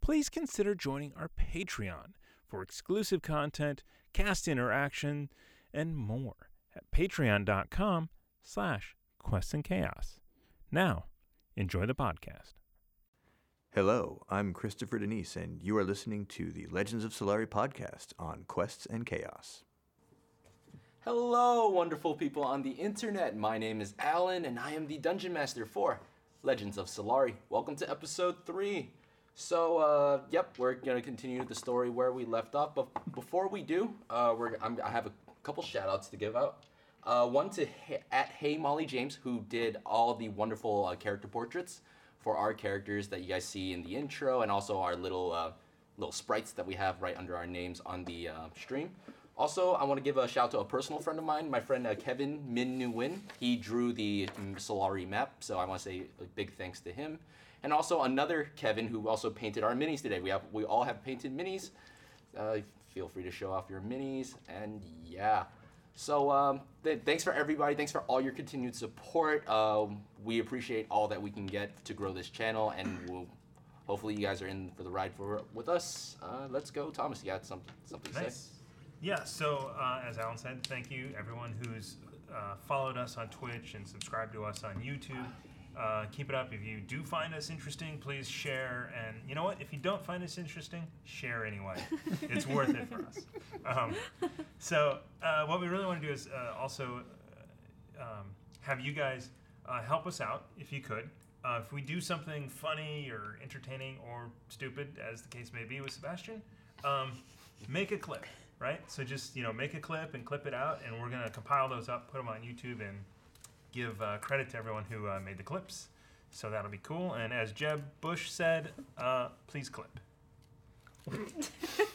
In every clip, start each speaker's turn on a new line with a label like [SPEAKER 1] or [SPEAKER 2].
[SPEAKER 1] please consider joining our Patreon for exclusive content, cast interaction, and more at patreon.com slash quests and chaos. Now, enjoy the podcast.
[SPEAKER 2] Hello, I'm Christopher Denise, and you are listening to the Legends of Solari podcast on Quests and Chaos.
[SPEAKER 3] Hello, wonderful people on the internet. My name is Alan, and I am the Dungeon Master for Legends of Solari. Welcome to episode three. So, uh, yep, we're gonna continue the story where we left off. But before we do, uh, we're I'm, I have a couple shout outs to give out. Uh, one to Hey- at Hey Molly James, who did all the wonderful uh, character portraits for our characters that you guys see in the intro, and also our little uh, little sprites that we have right under our names on the uh, stream. Also, I want to give a shout out to a personal friend of mine, my friend uh, Kevin Min Nu Win. He drew the mm, Solari map, so I want to say a big thanks to him. And also another Kevin who also painted our minis today. We have we all have painted minis. Uh, feel free to show off your minis, and yeah. So um, th- thanks for everybody. Thanks for all your continued support. Um, we appreciate all that we can get to grow this channel, and we'll hopefully you guys are in for the ride for with us. Uh, let's go, Thomas. You got some, something to say?
[SPEAKER 4] Nice. Yeah, so uh, as Alan said, thank you everyone who's uh, followed us on Twitch and subscribed to us on YouTube. Uh, keep it up. If you do find us interesting, please share. And you know what? If you don't find us interesting, share anyway. it's worth it for us. Um, so, uh, what we really want to do is uh, also um, have you guys uh, help us out if you could. Uh, if we do something funny or entertaining or stupid, as the case may be with Sebastian, um, make a clip, right? So just you know, make a clip and clip it out, and we're gonna compile those up, put them on YouTube, and give uh, credit to everyone who uh, made the clips. So that'll be cool. And as Jeb Bush said, uh, please clip.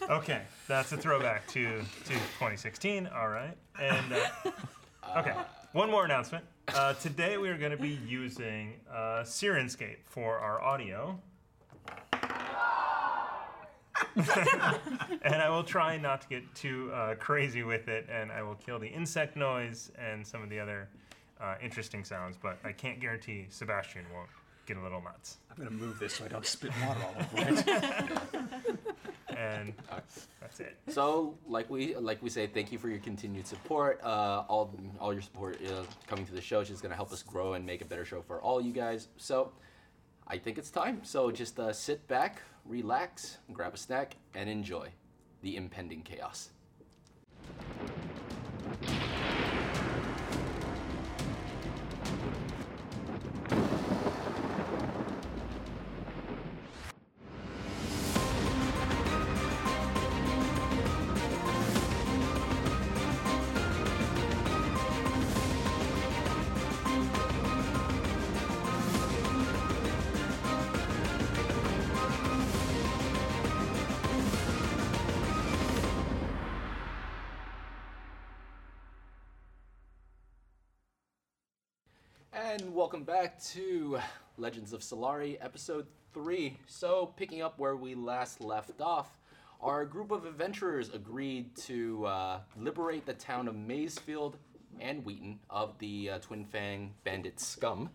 [SPEAKER 4] okay, that's a throwback to, to 2016. All right, and. Uh, Okay, one more announcement. Uh, today we are going to be using uh, Sirenscape for our audio. and I will try not to get too uh, crazy with it, and I will kill the insect noise and some of the other uh, interesting sounds, but I can't guarantee Sebastian won't get a little nuts.
[SPEAKER 5] I'm gonna move this so I don't spit water all over it.
[SPEAKER 4] And that's it.
[SPEAKER 3] So, like we like we say, thank you for your continued support. Uh, all all your support uh, coming to the show is just gonna help us grow and make a better show for all you guys. So, I think it's time. So just uh, sit back, relax, grab a snack, and enjoy the impending chaos. And welcome back to Legends of Solari, episode 3. So, picking up where we last left off, our group of adventurers agreed to uh, liberate the town of Maysfield and Wheaton of the uh, Twin Fang bandit scum.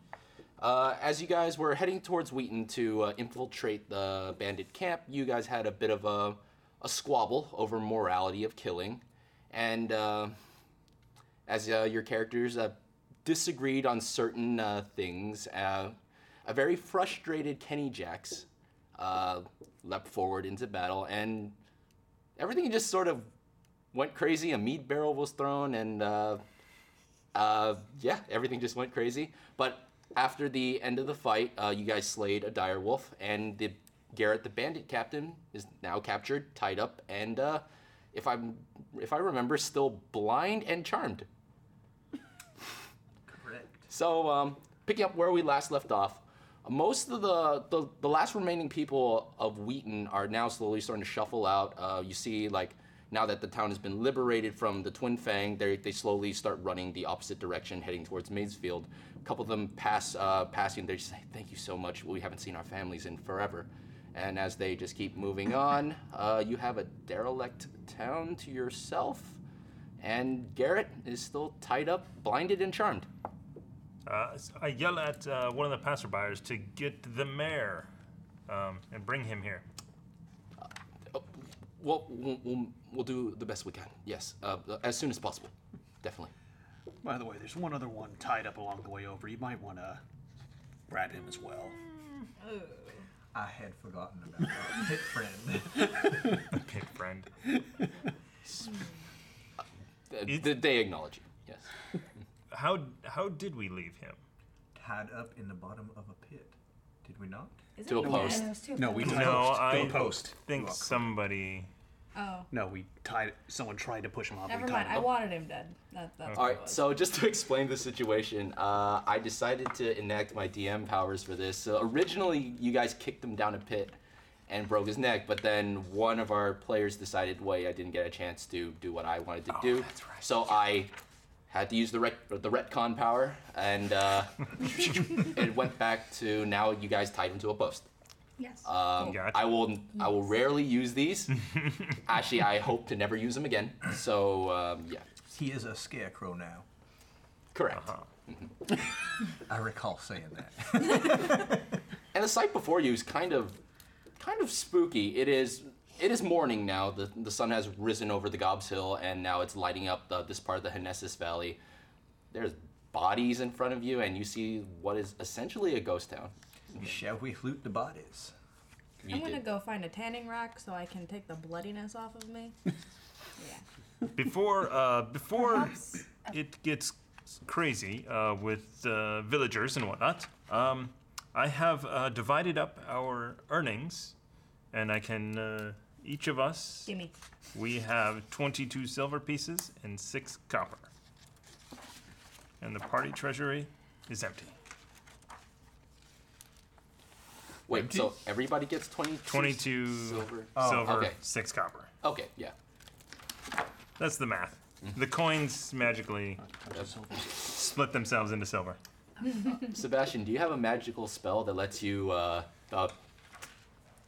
[SPEAKER 3] Uh, as you guys were heading towards Wheaton to uh, infiltrate the bandit camp, you guys had a bit of a, a squabble over morality of killing. And. Uh, as uh, your characters uh, disagreed on certain uh, things. Uh, a very frustrated Kenny Jax uh, leapt forward into battle, and everything just sort of went crazy. A meat barrel was thrown, and uh, uh, yeah, everything just went crazy. But after the end of the fight, uh, you guys slayed a dire wolf, and the Garrett, the bandit captain, is now captured, tied up, and uh, if I'm if I remember, still blind and charmed.
[SPEAKER 4] Correct.
[SPEAKER 3] So, um, picking up where we last left off, Most of the, the the last remaining people of Wheaton are now slowly starting to shuffle out. Uh, you see, like now that the town has been liberated from the Twin Fang, they they slowly start running the opposite direction, heading towards Maysfield. A couple of them pass uh, passing. They just say, "Thank you so much. We haven't seen our families in forever." And as they just keep moving on, uh, you have a derelict town to yourself, and Garrett is still tied up, blinded, and charmed.
[SPEAKER 4] Uh, s- I yell at uh, one of the passerbyers to get the mayor um, and bring him here.
[SPEAKER 3] Well, we'll, we'll, we'll do the best we can. Yes, uh, as soon as possible. Definitely.
[SPEAKER 5] By the way, there's one other one tied up along the way over. You might want to grab him as well.
[SPEAKER 6] I had forgotten about that pit friend.
[SPEAKER 4] Pig friend.
[SPEAKER 3] Th- th- they acknowledge you. Yes.
[SPEAKER 4] How how did we leave him?
[SPEAKER 6] Tied up in the bottom of a pit. Did we not?
[SPEAKER 7] Is
[SPEAKER 3] To
[SPEAKER 7] it
[SPEAKER 3] a
[SPEAKER 7] one?
[SPEAKER 3] post.
[SPEAKER 7] Yeah, it's to a
[SPEAKER 5] No, we
[SPEAKER 7] post.
[SPEAKER 5] tied
[SPEAKER 4] No,
[SPEAKER 5] him to
[SPEAKER 4] I
[SPEAKER 5] a post.
[SPEAKER 4] think somebody.
[SPEAKER 7] Oh,
[SPEAKER 5] No, we tied. Someone tried to push him off.
[SPEAKER 7] never
[SPEAKER 5] we tied
[SPEAKER 7] mind.
[SPEAKER 5] him
[SPEAKER 7] I
[SPEAKER 5] up.
[SPEAKER 7] wanted him dead. That, that's
[SPEAKER 3] All
[SPEAKER 7] what it
[SPEAKER 3] right.
[SPEAKER 7] was.
[SPEAKER 3] So just to explain the situation, uh, I decided to enact my DM powers for this. So originally, you guys kicked him down a pit and broke his neck, but then one of our players decided, wait, I didn't get a chance to do what I wanted to do. Oh, That's right. So I had to use the ret- the retcon power, and uh, it went back to now you guys tied him to a post.
[SPEAKER 7] yes.
[SPEAKER 3] Um,
[SPEAKER 4] Gotcha.
[SPEAKER 3] I will. I will rarely use these. Actually, I hope to never use them again. So um, yeah,
[SPEAKER 6] He is a scarecrow now.
[SPEAKER 3] correct.
[SPEAKER 6] I recall saying that.
[SPEAKER 3] And the sight before you is kind of, kind of spooky. It is. It is morning now. The, the sun has risen over the Gobs Hill, and now it's lighting up the, this part of the Hnesis Valley. There's bodies in front of you, and you see what is essentially a ghost town.
[SPEAKER 6] Shall we loot the bodies?
[SPEAKER 3] You
[SPEAKER 7] I'm gonna
[SPEAKER 3] did-
[SPEAKER 7] go find a tanning rack so I can take the bloodiness off of me. yeah.
[SPEAKER 4] Before uh, before
[SPEAKER 7] Perhaps-
[SPEAKER 4] it gets crazy uh, with uh, villagers and whatnot, um, I have uh, divided up our earnings, and I can uh, each of us
[SPEAKER 7] Gimme.
[SPEAKER 4] we have 22 silver pieces and six copper, and the party treasury is empty.
[SPEAKER 3] Wait, so everybody gets 22?
[SPEAKER 4] 22
[SPEAKER 3] Silver.
[SPEAKER 4] silver,
[SPEAKER 3] Oh, okay.
[SPEAKER 4] six copper.
[SPEAKER 3] Okay, yeah.
[SPEAKER 4] That's the math.
[SPEAKER 3] Mm-hmm.
[SPEAKER 4] The coins magically split themselves into silver.
[SPEAKER 3] Sebastian, do you have a magical spell that lets you uh, uh,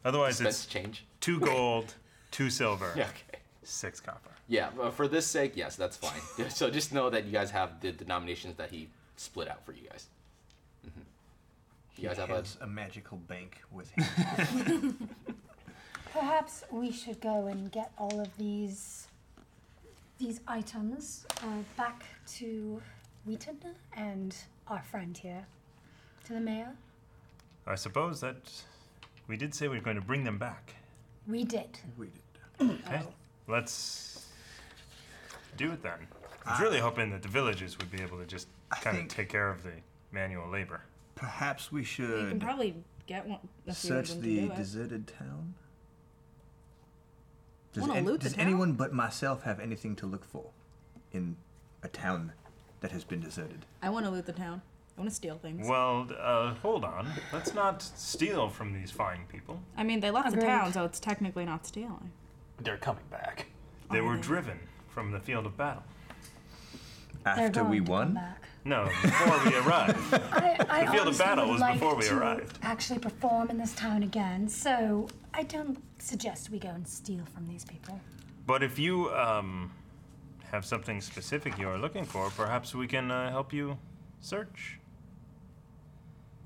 [SPEAKER 4] Otherwise,
[SPEAKER 3] sense
[SPEAKER 4] it's
[SPEAKER 3] change?
[SPEAKER 4] two gold, two silver,
[SPEAKER 3] Yeah, okay.
[SPEAKER 4] six copper.
[SPEAKER 3] Yeah, but for this sake, yes, that's fine. so just know that you guys have the denominations that he split out for you guys. hmm You guys
[SPEAKER 6] he
[SPEAKER 3] have a.
[SPEAKER 6] has a magical bank with him.
[SPEAKER 8] Perhaps we should go and get all of these these items uh, back to Wheaton and our friend here, to the mayor.
[SPEAKER 4] I suppose that we did say we were going to bring them back.
[SPEAKER 8] We did.
[SPEAKER 6] we did.
[SPEAKER 4] Okay, let's do it then. I was really hoping that the villagers would be able to just kind of
[SPEAKER 6] think-
[SPEAKER 4] take care of the manual labor.
[SPEAKER 6] Perhaps we
[SPEAKER 7] You can
[SPEAKER 6] should
[SPEAKER 7] probably get one. A few
[SPEAKER 6] search
[SPEAKER 7] of them
[SPEAKER 6] the
[SPEAKER 7] to do it.
[SPEAKER 6] deserted town. Does,
[SPEAKER 7] Wanna loot the
[SPEAKER 6] does
[SPEAKER 7] town?
[SPEAKER 6] anyone but myself have anything to look for in a town that has been deserted?
[SPEAKER 7] I want to loot the town. I want to steal things.
[SPEAKER 4] Well, uh, hold on. Let's not steal from these fine people.
[SPEAKER 7] I mean, they left the
[SPEAKER 8] Agreed.
[SPEAKER 7] town, so it's technically not stealing.
[SPEAKER 5] They're coming back.
[SPEAKER 4] They were
[SPEAKER 7] Alright.
[SPEAKER 4] driven from the field of battle.
[SPEAKER 8] They're
[SPEAKER 6] After
[SPEAKER 8] going
[SPEAKER 6] we
[SPEAKER 8] to come
[SPEAKER 6] won?
[SPEAKER 8] back.
[SPEAKER 4] No, before we arrived.
[SPEAKER 8] I, I
[SPEAKER 4] The field of
[SPEAKER 8] honestly
[SPEAKER 4] battle
[SPEAKER 8] would
[SPEAKER 4] was
[SPEAKER 8] like
[SPEAKER 4] before we
[SPEAKER 8] to
[SPEAKER 4] arrived.
[SPEAKER 8] Actually, perform in this town again, so I don't suggest we go and steal from these people.
[SPEAKER 4] But if you um, have something specific you are looking for, perhaps we can uh, help you search.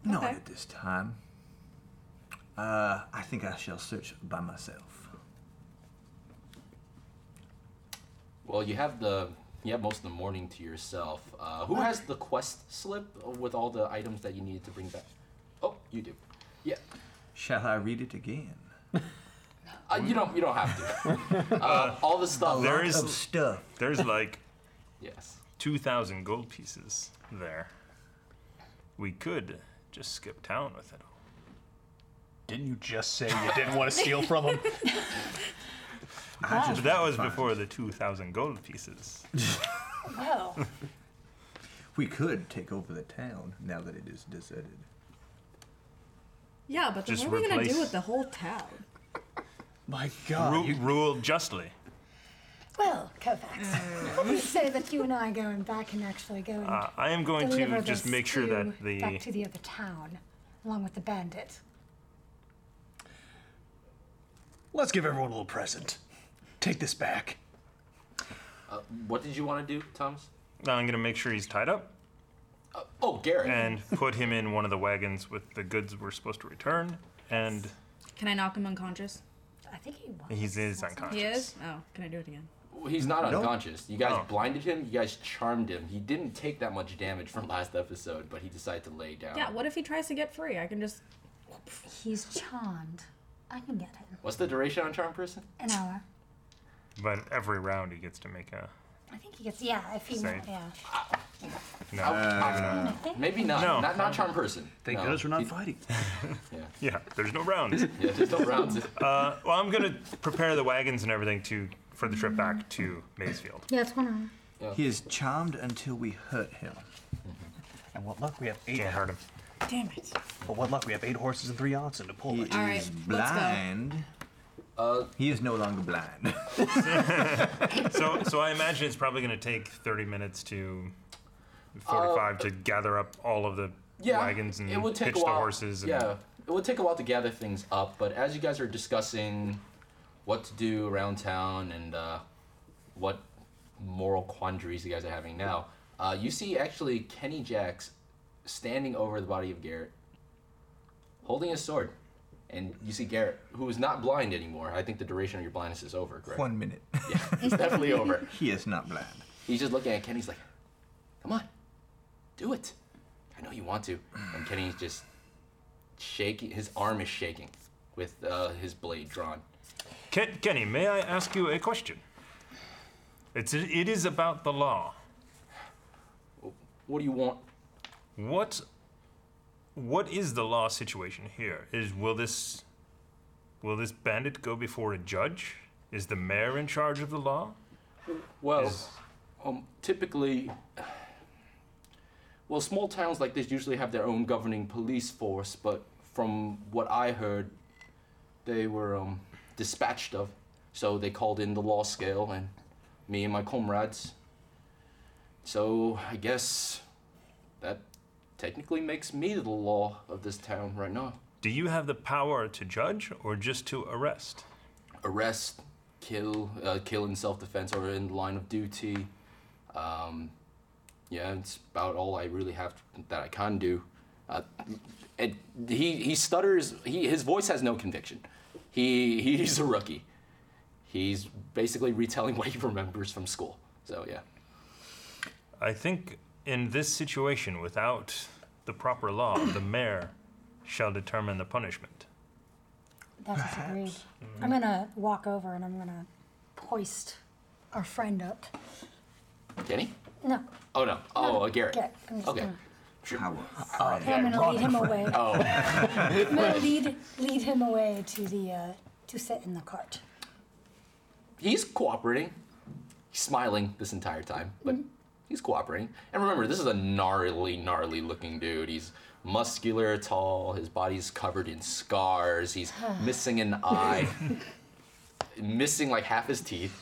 [SPEAKER 6] Not
[SPEAKER 7] Okay.
[SPEAKER 6] at this time. Uh, I think I shall search by myself.
[SPEAKER 3] Well, you have the. You have most of the morning to yourself. Uh, who has the quest slip with all the items that you needed to bring back? Oh, you do. Yeah.
[SPEAKER 6] Shall I read it again?
[SPEAKER 3] Uh, you don't. You don't have to. Uh, all the stuff.
[SPEAKER 4] There
[SPEAKER 6] Lot
[SPEAKER 4] is-
[SPEAKER 6] of stuff.
[SPEAKER 4] There's like
[SPEAKER 3] Yes.
[SPEAKER 4] 2,000 gold pieces there. We could just skip town with it all.
[SPEAKER 5] Didn't you just say you didn't want to steal from him?
[SPEAKER 6] I
[SPEAKER 4] But
[SPEAKER 6] just
[SPEAKER 4] that was before the 2,000 gold pieces.
[SPEAKER 8] Well,
[SPEAKER 6] We could take over the town now that it is deserted.
[SPEAKER 7] Yeah, but then
[SPEAKER 4] Just
[SPEAKER 7] what are we gonna
[SPEAKER 4] replace-
[SPEAKER 7] do with the whole town?
[SPEAKER 5] My God,
[SPEAKER 4] Ru-
[SPEAKER 5] Uh, you-
[SPEAKER 4] ruled justly.
[SPEAKER 8] Well, Kovacs, let me say that you and I are going back and actually go and
[SPEAKER 4] Uh, I am going
[SPEAKER 8] deliver
[SPEAKER 4] to just
[SPEAKER 8] this
[SPEAKER 4] make sure
[SPEAKER 8] to-
[SPEAKER 4] that the
[SPEAKER 8] back to the other town, along with the bandit.
[SPEAKER 5] let's give everyone a little present. Take this back.
[SPEAKER 3] Uh, What did you want to do, Thomas?
[SPEAKER 4] Now I'm going to make sure he's tied up
[SPEAKER 3] Oh, Garrett.
[SPEAKER 4] and put him in one of the wagons with the goods we're supposed to return. And
[SPEAKER 7] Can I knock him unconscious?
[SPEAKER 8] I think he was.
[SPEAKER 4] he's is
[SPEAKER 8] wasn't
[SPEAKER 4] unconscious.
[SPEAKER 7] He is? Oh, can I do it again?
[SPEAKER 3] He's not
[SPEAKER 6] No.
[SPEAKER 3] unconscious. You guys
[SPEAKER 4] Oh.
[SPEAKER 3] blinded him. You guys charmed him. He didn't take that much damage from last episode, but he decided to lay down.
[SPEAKER 7] Yeah, what if he tries to get free? I can just.
[SPEAKER 8] He's charmed. I can get him.
[SPEAKER 3] What's the duration on charm person?
[SPEAKER 8] An hour.
[SPEAKER 4] But every round he gets to make a.
[SPEAKER 8] I think he gets. Yeah, if he.
[SPEAKER 4] Save.
[SPEAKER 8] Yeah.
[SPEAKER 4] No.
[SPEAKER 3] Uh, Maybe not.
[SPEAKER 4] No.
[SPEAKER 3] Not not charm person.
[SPEAKER 5] Thank
[SPEAKER 3] No.
[SPEAKER 5] goodness we're not
[SPEAKER 3] He-
[SPEAKER 5] fighting.
[SPEAKER 4] yeah, there's no rounds.
[SPEAKER 3] Yeah, there's no rounds.
[SPEAKER 4] Uh, well, I'm going to prepare the wagons and everything to for the trip back to Maysfield.
[SPEAKER 8] Yeah, it's one hour.
[SPEAKER 6] He is charmed until we hurt him.
[SPEAKER 5] And what luck we have eight.
[SPEAKER 4] Can't hurt him.
[SPEAKER 7] Damn it.
[SPEAKER 5] But what luck we have eight horses and three oxen to pull.
[SPEAKER 6] He
[SPEAKER 5] it.
[SPEAKER 6] is
[SPEAKER 7] right, let's go.
[SPEAKER 6] blind.
[SPEAKER 4] Uh,
[SPEAKER 6] he is no longer blind.
[SPEAKER 4] So, so I imagine it's probably going to take 30 minutes to 45 to gather up all of the
[SPEAKER 3] Uh, yeah,
[SPEAKER 4] wagons and
[SPEAKER 3] it would take
[SPEAKER 4] hitch
[SPEAKER 3] a
[SPEAKER 4] the
[SPEAKER 3] while.
[SPEAKER 4] horses. And
[SPEAKER 3] Yeah, it would take a while to gather things up. But as you guys are discussing what to do around town and uh, what moral quandaries you guys are having now, uh, you see actually Kenny Jacks standing over the body of Garrett, holding his sword, and you see Garrett, who is not blind anymore. I think the duration of your blindness is over. Correct?
[SPEAKER 6] One minute.
[SPEAKER 3] It's definitely over.
[SPEAKER 6] he is not blind.
[SPEAKER 3] He's just looking at Kenny. He's like, "Come on, do it. I know you want to." And Kenny's just shaking. His arm is shaking with uh, his blade drawn.
[SPEAKER 4] Ken, Kenny, may I ask you a question? It's it is about the law.
[SPEAKER 3] What do you want?
[SPEAKER 4] What what is the law situation here? Is will this will this bandit go before a judge? Is the mayor in charge of the law?
[SPEAKER 3] Well, um, typically, well, small towns like this usually have their own governing police force. But from what I heard, they were um, dispatched of, so they called in the law scale and me and my comrades. So I guess that technically makes me the law of this town right now.
[SPEAKER 4] Do you have the power to judge or just to arrest?
[SPEAKER 3] arrest, kill, uh, kill in self-defense or in line of duty. Um, yeah, it's about all I really have that I can do. Uh, and he he stutters. He his voice has no conviction. He he's a rookie. He's basically retelling what he remembers from school. So yeah.
[SPEAKER 4] I think in this situation, without the proper law, the mayor shall determine the punishment.
[SPEAKER 8] That is agreed.
[SPEAKER 4] Mm-hmm.
[SPEAKER 8] I'm gonna walk over and I'm gonna hoist our friend up.
[SPEAKER 3] Kenny?
[SPEAKER 8] No.
[SPEAKER 3] Oh no. Oh, uh, Garrett.
[SPEAKER 8] Garrett. Hmm. I'm just
[SPEAKER 3] Okay.
[SPEAKER 8] gonna.
[SPEAKER 6] Power.
[SPEAKER 8] I'm gonna lead him away.
[SPEAKER 3] Oh.
[SPEAKER 8] I'm gonna lead lead him away to the uh, to sit in the cart.
[SPEAKER 3] he's cooperating. He's smiling this entire time, but he's cooperating. And remember, this is a gnarly, gnarly looking dude. He's muscular, tall, his body's covered in scars, he's missing an eye, missing like half his teeth.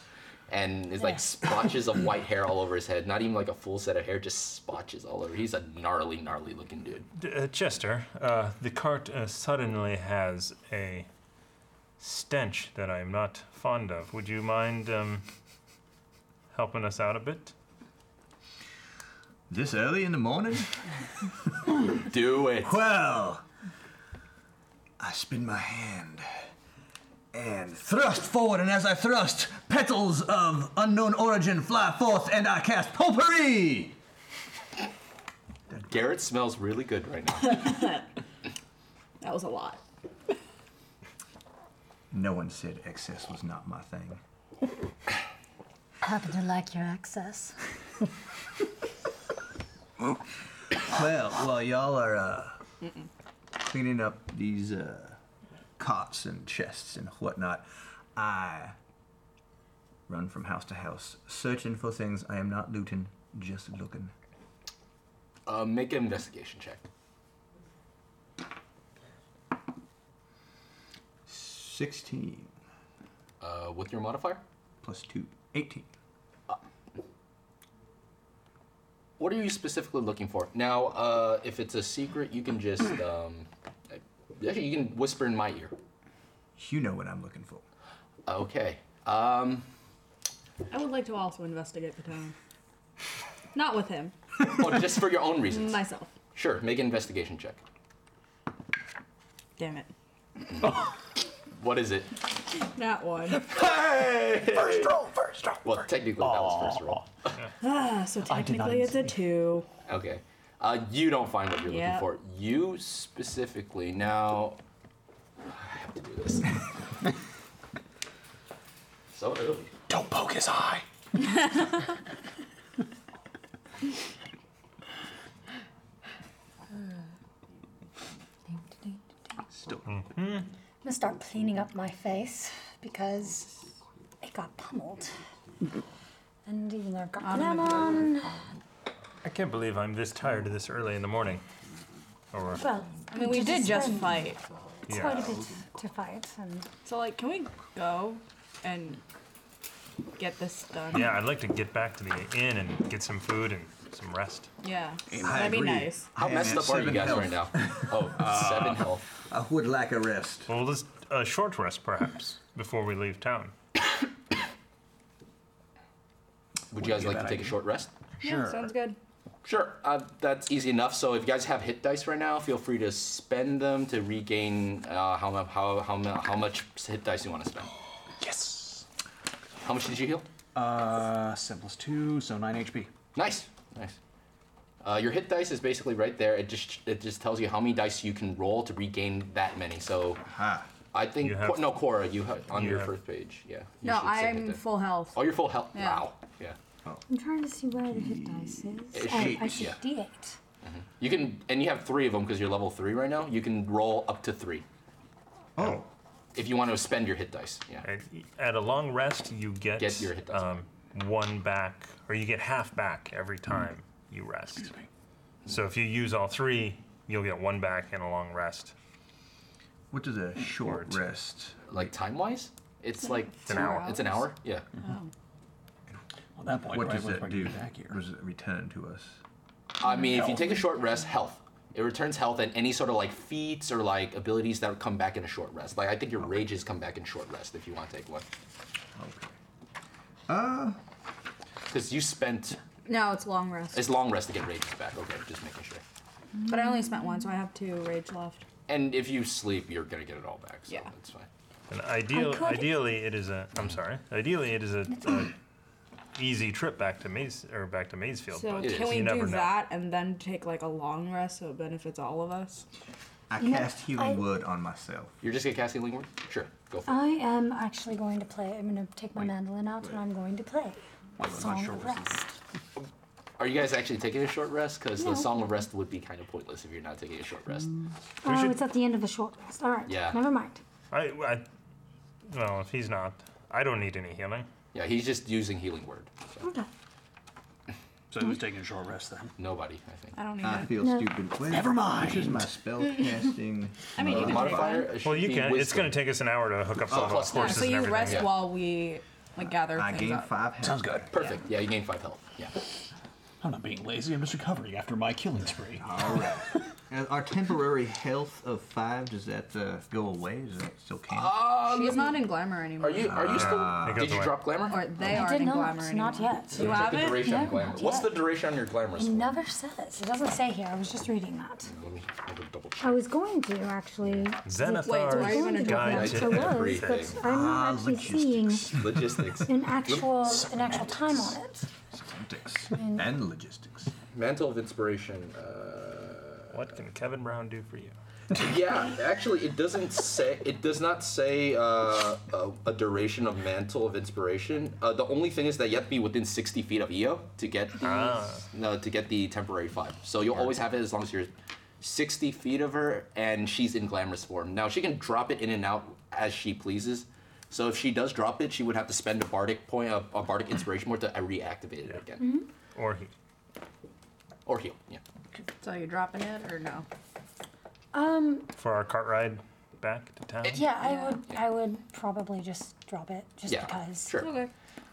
[SPEAKER 3] And it's like splotches of white hair all over his head. Not even like a full set of hair, just splotches all over. He's a gnarly, gnarly looking dude.
[SPEAKER 4] D- uh, Chester, uh, the cart uh, suddenly has a stench that I'm not fond of. Would you mind um, helping us out a bit?
[SPEAKER 6] This early in the morning?
[SPEAKER 3] Do it.
[SPEAKER 6] Well, I spin my hand and thrust forward, and as I thrust, petals of unknown origin fly forth, and I cast potpourri.
[SPEAKER 3] Garrett smells really good right now.
[SPEAKER 7] That was a lot.
[SPEAKER 6] No one said excess was not my thing.
[SPEAKER 8] Happen to like your access.
[SPEAKER 6] Well, while y'all are uh, cleaning up these uh, cots and chests and whatnot, I run from house to house, searching for things I am not looting, just looking.
[SPEAKER 3] Uh, make an investigation check.
[SPEAKER 6] 16
[SPEAKER 3] Uh, with your modifier?
[SPEAKER 6] plus 2, 18.
[SPEAKER 3] What are you specifically looking for? Now, uh, if it's a secret, you can just um, actually you can whisper in my ear.
[SPEAKER 6] You know what I'm looking for.
[SPEAKER 3] Okay. Um,
[SPEAKER 9] I would like to also investigate Patone. Not with him,
[SPEAKER 3] oh, just for your own reasons.
[SPEAKER 9] myself.
[SPEAKER 3] Sure. Make an investigation check.
[SPEAKER 9] Damn it.
[SPEAKER 3] What is it?
[SPEAKER 9] That one.
[SPEAKER 3] Well, technically that was first roll.
[SPEAKER 9] Ah, so technically it's a two.
[SPEAKER 3] Okay. Uh, you don't find what you're
[SPEAKER 9] Yeah.
[SPEAKER 3] looking for. You specifically now. I have to do this. so early.
[SPEAKER 5] Don't poke his eye.
[SPEAKER 8] I'm gonna start cleaning up my face because it got pummeled. and even though I've got glam on,
[SPEAKER 4] I can't believe I'm this tired this early in the morning. Or
[SPEAKER 8] well,
[SPEAKER 9] I mean, we did just
[SPEAKER 8] spend
[SPEAKER 9] fight.
[SPEAKER 8] Quite
[SPEAKER 4] yeah,
[SPEAKER 8] a bit to fight, and
[SPEAKER 9] So, like, can we go and get this done?
[SPEAKER 4] yeah. I'd like to get back to the inn and get some food and some rest.
[SPEAKER 9] Yeah.
[SPEAKER 6] I
[SPEAKER 9] That'd be
[SPEAKER 6] agree.
[SPEAKER 9] nice.
[SPEAKER 3] How
[SPEAKER 6] am
[SPEAKER 3] messed
[SPEAKER 6] at
[SPEAKER 3] up are you
[SPEAKER 6] seven
[SPEAKER 3] guys
[SPEAKER 6] health. Uh,
[SPEAKER 3] right now? Oh, seven health.
[SPEAKER 6] I would like a rest.
[SPEAKER 4] Well, just a short rest perhaps before we leave town.
[SPEAKER 3] Would you guys like to take a short rest?
[SPEAKER 9] Yeah, sounds good.
[SPEAKER 3] Sure. Uh, that's easy enough. So if you guys have hit dice right now, feel free to spend them to regain uh, how, mu- how, how, mu- how much hit dice you want to spend.
[SPEAKER 5] Yes.
[SPEAKER 3] How much did you heal?
[SPEAKER 5] Uh, simplest two, so nine HP.
[SPEAKER 3] Nice, nice. Uh, your hit dice is basically right there. It just it just tells you how many dice you can roll to regain that many. So
[SPEAKER 6] Ah,
[SPEAKER 3] I think
[SPEAKER 4] You have-
[SPEAKER 3] Qu- no, Cora, you ha- on
[SPEAKER 4] you
[SPEAKER 3] your
[SPEAKER 4] have-
[SPEAKER 3] first page. Yeah. you
[SPEAKER 9] No,
[SPEAKER 3] should say hit
[SPEAKER 9] I'm
[SPEAKER 3] dice.
[SPEAKER 9] full health.
[SPEAKER 3] Oh, you're full health.
[SPEAKER 9] Yeah.
[SPEAKER 3] Wow. Yeah.
[SPEAKER 8] I'm trying to see where the hit dice is.
[SPEAKER 3] It's
[SPEAKER 8] Oh,
[SPEAKER 3] eight,
[SPEAKER 8] I see
[SPEAKER 3] yeah.
[SPEAKER 8] D8.
[SPEAKER 3] You can and you have three of them because you're level three right now. You can roll up to three
[SPEAKER 6] oh,
[SPEAKER 3] if you want to spend your hit dice. Yeah.
[SPEAKER 4] At, at a long rest, you get,
[SPEAKER 3] Get your hit dice.
[SPEAKER 4] um, one back, or you get half back every
[SPEAKER 3] Hmm.
[SPEAKER 4] time you rest. So if you use all three, you'll get one back in a long rest.
[SPEAKER 6] what does a short rest?
[SPEAKER 3] Like time wise, it's like
[SPEAKER 4] It's an hour.
[SPEAKER 3] it's an hour. Yeah.
[SPEAKER 5] Well, at that point,
[SPEAKER 6] What
[SPEAKER 5] right
[SPEAKER 6] does
[SPEAKER 5] when
[SPEAKER 6] that
[SPEAKER 5] we
[SPEAKER 6] do?
[SPEAKER 5] get back here.
[SPEAKER 6] What does it return to us?
[SPEAKER 3] I mean, if you take a short rest, health. It returns health and any sort of like feats or like abilities that would come back in a short rest. Like I think your rages come back in short rest if you want to take one.
[SPEAKER 6] Okay.
[SPEAKER 3] Because you spent
[SPEAKER 9] No, it's long rest.
[SPEAKER 3] it's long rest to get rages back. Okay, just making sure.
[SPEAKER 9] But I only spent one, so I have two rage left.
[SPEAKER 3] And if you sleep, you're gonna get it all back. So
[SPEAKER 9] Yeah.
[SPEAKER 3] that's fine.
[SPEAKER 4] And ideal,
[SPEAKER 8] could-
[SPEAKER 4] ideally, it is a. I'm sorry. Ideally, it is a, a easy trip back to Maze or back to Maysfield.
[SPEAKER 9] So
[SPEAKER 4] but
[SPEAKER 9] can
[SPEAKER 3] is.
[SPEAKER 9] we
[SPEAKER 4] you never
[SPEAKER 9] do
[SPEAKER 4] know.
[SPEAKER 9] that and then take like a long rest so it benefits all of us?
[SPEAKER 6] I
[SPEAKER 8] know,
[SPEAKER 6] cast healing
[SPEAKER 8] I-
[SPEAKER 6] word on myself.
[SPEAKER 3] You're just gonna cast healing word? Sure, go for it.
[SPEAKER 8] I am actually going to play. I'm gonna take my mandolin out and I'm going to play. Song of Rest.
[SPEAKER 3] Are you guys actually taking a short rest? Because
[SPEAKER 8] No.
[SPEAKER 3] the song of rest would be kind of pointless if you're not taking a short rest.
[SPEAKER 8] Oh,
[SPEAKER 4] should-
[SPEAKER 8] it's at the end of a short rest. All right.
[SPEAKER 3] Yeah.
[SPEAKER 8] Never mind.
[SPEAKER 4] I, I, well, if he's not, I don't need any healing.
[SPEAKER 3] Yeah, he's just using healing word. So
[SPEAKER 8] Okay.
[SPEAKER 5] So who's
[SPEAKER 7] Hmm.
[SPEAKER 5] taking a short rest then?
[SPEAKER 3] nobody, I think.
[SPEAKER 9] I don't need
[SPEAKER 6] I
[SPEAKER 9] it.
[SPEAKER 6] feel
[SPEAKER 8] No.
[SPEAKER 6] stupid. Never mind. Which is my spell casting.
[SPEAKER 9] I mean, you can take
[SPEAKER 3] Modifier.
[SPEAKER 9] one.
[SPEAKER 3] it should
[SPEAKER 4] Well, you
[SPEAKER 3] be
[SPEAKER 4] can. It's
[SPEAKER 3] wisdom. Oh,
[SPEAKER 4] going to take us an hour to hook up some of
[SPEAKER 3] plus
[SPEAKER 4] our
[SPEAKER 3] nine.
[SPEAKER 9] Yeah,
[SPEAKER 4] horses
[SPEAKER 9] so you
[SPEAKER 4] and everything.
[SPEAKER 9] rest
[SPEAKER 3] yeah.
[SPEAKER 9] while we like gather
[SPEAKER 6] I
[SPEAKER 9] things
[SPEAKER 6] gain
[SPEAKER 9] up.
[SPEAKER 6] five health.
[SPEAKER 5] Sounds good.
[SPEAKER 3] Perfect. Yeah, you gain five health. Yeah.
[SPEAKER 5] I'm not being lazy. I'm just recovering after my killing spree.
[SPEAKER 6] All right. Uh, Our temporary health of five, does that uh, go away? Is that still count?
[SPEAKER 9] She's not in glamour anymore.
[SPEAKER 3] Um, Are you are you still
[SPEAKER 4] It goes
[SPEAKER 3] did you
[SPEAKER 4] away.
[SPEAKER 3] drop glamour?
[SPEAKER 9] Or they
[SPEAKER 8] I
[SPEAKER 9] aren't
[SPEAKER 8] did
[SPEAKER 9] in
[SPEAKER 8] not.
[SPEAKER 9] glamour anymore.
[SPEAKER 8] Not yet.
[SPEAKER 9] You
[SPEAKER 3] Check
[SPEAKER 9] have
[SPEAKER 3] the
[SPEAKER 9] it?
[SPEAKER 3] duration on
[SPEAKER 8] Yeah,
[SPEAKER 3] glamour.
[SPEAKER 8] not
[SPEAKER 3] What's the
[SPEAKER 8] yet.
[SPEAKER 3] duration on your glamour
[SPEAKER 8] It
[SPEAKER 3] score?
[SPEAKER 8] never says. It doesn't say here. I was just reading that.
[SPEAKER 3] Let me have a double check.
[SPEAKER 8] I was going to actually.
[SPEAKER 4] Xenothar's
[SPEAKER 9] Wait, so are you gonna do
[SPEAKER 4] guide
[SPEAKER 8] I
[SPEAKER 3] that?
[SPEAKER 4] to
[SPEAKER 3] So what?
[SPEAKER 8] was, but
[SPEAKER 3] everything. Ah,
[SPEAKER 8] I'm not actually seeing
[SPEAKER 3] Logistics.
[SPEAKER 8] an actual an actual time on it.
[SPEAKER 6] Semantics and logistics.
[SPEAKER 3] Mantle of inspiration. Uh,
[SPEAKER 4] What can Kevin Brown do for you?
[SPEAKER 3] yeah, actually, it doesn't say. It does not say uh, a, a duration of mantle of inspiration. Uh, the only thing is that you have to be within sixty feet of Eo to get the no, to get the temporary five. So you'll always have it as long as you're sixty feet of her, and she's in glamorous form. Now she can drop it in and out as she pleases. So if she does drop it, she would have to spend a bardic point, a, a bardic inspiration point to uh, reactivate it again,
[SPEAKER 4] Or he?
[SPEAKER 3] or heal. Yeah.
[SPEAKER 9] So you're dropping it or no?
[SPEAKER 8] Um,
[SPEAKER 4] For our cart ride? back to town?
[SPEAKER 8] Yeah, I
[SPEAKER 7] Yeah.
[SPEAKER 8] would. I would probably just drop it, just
[SPEAKER 3] Yeah,
[SPEAKER 8] because. Um,
[SPEAKER 3] sure.
[SPEAKER 7] Okay.
[SPEAKER 8] And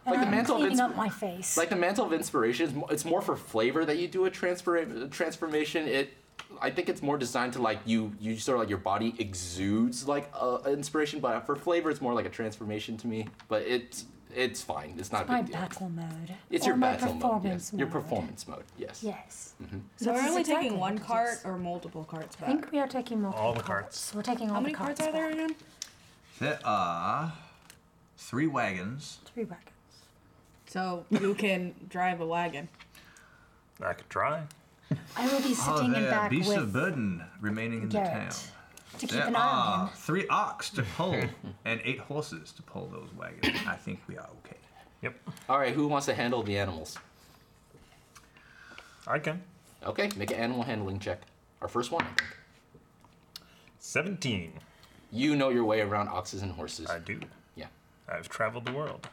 [SPEAKER 3] Like the
[SPEAKER 8] I'm
[SPEAKER 3] mantle of
[SPEAKER 8] cleaning
[SPEAKER 3] ins-
[SPEAKER 8] up my face.
[SPEAKER 3] Like the mantle of inspiration, is mo- it's more for flavor that you do a transfer transformation. It, I think it's more designed to like you you sort of like your body exudes like uh, inspiration, but for flavor, it's more like a transformation to me. But it's it's fine. It's not a big
[SPEAKER 8] my
[SPEAKER 3] deal.
[SPEAKER 8] battle mode.
[SPEAKER 3] It's
[SPEAKER 8] or
[SPEAKER 3] your
[SPEAKER 8] my
[SPEAKER 3] battle mode.
[SPEAKER 8] performance
[SPEAKER 3] Yes. Your
[SPEAKER 8] mode.
[SPEAKER 3] performance Mm-hmm. mode. Yes.
[SPEAKER 8] Yes.
[SPEAKER 9] So
[SPEAKER 8] This
[SPEAKER 9] we're
[SPEAKER 8] is
[SPEAKER 9] only
[SPEAKER 8] exactly
[SPEAKER 9] taking
[SPEAKER 8] what
[SPEAKER 9] one
[SPEAKER 8] it
[SPEAKER 9] cart
[SPEAKER 8] is.
[SPEAKER 9] or multiple carts
[SPEAKER 8] I
[SPEAKER 9] back?
[SPEAKER 8] think we are taking multiple
[SPEAKER 4] All the carts.
[SPEAKER 8] We're taking all
[SPEAKER 9] How
[SPEAKER 8] the
[SPEAKER 9] many carts are there
[SPEAKER 8] back.
[SPEAKER 9] again?
[SPEAKER 6] There are three wagons.
[SPEAKER 8] Three wagons.
[SPEAKER 9] So you can drive a wagon.
[SPEAKER 4] I could try.
[SPEAKER 8] I will be
[SPEAKER 3] Oh,
[SPEAKER 8] sitting
[SPEAKER 6] there
[SPEAKER 8] in
[SPEAKER 6] are
[SPEAKER 8] back
[SPEAKER 6] beasts of
[SPEAKER 8] with
[SPEAKER 6] burden remaining in the town.
[SPEAKER 8] Garrett to keep
[SPEAKER 6] There
[SPEAKER 8] an eye on
[SPEAKER 6] are
[SPEAKER 8] him.
[SPEAKER 6] three ox to pull and eight horses to pull those wagons. I think we are okay.
[SPEAKER 4] Yep,
[SPEAKER 3] All right. Who wants to handle the animals?
[SPEAKER 4] I can.
[SPEAKER 3] Okay. Make an animal handling check. Our first one. I think.
[SPEAKER 4] Seventeen.
[SPEAKER 3] You know your way around oxes and horses.
[SPEAKER 4] I do.
[SPEAKER 3] Yeah.
[SPEAKER 4] I've traveled the world.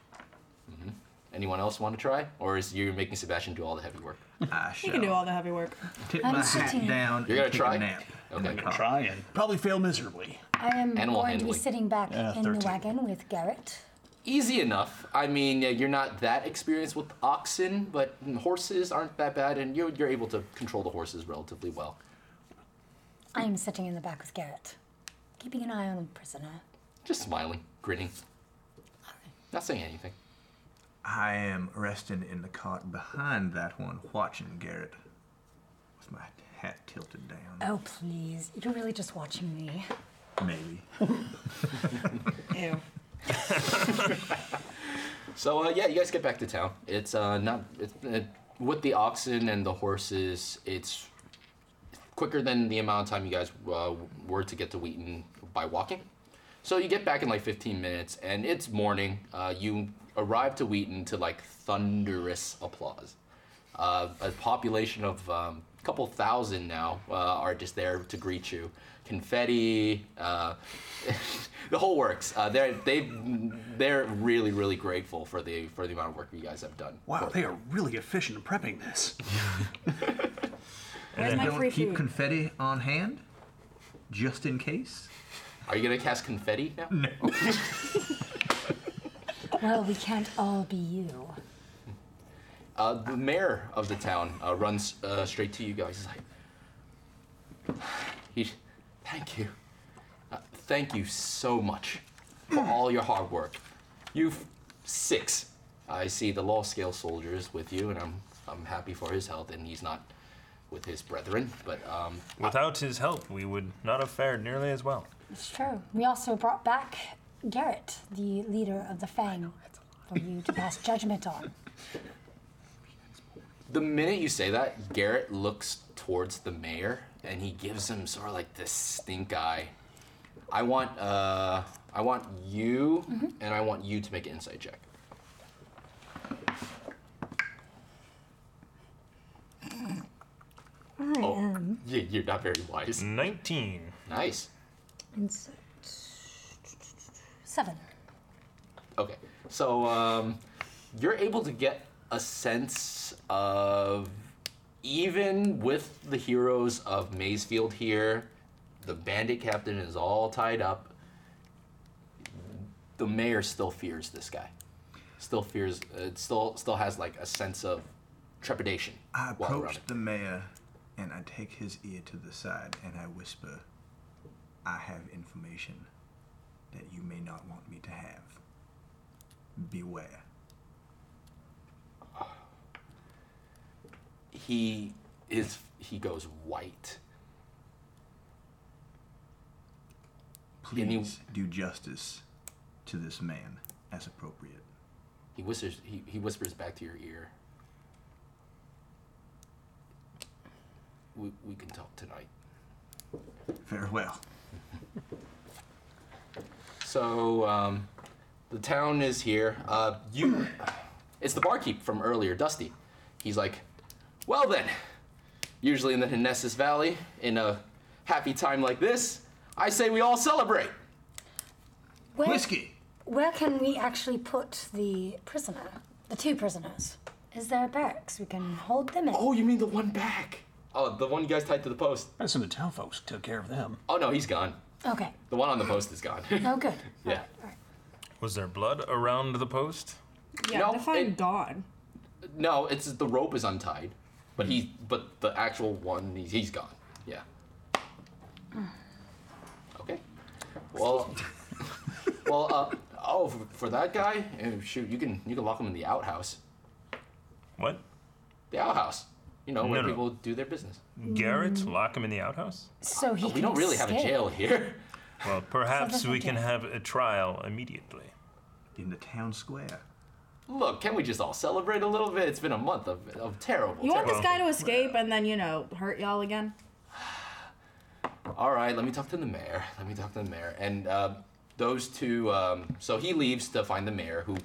[SPEAKER 3] Anyone else want to try, or is you making Sebastian do all the heavy work?
[SPEAKER 6] I
[SPEAKER 9] You
[SPEAKER 6] shall
[SPEAKER 9] can do all the heavy work.
[SPEAKER 6] tip
[SPEAKER 8] I'm
[SPEAKER 6] my
[SPEAKER 8] sitting.
[SPEAKER 6] hat down
[SPEAKER 3] You're
[SPEAKER 6] and take
[SPEAKER 3] gonna try?
[SPEAKER 6] a nap.
[SPEAKER 3] Okay.
[SPEAKER 6] in the
[SPEAKER 3] Gonna
[SPEAKER 6] car.
[SPEAKER 5] Try and probably fail miserably.
[SPEAKER 8] I am
[SPEAKER 3] Animal
[SPEAKER 8] going to
[SPEAKER 3] handling.
[SPEAKER 8] be sitting back
[SPEAKER 5] Yeah,
[SPEAKER 8] in
[SPEAKER 5] 13.
[SPEAKER 8] the wagon with Garrett.
[SPEAKER 3] Easy enough. I mean, yeah, you're not that experienced with oxen, but horses aren't that bad, and you're, you're able to control the horses relatively well.
[SPEAKER 8] I am sitting in the back with Garrett, keeping an eye on the prisoner.
[SPEAKER 3] Just smiling, grinning, not saying anything.
[SPEAKER 6] I am resting in the cart behind that one, watching Garrett with my hat tilted down.
[SPEAKER 8] Oh please! You're really just watching me.
[SPEAKER 9] Oh.
[SPEAKER 6] Maybe.
[SPEAKER 9] Ew.
[SPEAKER 3] So uh, yeah, you guys get back to town. It's uh, not it's, uh, with the oxen and the horses. It's quicker than the amount of time you guys uh, were to get to Wheaton by walking. So you get back in like 15 minutes, and it's morning. Uh, you arrive to Wheaton to like thunderous applause. Uh, a population of a um, couple thousand now uh, are just there to greet you. Confetti, uh, the whole works. Uh, they're they they're really really grateful for the for the amount of work you guys have done.
[SPEAKER 5] Wow, they are really efficient in prepping this.
[SPEAKER 9] Where's my
[SPEAKER 6] Don't
[SPEAKER 9] free
[SPEAKER 6] keep
[SPEAKER 9] food?
[SPEAKER 6] confetti on hand, just in case.
[SPEAKER 3] Are you gonna cast confetti now?
[SPEAKER 8] Well, we can't all be you.
[SPEAKER 3] Uh, the mayor of the town uh, runs uh, straight to you guys. He's like, he, thank you. Uh, thank you so much for all your hard work. You've six. I see the law scale soldiers with you, and I'm, I'm happy for his health, and he's not with his brethren. But um,
[SPEAKER 4] Without his help, we would not have fared nearly as well.
[SPEAKER 8] It's true. We also brought back Garrett, the leader of the Fang, for you to pass judgment on.
[SPEAKER 3] the minute you say that, Garrett looks towards the mayor, and he gives him sort of like this stink eye. I want, uh, I want you,
[SPEAKER 8] Mm-hmm.
[SPEAKER 3] and I want you to make an insight check.
[SPEAKER 8] I
[SPEAKER 3] Oh.
[SPEAKER 8] am.
[SPEAKER 3] Yeah, you're not very wise.
[SPEAKER 4] Mm. Nineteen.
[SPEAKER 3] Nice.
[SPEAKER 8] Insert. Seven.
[SPEAKER 3] Okay. So um, you're able to get a sense of even with the heroes of Maysfield here, the bandit captain is all tied up. The mayor still fears this guy. Still fears. It still still has like a sense of trepidation.
[SPEAKER 6] I
[SPEAKER 3] while around
[SPEAKER 6] approach
[SPEAKER 3] it.
[SPEAKER 6] the mayor and I take his ear to the side and I whisper, I have information that you may not want me to have. Beware.
[SPEAKER 3] he is he goes white.
[SPEAKER 6] Please
[SPEAKER 3] And he-
[SPEAKER 6] do justice to this man as appropriate.
[SPEAKER 3] He whispers. He, he whispers back to your ear. We, we can talk tonight.
[SPEAKER 6] Farewell.
[SPEAKER 3] So um, the town is here. Uh, you, it's the barkeep from earlier, Dusty. He's like, well then, usually in the Hnessus Valley, in a happy time like this, I say we all celebrate.
[SPEAKER 8] Where,
[SPEAKER 6] Whiskey!
[SPEAKER 8] Where can we actually put the prisoner? The two prisoners? Is there barracks we can hold them in?
[SPEAKER 3] Oh, you mean the one back? Oh, the one you guys tied to the post.
[SPEAKER 5] Some of the town folks took care of them.
[SPEAKER 3] Oh no, he's gone.
[SPEAKER 8] Okay.
[SPEAKER 3] The one on the post is gone.
[SPEAKER 8] Oh, good.
[SPEAKER 3] yeah.
[SPEAKER 4] Was there blood around the post?
[SPEAKER 9] Yeah,
[SPEAKER 3] No,
[SPEAKER 9] define
[SPEAKER 3] it-
[SPEAKER 9] God.
[SPEAKER 3] No, it's the rope is untied, but he but the actual one he's, he's gone. Yeah. Okay. Well. well. Uh, oh, for, for that guy, eh, shoot, you can you can lock him in the outhouse.
[SPEAKER 4] What?
[SPEAKER 3] The outhouse. You know where
[SPEAKER 4] No, no.
[SPEAKER 3] people do their business.
[SPEAKER 4] Garrett, lock him in the outhouse?
[SPEAKER 8] So he
[SPEAKER 3] we don't
[SPEAKER 8] can
[SPEAKER 3] really have a
[SPEAKER 8] escape.
[SPEAKER 3] jail here.
[SPEAKER 4] Well, perhaps
[SPEAKER 8] Sounds like
[SPEAKER 4] we
[SPEAKER 8] a
[SPEAKER 4] can
[SPEAKER 8] jail.
[SPEAKER 4] have a trial immediately.
[SPEAKER 6] in the town square.
[SPEAKER 3] Look, can we just all celebrate a little bit? It's been a month of, of terrible.
[SPEAKER 9] You want
[SPEAKER 3] terrible.
[SPEAKER 9] this guy to escape and then, you know, hurt y'all again?
[SPEAKER 3] all right, let me talk to the mayor. Let me talk to the mayor. And uh, those two, um, so he leaves to find the mayor, who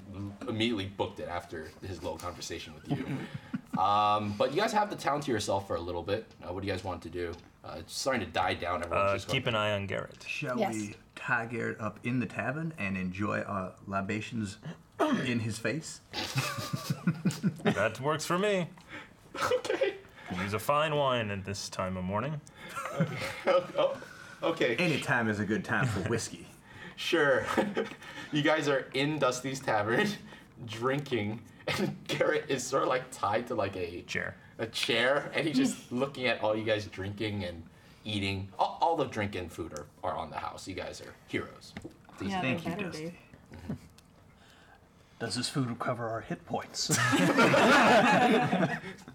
[SPEAKER 3] immediately booked it after his little conversation with you. um, but you guys have the town to yourself for a little bit. Uh, what do you guys want to do? Uh, it's starting to die down. Everyone's
[SPEAKER 4] Uh,
[SPEAKER 3] just
[SPEAKER 4] keep
[SPEAKER 3] going,
[SPEAKER 4] an eye on Garrett.
[SPEAKER 6] Shall
[SPEAKER 8] Yes.
[SPEAKER 6] we tie Garrett up in the tavern and enjoy our libations in his face?
[SPEAKER 4] That works for me.
[SPEAKER 3] Okay.
[SPEAKER 4] Use a fine wine at this time of morning.
[SPEAKER 3] Okay.
[SPEAKER 6] Any time is a good time for whiskey.
[SPEAKER 3] Sure. you guys are in Dusty's tavern, drinking, and Garrett is sort of like tied to like a
[SPEAKER 4] Chair.
[SPEAKER 3] a chair, and he's just looking at all you guys drinking and eating. All, all the drink and food are, are on the house. You guys are heroes. These-
[SPEAKER 9] Yeah,
[SPEAKER 6] Thank
[SPEAKER 9] they
[SPEAKER 6] you,
[SPEAKER 9] better
[SPEAKER 6] Dusty.
[SPEAKER 9] be.
[SPEAKER 5] Does this food recover our hit points?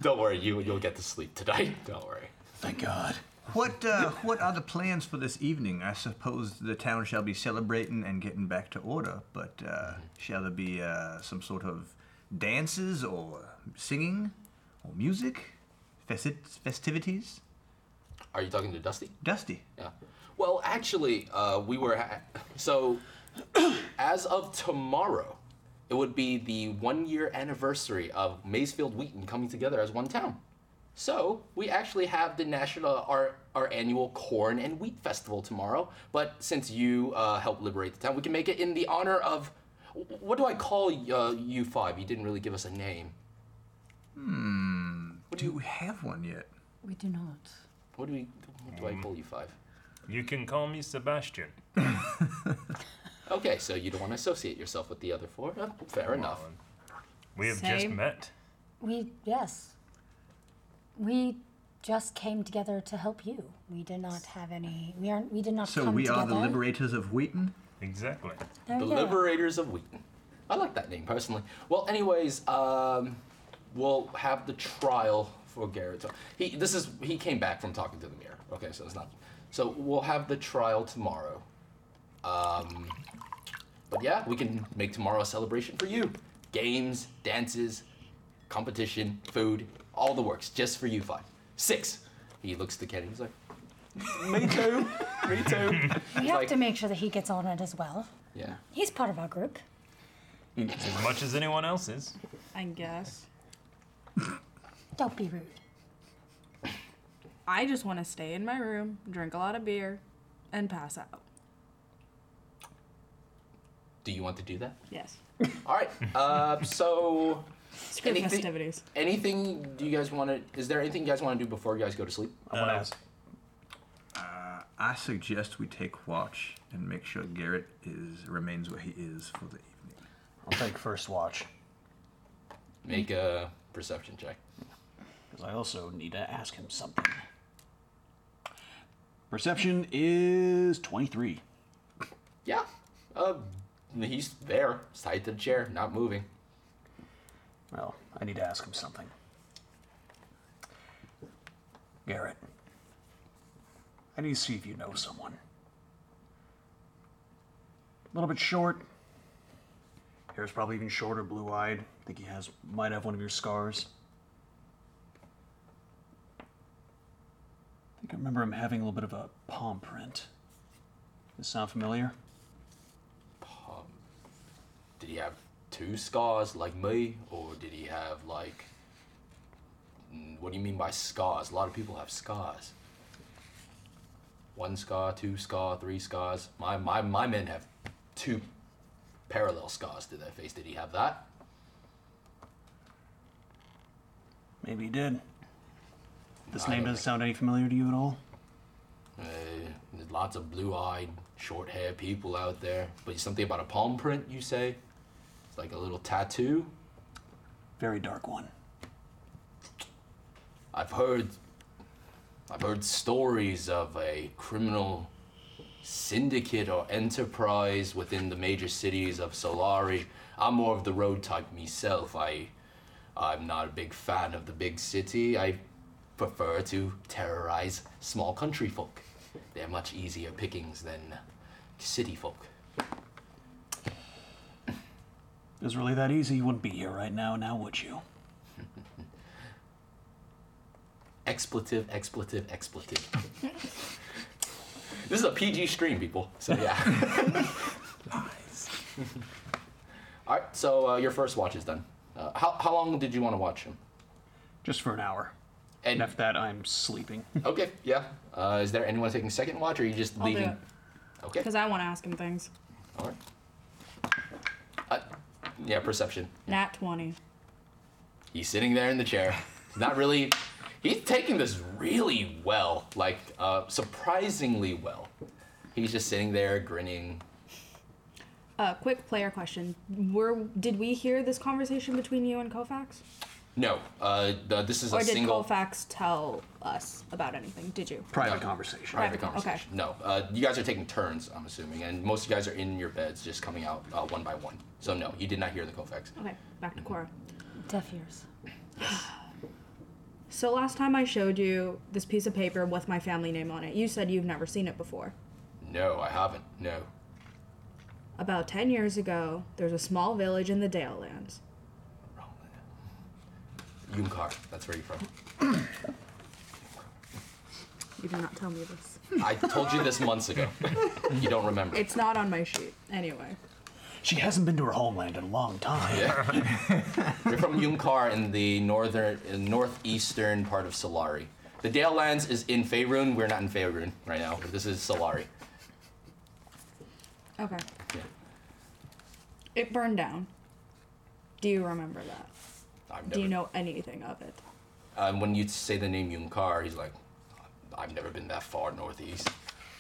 [SPEAKER 3] Don't worry, you you'll get to sleep tonight. Don't worry.
[SPEAKER 5] Thank God.
[SPEAKER 6] What uh, what are the plans for this evening? I suppose the town shall be celebrating and getting back to order, but uh, shall there be uh, some sort of dances or singing or music, Festi- festivities?
[SPEAKER 3] Are you talking to Dusty?
[SPEAKER 6] Dusty,
[SPEAKER 3] Yeah. Well, actually, uh, we were ha- so as of tomorrow, it would be the one-year anniversary of Maysfield Wheaton coming together as one town. So we actually have the national our our annual corn and wheat festival tomorrow. But since you uh, helped liberate the town, we can make it in the honor of wh- what do I call uh, you five? You didn't really give us a name.
[SPEAKER 6] do we have one yet?
[SPEAKER 8] We do not.
[SPEAKER 3] What do we? What do I call you five?
[SPEAKER 4] You can call me Sebastian.
[SPEAKER 3] Okay, so you don't want to associate yourself with the other four. Uh, fair enough.
[SPEAKER 4] We have just
[SPEAKER 9] Same.
[SPEAKER 4] met.
[SPEAKER 8] We yes. We just came together to help you. We did not have any. We aren't. We did not
[SPEAKER 6] So
[SPEAKER 8] come
[SPEAKER 6] we
[SPEAKER 8] together.
[SPEAKER 6] are the liberators of Wheaton.
[SPEAKER 4] Exactly.
[SPEAKER 8] There
[SPEAKER 3] The
[SPEAKER 8] you go.
[SPEAKER 3] Liberators of Wheaton. I like that name personally. Well, anyways, um, we'll have the trial for Garrett. He this is he came back from talking to the mayor. Okay, so it's not. So we'll have the trial tomorrow. Um, but yeah, we can make tomorrow a celebration for you. Games, dances, competition, food, all the works, just for you five. Six. He looks to Kenny. He's like, me too, me too.
[SPEAKER 8] We have
[SPEAKER 3] like-
[SPEAKER 8] to make sure that he gets on it as well.
[SPEAKER 3] Yeah.
[SPEAKER 8] He's part of our group.
[SPEAKER 4] As much as anyone else is.
[SPEAKER 9] I guess.
[SPEAKER 8] Don't be rude.
[SPEAKER 9] I just want to stay in my room, drink a lot of beer, and pass out.
[SPEAKER 3] Do you want to do that?
[SPEAKER 9] Yes.
[SPEAKER 3] All right. Uh, so
[SPEAKER 9] Screw
[SPEAKER 3] Anything-
[SPEAKER 9] festivities.
[SPEAKER 3] anything do you guys want to is there anything you guys want to do before you guys go to sleep
[SPEAKER 5] I want
[SPEAKER 4] Uh,
[SPEAKER 5] to ask.
[SPEAKER 6] I suggest we take watch and make sure Garrett is remains where he is for the evening.
[SPEAKER 5] I'll take first watch
[SPEAKER 3] make a perception check
[SPEAKER 5] because I also need to ask him something. Perception is 23.
[SPEAKER 3] yeah uh, he's there he's tied to the chair not moving
[SPEAKER 5] Well, I need to ask him something. Garrett, I need to see if you know someone. A little bit short. Hair's probably even shorter, blue-eyed. I think he has might have one of your scars. I think I remember him having a little bit of a palm print. Does this sound familiar?
[SPEAKER 3] did he have two scars like me or did he have like mm, what do you mean by scars a lot of people have scars one scar two scar three scars my my, my men have two parallel scars to their face did he have that
[SPEAKER 5] Maybe he did. This name doesn't sound any familiar to you at all.
[SPEAKER 3] Uh, there's lots of blue-eyed, short-haired people out there. But something about a palm print, you say? It's like a little tattoo.
[SPEAKER 5] Very dark one.
[SPEAKER 3] I've heard I've heard stories of a criminal syndicate or enterprise within the major cities of Solari. I'm more of the road type myself. I I'm not a big fan of the big city. I prefer to terrorize small country folk. They're much easier pickings than city folk.
[SPEAKER 5] If it was really that easy, you wouldn't be here right now, now would you?
[SPEAKER 3] Expletive, expletive, expletive. this is a PG stream, people. So yeah. All right. So uh, your first watch is done. Uh, how how long did you want to watch him?
[SPEAKER 5] Just for an hour.
[SPEAKER 3] And
[SPEAKER 5] And after that, I'm sleeping.
[SPEAKER 3] okay, yeah. Uh, is there anyone taking second watch, or are you just
[SPEAKER 9] I'll do
[SPEAKER 3] leaving?
[SPEAKER 9] it.
[SPEAKER 3] Okay.
[SPEAKER 9] Because I want to ask him things.
[SPEAKER 3] All right. Uh, yeah, perception.
[SPEAKER 9] Nat 20.
[SPEAKER 3] He's sitting there in the chair. He's not really. He's taking this really well, like uh, surprisingly well. He's just sitting there grinning.
[SPEAKER 9] Uh, quick player question. Were did we hear this conversation between you and Kofax?
[SPEAKER 3] No, uh, the, this is
[SPEAKER 9] Or
[SPEAKER 3] a
[SPEAKER 9] did
[SPEAKER 3] single
[SPEAKER 9] Kofax tell us about anything? Did you?
[SPEAKER 5] Private conversation.
[SPEAKER 3] private
[SPEAKER 9] Private, okay.
[SPEAKER 3] conversation. No, uh, you guys are taking turns, I'm assuming, and most of you guys are in your beds, just coming out uh, one by one. So no, you did not hear the Kofax.
[SPEAKER 9] Okay, back to Cora.
[SPEAKER 8] Deaf ears.
[SPEAKER 9] So last time I showed you this piece of paper with my family name on it, you said you've never seen it before.
[SPEAKER 3] No, I haven't. No.
[SPEAKER 9] About 10 years ago, there's a small village in the Dale Lands.
[SPEAKER 3] Yunkar, that's where you're from.
[SPEAKER 9] You did not tell me this.
[SPEAKER 3] I told you this months ago. you don't remember.
[SPEAKER 9] It's not on my sheet. Anyway.
[SPEAKER 5] She hasn't been to her homeland in a long time.
[SPEAKER 3] You're from Yunkar in the northern, in northeastern part of Solari. The Dale Lands is in Faerun. We're not in Faerun right now. This is Solari.
[SPEAKER 9] Okay.
[SPEAKER 3] Yeah.
[SPEAKER 9] It burned down. Do you remember that?
[SPEAKER 3] I've never,
[SPEAKER 9] Do you know anything of it?
[SPEAKER 3] Um, when you say the name Yunkar, he's like, I've never been that far northeast.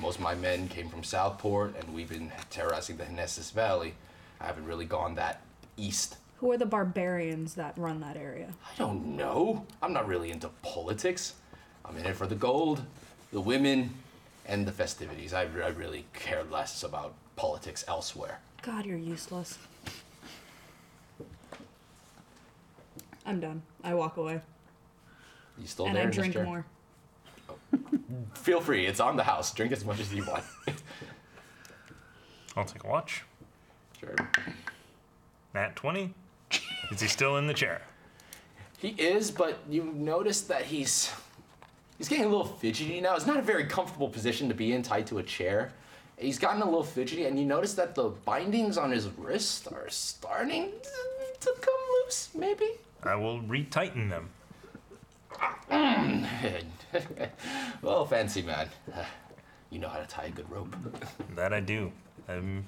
[SPEAKER 3] Most of my men came from Southport, and we've been terrorizing the Hnesus Valley. I haven't really gone that east.
[SPEAKER 9] Who are the barbarians that run that area?
[SPEAKER 3] I don't know. I'm not really into politics. I'm in it for the gold, the women, and the festivities. I, I really care less about politics elsewhere.
[SPEAKER 9] God, you're useless. I'm done. I walk away.
[SPEAKER 3] You still
[SPEAKER 9] and
[SPEAKER 3] there?
[SPEAKER 9] I
[SPEAKER 3] in this
[SPEAKER 9] drink
[SPEAKER 3] chair?
[SPEAKER 9] more.
[SPEAKER 3] Feel free. It's on the house. Drink as much as you want.
[SPEAKER 4] I'll take a watch.
[SPEAKER 3] sure.
[SPEAKER 4] Nat 20. Is he still in the chair?
[SPEAKER 3] He is, but you notice that he's he's getting a little fidgety now. It's not a very comfortable position to be in, tied to a chair. He's gotten a little fidgety, and you notice that the bindings on his wrist are starting to come loose. Maybe.
[SPEAKER 4] I will retighten them.
[SPEAKER 3] well, fancy man, you know how to tie a good rope.
[SPEAKER 4] That I do. Um,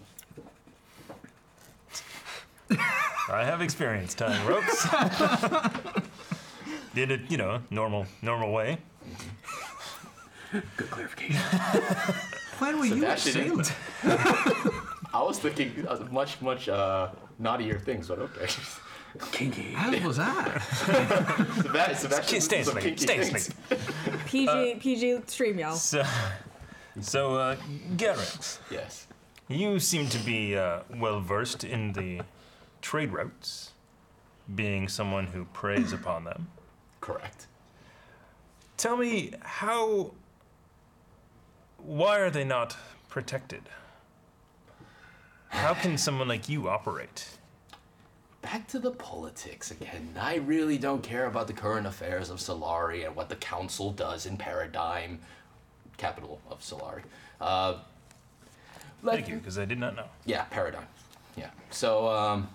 [SPEAKER 4] I have experience tying ropes. Did it, you know, normal, normal way.
[SPEAKER 5] Good clarification.
[SPEAKER 6] When were you at
[SPEAKER 3] Sebastian.
[SPEAKER 6] Salem?
[SPEAKER 3] I was thinking uh, much, much uh, naughtier things, but okay.
[SPEAKER 5] Kinky.
[SPEAKER 6] How was I?
[SPEAKER 3] Sebast- Sebastian,
[SPEAKER 4] Stay
[SPEAKER 3] did some
[SPEAKER 4] asleep.
[SPEAKER 3] kinky
[SPEAKER 4] Stay
[SPEAKER 3] things.
[SPEAKER 4] asleep.
[SPEAKER 3] Uh,
[SPEAKER 9] PG, PG stream, y'all.
[SPEAKER 4] So, so uh, Gerrit,
[SPEAKER 3] Yes.
[SPEAKER 4] you seem to be uh, well versed in the trade routes, being someone who preys upon them.
[SPEAKER 3] Correct.
[SPEAKER 4] Tell me how. Why are they not protected? How can someone like you operate?
[SPEAKER 3] Back to the politics again. I really don't care about the current affairs of Solari and what the council does in Paradigm, capital of Solari. Uh, let-
[SPEAKER 4] Thank you, because I did not know.
[SPEAKER 3] Yeah, Paradigm. Yeah. So, um,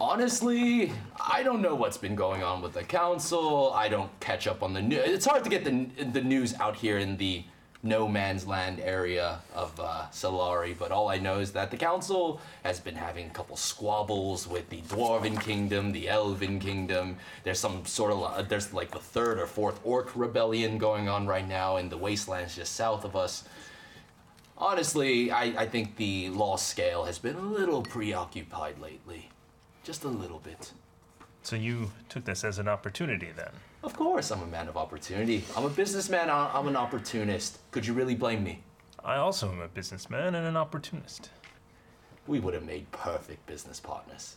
[SPEAKER 3] honestly, I don't know what's been going on with the council. I don't catch up on the news. It's hard to get the the news out here in the no man's land area of uh, Solari, but all I know is that the council has been having a couple squabbles with the Dwarven Kingdom, the Elven Kingdom. There's some sort of uh, there's like the third or fourth Orc rebellion going on right now in the wastelands just south of us. Honestly, I, I think the law scale has been a little preoccupied lately, just a little bit.
[SPEAKER 4] So you took this as an opportunity then?
[SPEAKER 3] Of course, I'm a man of opportunity. I'm a businessman. I- I'm an opportunist. Could you really blame me?
[SPEAKER 4] I also am a businessman and an opportunist.
[SPEAKER 3] We would have made perfect business partners.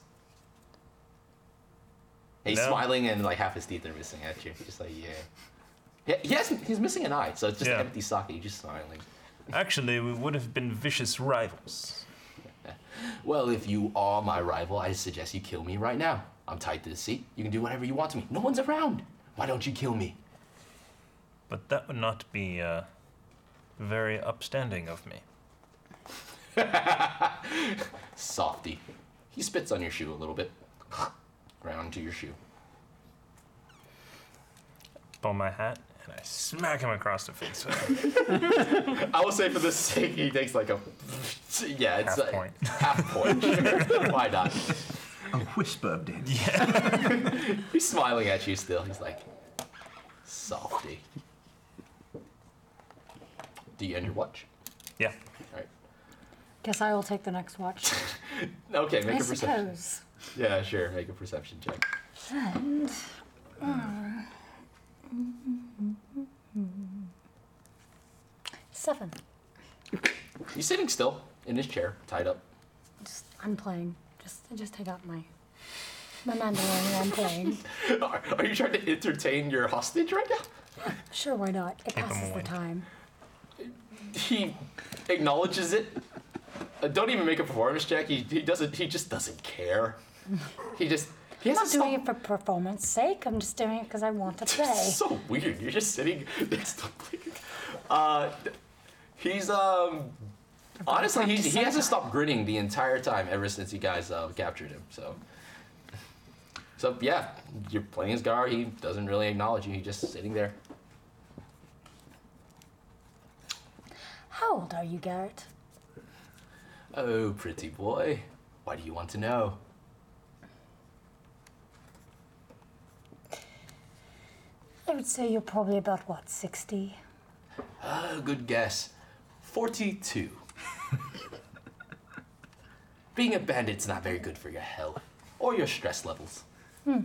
[SPEAKER 3] He's
[SPEAKER 4] No.
[SPEAKER 3] smiling and like half his teeth are missing at you. Just like yeah. Yeah, he has, he's missing an eye, so it's just
[SPEAKER 4] Yeah.
[SPEAKER 3] empty socket. He's just smiling.
[SPEAKER 4] Actually, we would have been vicious rivals.
[SPEAKER 3] Well, if you are my rival, I suggest you kill me right now. I'm tied to the seat. You can do whatever you want to me. No one's around. Why don't you kill me?
[SPEAKER 4] But that would not be uh, very upstanding of me.
[SPEAKER 3] Softy. He spits on your shoe a little bit. right onto your shoe.
[SPEAKER 4] Pull my hat and I smack him across the face with it.
[SPEAKER 3] I will say for the sake, he takes like a. Yeah, it's
[SPEAKER 4] half
[SPEAKER 3] a
[SPEAKER 4] point.
[SPEAKER 3] half point. Sure. Why not?
[SPEAKER 6] A whisper of danger.
[SPEAKER 3] He's smiling at you still. He's like, softy. Do you end your watch?
[SPEAKER 4] Yeah.
[SPEAKER 3] All right.
[SPEAKER 8] Guess I will take the next watch.
[SPEAKER 3] Okay,
[SPEAKER 8] I
[SPEAKER 3] make a perception.
[SPEAKER 8] suppose.
[SPEAKER 3] Yeah, sure. Make a perception check.
[SPEAKER 8] And. Mm. Seven.
[SPEAKER 3] He's sitting still in his chair, tied up.
[SPEAKER 8] Just, I'm playing. Just, I just take out my my mandolin and I'm playing.
[SPEAKER 3] Are, are you trying to entertain your hostage right now?
[SPEAKER 8] Sure, why not? It
[SPEAKER 4] him
[SPEAKER 8] passes the
[SPEAKER 4] awake.
[SPEAKER 8] time.
[SPEAKER 3] He acknowledges it. Uh, don't even make a performance check. He, he doesn't. He just doesn't care. He just. He
[SPEAKER 8] I'm not
[SPEAKER 3] has a
[SPEAKER 8] doing it for performance sake. I'm just doing it because I want to play.
[SPEAKER 3] so weird. You're just sitting next to Blake. Uh, he's um. Honestly, he, he hasn't stopped grinning the entire time ever since you guys uh, captured him. So. So yeah, you're playing his guard. He doesn't really acknowledge you. He's just sitting there.
[SPEAKER 8] How old are you, Garrett?
[SPEAKER 3] Oh, pretty boy. Why do you want to know?
[SPEAKER 8] I would say you're probably about what, sixty?
[SPEAKER 3] Oh, good guess. 42. Being a bandit's not very good for your health or your stress levels. Hmm.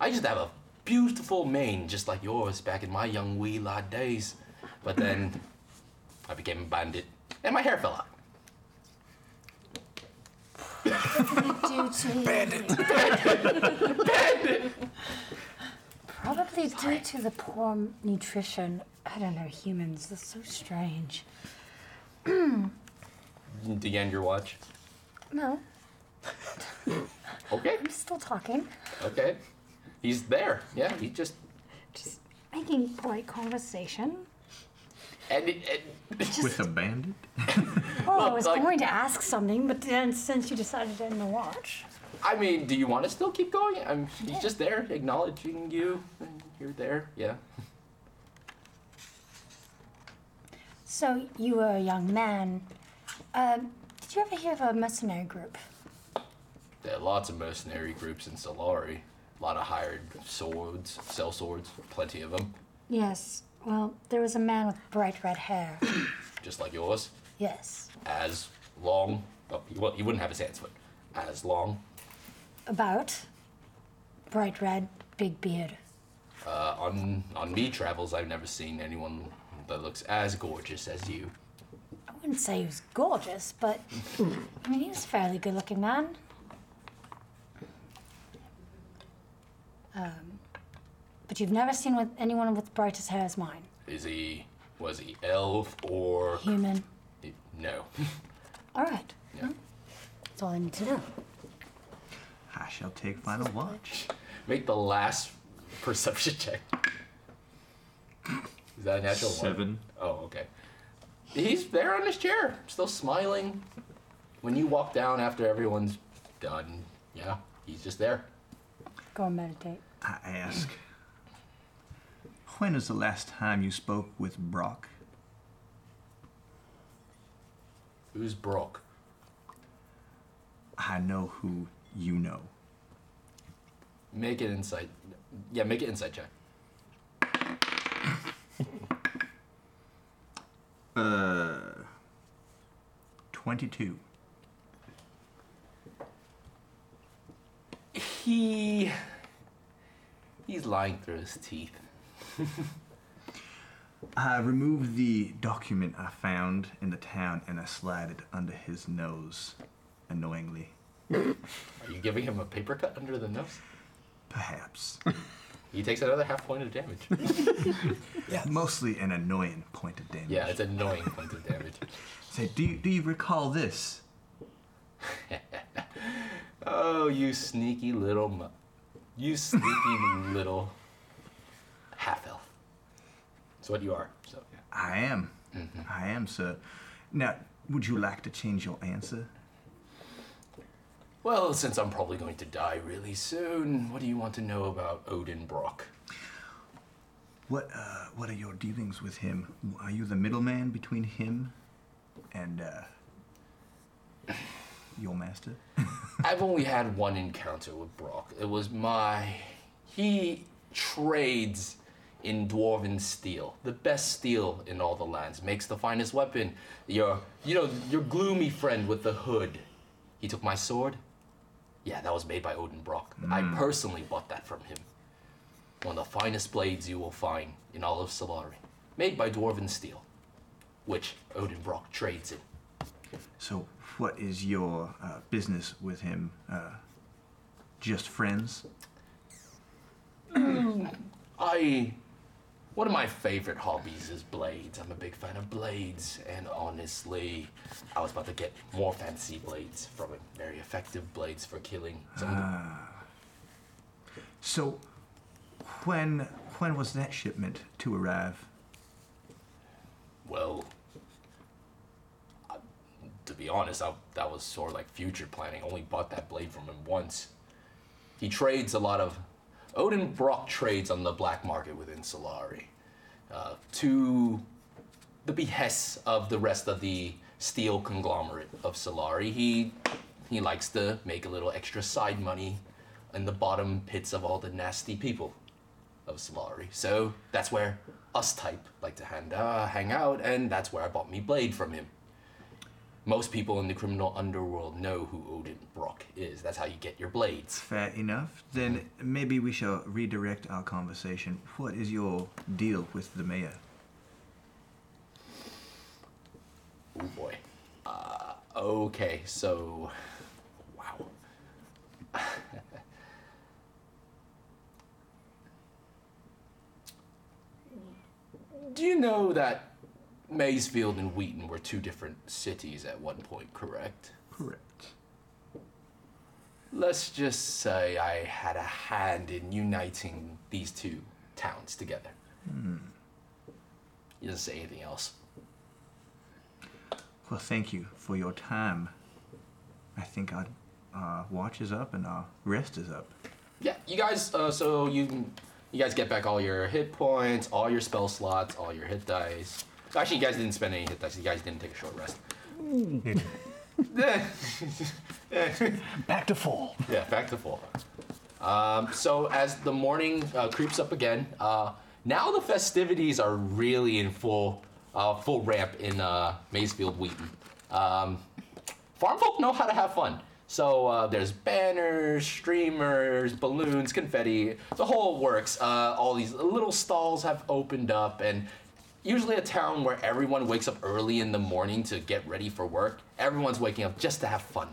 [SPEAKER 3] I used to have a beautiful mane just like yours back in my young wee lad days, but then I became a bandit and my hair fell out.
[SPEAKER 8] Due to Probably due to the poor m- nutrition. I don't know, humans. They're so strange.
[SPEAKER 3] Do you end your watch?
[SPEAKER 8] No,
[SPEAKER 3] Okay,
[SPEAKER 8] I'm still talking.
[SPEAKER 3] okay. He's there. Yeah, he just.
[SPEAKER 8] Just making polite conversation.
[SPEAKER 3] And, and
[SPEAKER 6] With a bandit?
[SPEAKER 8] Oh, I was
[SPEAKER 3] like-
[SPEAKER 8] going to ask something, but then since you decided to end the watch,
[SPEAKER 3] I mean, do you want to still keep going? I'm, he's just there, acknowledging you. and You're there, yeah.
[SPEAKER 8] so you were a young man. Um, did you ever hear of a mercenary group?
[SPEAKER 3] There are lots of mercenary groups in Solari. A lot of hired swords, sell swords, plenty of them,
[SPEAKER 8] Yes. Well, there was a man with bright red hair.
[SPEAKER 3] just like yours.
[SPEAKER 8] yes.
[SPEAKER 3] As long, oh, he, well, he wouldn't have his hands, but as long,
[SPEAKER 8] About bright red, big beard.
[SPEAKER 3] uh, on on me travels, I've never seen anyone that looks as gorgeous as you.
[SPEAKER 8] I wouldn't say he was gorgeous, but I mean he was a fairly good-looking man. Um, Um, but you've never seen with anyone with bright as hair as mine.
[SPEAKER 3] Is he? Was he elf or
[SPEAKER 8] Human.
[SPEAKER 3] no?
[SPEAKER 8] All right.
[SPEAKER 3] Yeah.
[SPEAKER 8] That's all I need to know.
[SPEAKER 6] I shall take final watch.
[SPEAKER 3] Make the last perception check. Is that a natural one?
[SPEAKER 10] Seven.
[SPEAKER 3] Oh, okay. He's there on his chair, still smiling. When you walk down after everyone's done, yeah, he's just there.
[SPEAKER 8] Go and meditate.
[SPEAKER 6] I ask, When is the last time you spoke with Brock?
[SPEAKER 3] Who's Brock?
[SPEAKER 6] I know who you know.
[SPEAKER 3] Make an insight. Yeah, make an insight check.
[SPEAKER 6] Uh, 22.
[SPEAKER 3] He. He's lying through his teeth.
[SPEAKER 6] I removed the document I found in the town and I slid it under his nose annoyingly.
[SPEAKER 3] Are you giving him a paper cut under the nose?
[SPEAKER 6] Perhaps.
[SPEAKER 3] He takes another half point of damage.
[SPEAKER 6] yeah, mostly an annoying point of damage.
[SPEAKER 3] Yeah, it's annoying point of damage.
[SPEAKER 6] Say, do you, do you recall this?
[SPEAKER 3] Oh, you sneaky little mu- You sneaky little half elf. It's what you are. So, yeah.
[SPEAKER 6] I am. I am, sir. Now, would you like to change your answer?
[SPEAKER 3] Well, since I'm probably going to die really soon, what do you want to know about Odin Brock?
[SPEAKER 6] What uh, What are your dealings with him? Are you the middleman between him and uh, your master?
[SPEAKER 3] I've only had one encounter with Brock. It was my. He trades in dwarven steel, the best steel in all the lands, makes the finest weapon. Your, you know, your gloomy friend with the hood. He took my sword. Yeah, that was made by Odin Brock. I personally bought that from him. One of the finest blades you will find in all of Solari, made by dwarven steel, which Odin Brock trades in.
[SPEAKER 6] So, what is your uh, business with him? Uh, just friends?
[SPEAKER 3] I. One of my favorite hobbies is blades. I'm a big fan of blades, and honestly, I was about to get more fancy blades from him. Very effective blades for killing. Some
[SPEAKER 6] So, when when was that shipment to arrive?
[SPEAKER 3] well, I- to be honest, I, that was sort of like future planning. I only bought that blade from him once. He trades a lot of. Odin Brock trades on the black market within Solari. Uh, to the behests of the rest of the steel conglomerate of Solari, he, he likes to make a little extra side money in the bottom pits of all the nasty people of Solari. So that's where us type like to hand, uh, hang out, and that's where I bought me blade from him. Most people in the criminal underworld know who Odin Brock is. That's how you get your blades.
[SPEAKER 6] Fair enough. Then maybe we shall redirect our conversation. What is your deal with the mayor?
[SPEAKER 3] Oh boy. Uh, okay, so. Wow. Do you know that Maysfield and Wheaton were two different cities at one point, correct?
[SPEAKER 6] Correct.
[SPEAKER 3] Let's just say I had a hand in uniting these two towns together. He doesn't say anything else.
[SPEAKER 6] Well, thank you for your time. I think our uh, watch is up and our rest is up.
[SPEAKER 3] Yeah, you guys. Uh, so you can- you guys get back all your hit points, all your spell slots, all your hit dice. Actually, you guys didn't spend any hit dice. You guys didn't take a short rest.
[SPEAKER 5] Back to full.
[SPEAKER 3] Yeah, back to full. Um, so as the morning uh, creeps up again, uh, now the festivities are really in full uh, full ramp in uh, Maysfield Wheaton. Um, farm folk know how to have fun. So uh, there's banners, streamers, balloons, confetti, the whole works. Uh, all these little stalls have opened up, and usually a town where everyone wakes up early in the morning to get ready for work. Everyone's waking up just to have fun.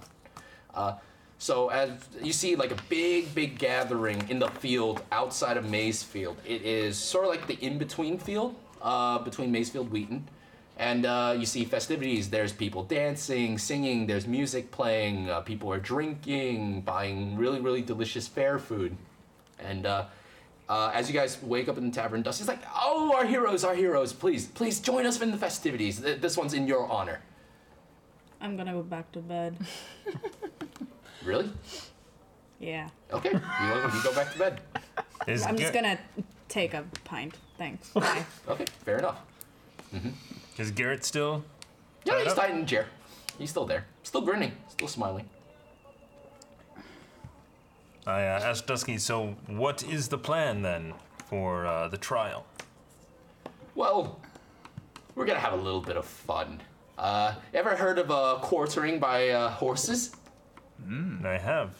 [SPEAKER 3] Uh, so as you see, like a big, big gathering in the field outside of Maysfield. It is sort of like the in-between field uh, between Maysfield Wheaton, and uh, you see festivities. There's people dancing, singing. There's music playing. Uh, people are drinking, buying really, really delicious fair food, and. Uh, uh, as you guys wake up in the tavern, Dusty's like, "Oh, our heroes, our heroes! Please, please join us in the festivities. Th- This one's in your honor."
[SPEAKER 9] I'm gonna go back to bed.
[SPEAKER 3] Really?
[SPEAKER 9] Yeah.
[SPEAKER 3] Okay, you, you go back to bed.
[SPEAKER 4] Is
[SPEAKER 9] I'm just
[SPEAKER 4] Ga-
[SPEAKER 9] gonna take a pint. Thanks. Bye.
[SPEAKER 3] Okay, fair enough.
[SPEAKER 4] Is Garrett still?
[SPEAKER 3] Yeah, he's
[SPEAKER 4] up.
[SPEAKER 3] tied in a chair. He's still there. Still grinning. Still smiling.
[SPEAKER 4] I uh, asked Dusky. So, what is the plan then for uh, the trial?
[SPEAKER 3] Well, we're gonna have a little bit of fun. Uh, ever heard of uh, quartering by uh, horses?
[SPEAKER 8] Hmm.
[SPEAKER 4] And I have.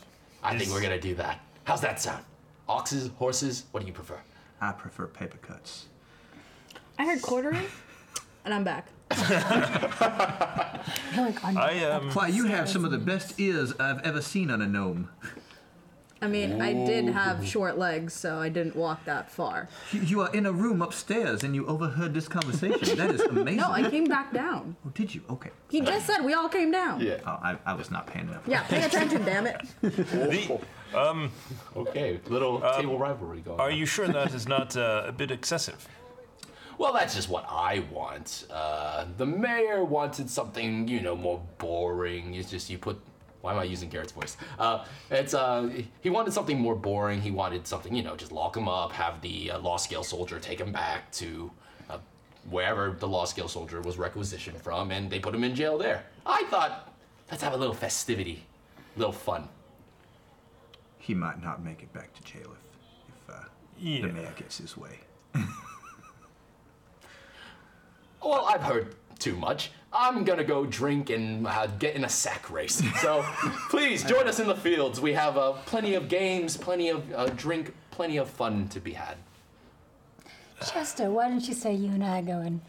[SPEAKER 3] I
[SPEAKER 4] Is-
[SPEAKER 3] think we're gonna do that. How's that sound? Oxes, horses, what do you prefer?
[SPEAKER 6] I prefer paper cuts.
[SPEAKER 9] I heard quartering, and I'm back.
[SPEAKER 8] Going on.
[SPEAKER 4] I um.
[SPEAKER 6] Why, you have some of the best ears I've ever seen on a gnome.
[SPEAKER 9] I mean, I did have short legs, so I didn't walk that far.
[SPEAKER 6] You- You are in a room upstairs and you overheard this conversation. That is amazing.
[SPEAKER 9] No, I came back down.
[SPEAKER 6] Oh, did you? Okay.
[SPEAKER 9] He just said we all came down.
[SPEAKER 3] Yeah.
[SPEAKER 6] Oh, I, I was not paying enough.
[SPEAKER 9] Yeah, pay attention, damn it.
[SPEAKER 3] um. Okay, little table rivalry going.
[SPEAKER 4] Are
[SPEAKER 3] on.
[SPEAKER 4] you sure that is not uh, a bit excessive?
[SPEAKER 3] Well, that's just what I want. Uh, the mayor wanted something, you know, more boring. It's just you put. Why am I using Garrett's voice? Uh, it's uh, he wanted something more boring. He wanted something, you know, just lock him up, have the uh, law scale soldier take him back to uh, wherever the law scale soldier was requisitioned from, and they put him in jail there. I thought, let's have a little festivity, little fun.
[SPEAKER 6] He might not make it back to jail if, if uh,
[SPEAKER 4] Yeah.
[SPEAKER 6] the mayor gets his way.
[SPEAKER 3] Well, I've heard too much. I'm gonna go drink and uh, get in a sack race. So please join us in the fields. We have uh, plenty of games, plenty of uh, drink, plenty of fun to be had.
[SPEAKER 8] Chester, why don't you say you and I go and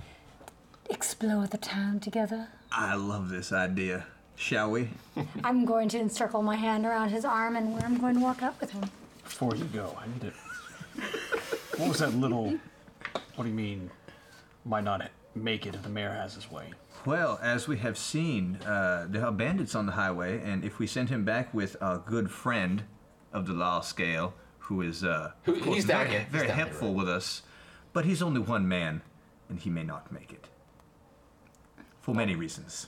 [SPEAKER 8] explore the town together?
[SPEAKER 6] I love this idea. Shall we?
[SPEAKER 8] I'm going to encircle my hand around his arm and where I'm going to walk out with him.
[SPEAKER 5] Before you go, I need to. What was that little? What do you mean? Might not make it if the mayor has his way.
[SPEAKER 6] Well, as we have seen, uh, there are bandits on the highway, and if we send him back with our good friend of the law scale, who is uh,
[SPEAKER 3] Who-
[SPEAKER 6] of course,
[SPEAKER 3] he's down
[SPEAKER 6] very,
[SPEAKER 3] here. He's
[SPEAKER 6] very
[SPEAKER 3] down here,
[SPEAKER 6] helpful with us, but he's only one man, and he may not make it. For many reasons,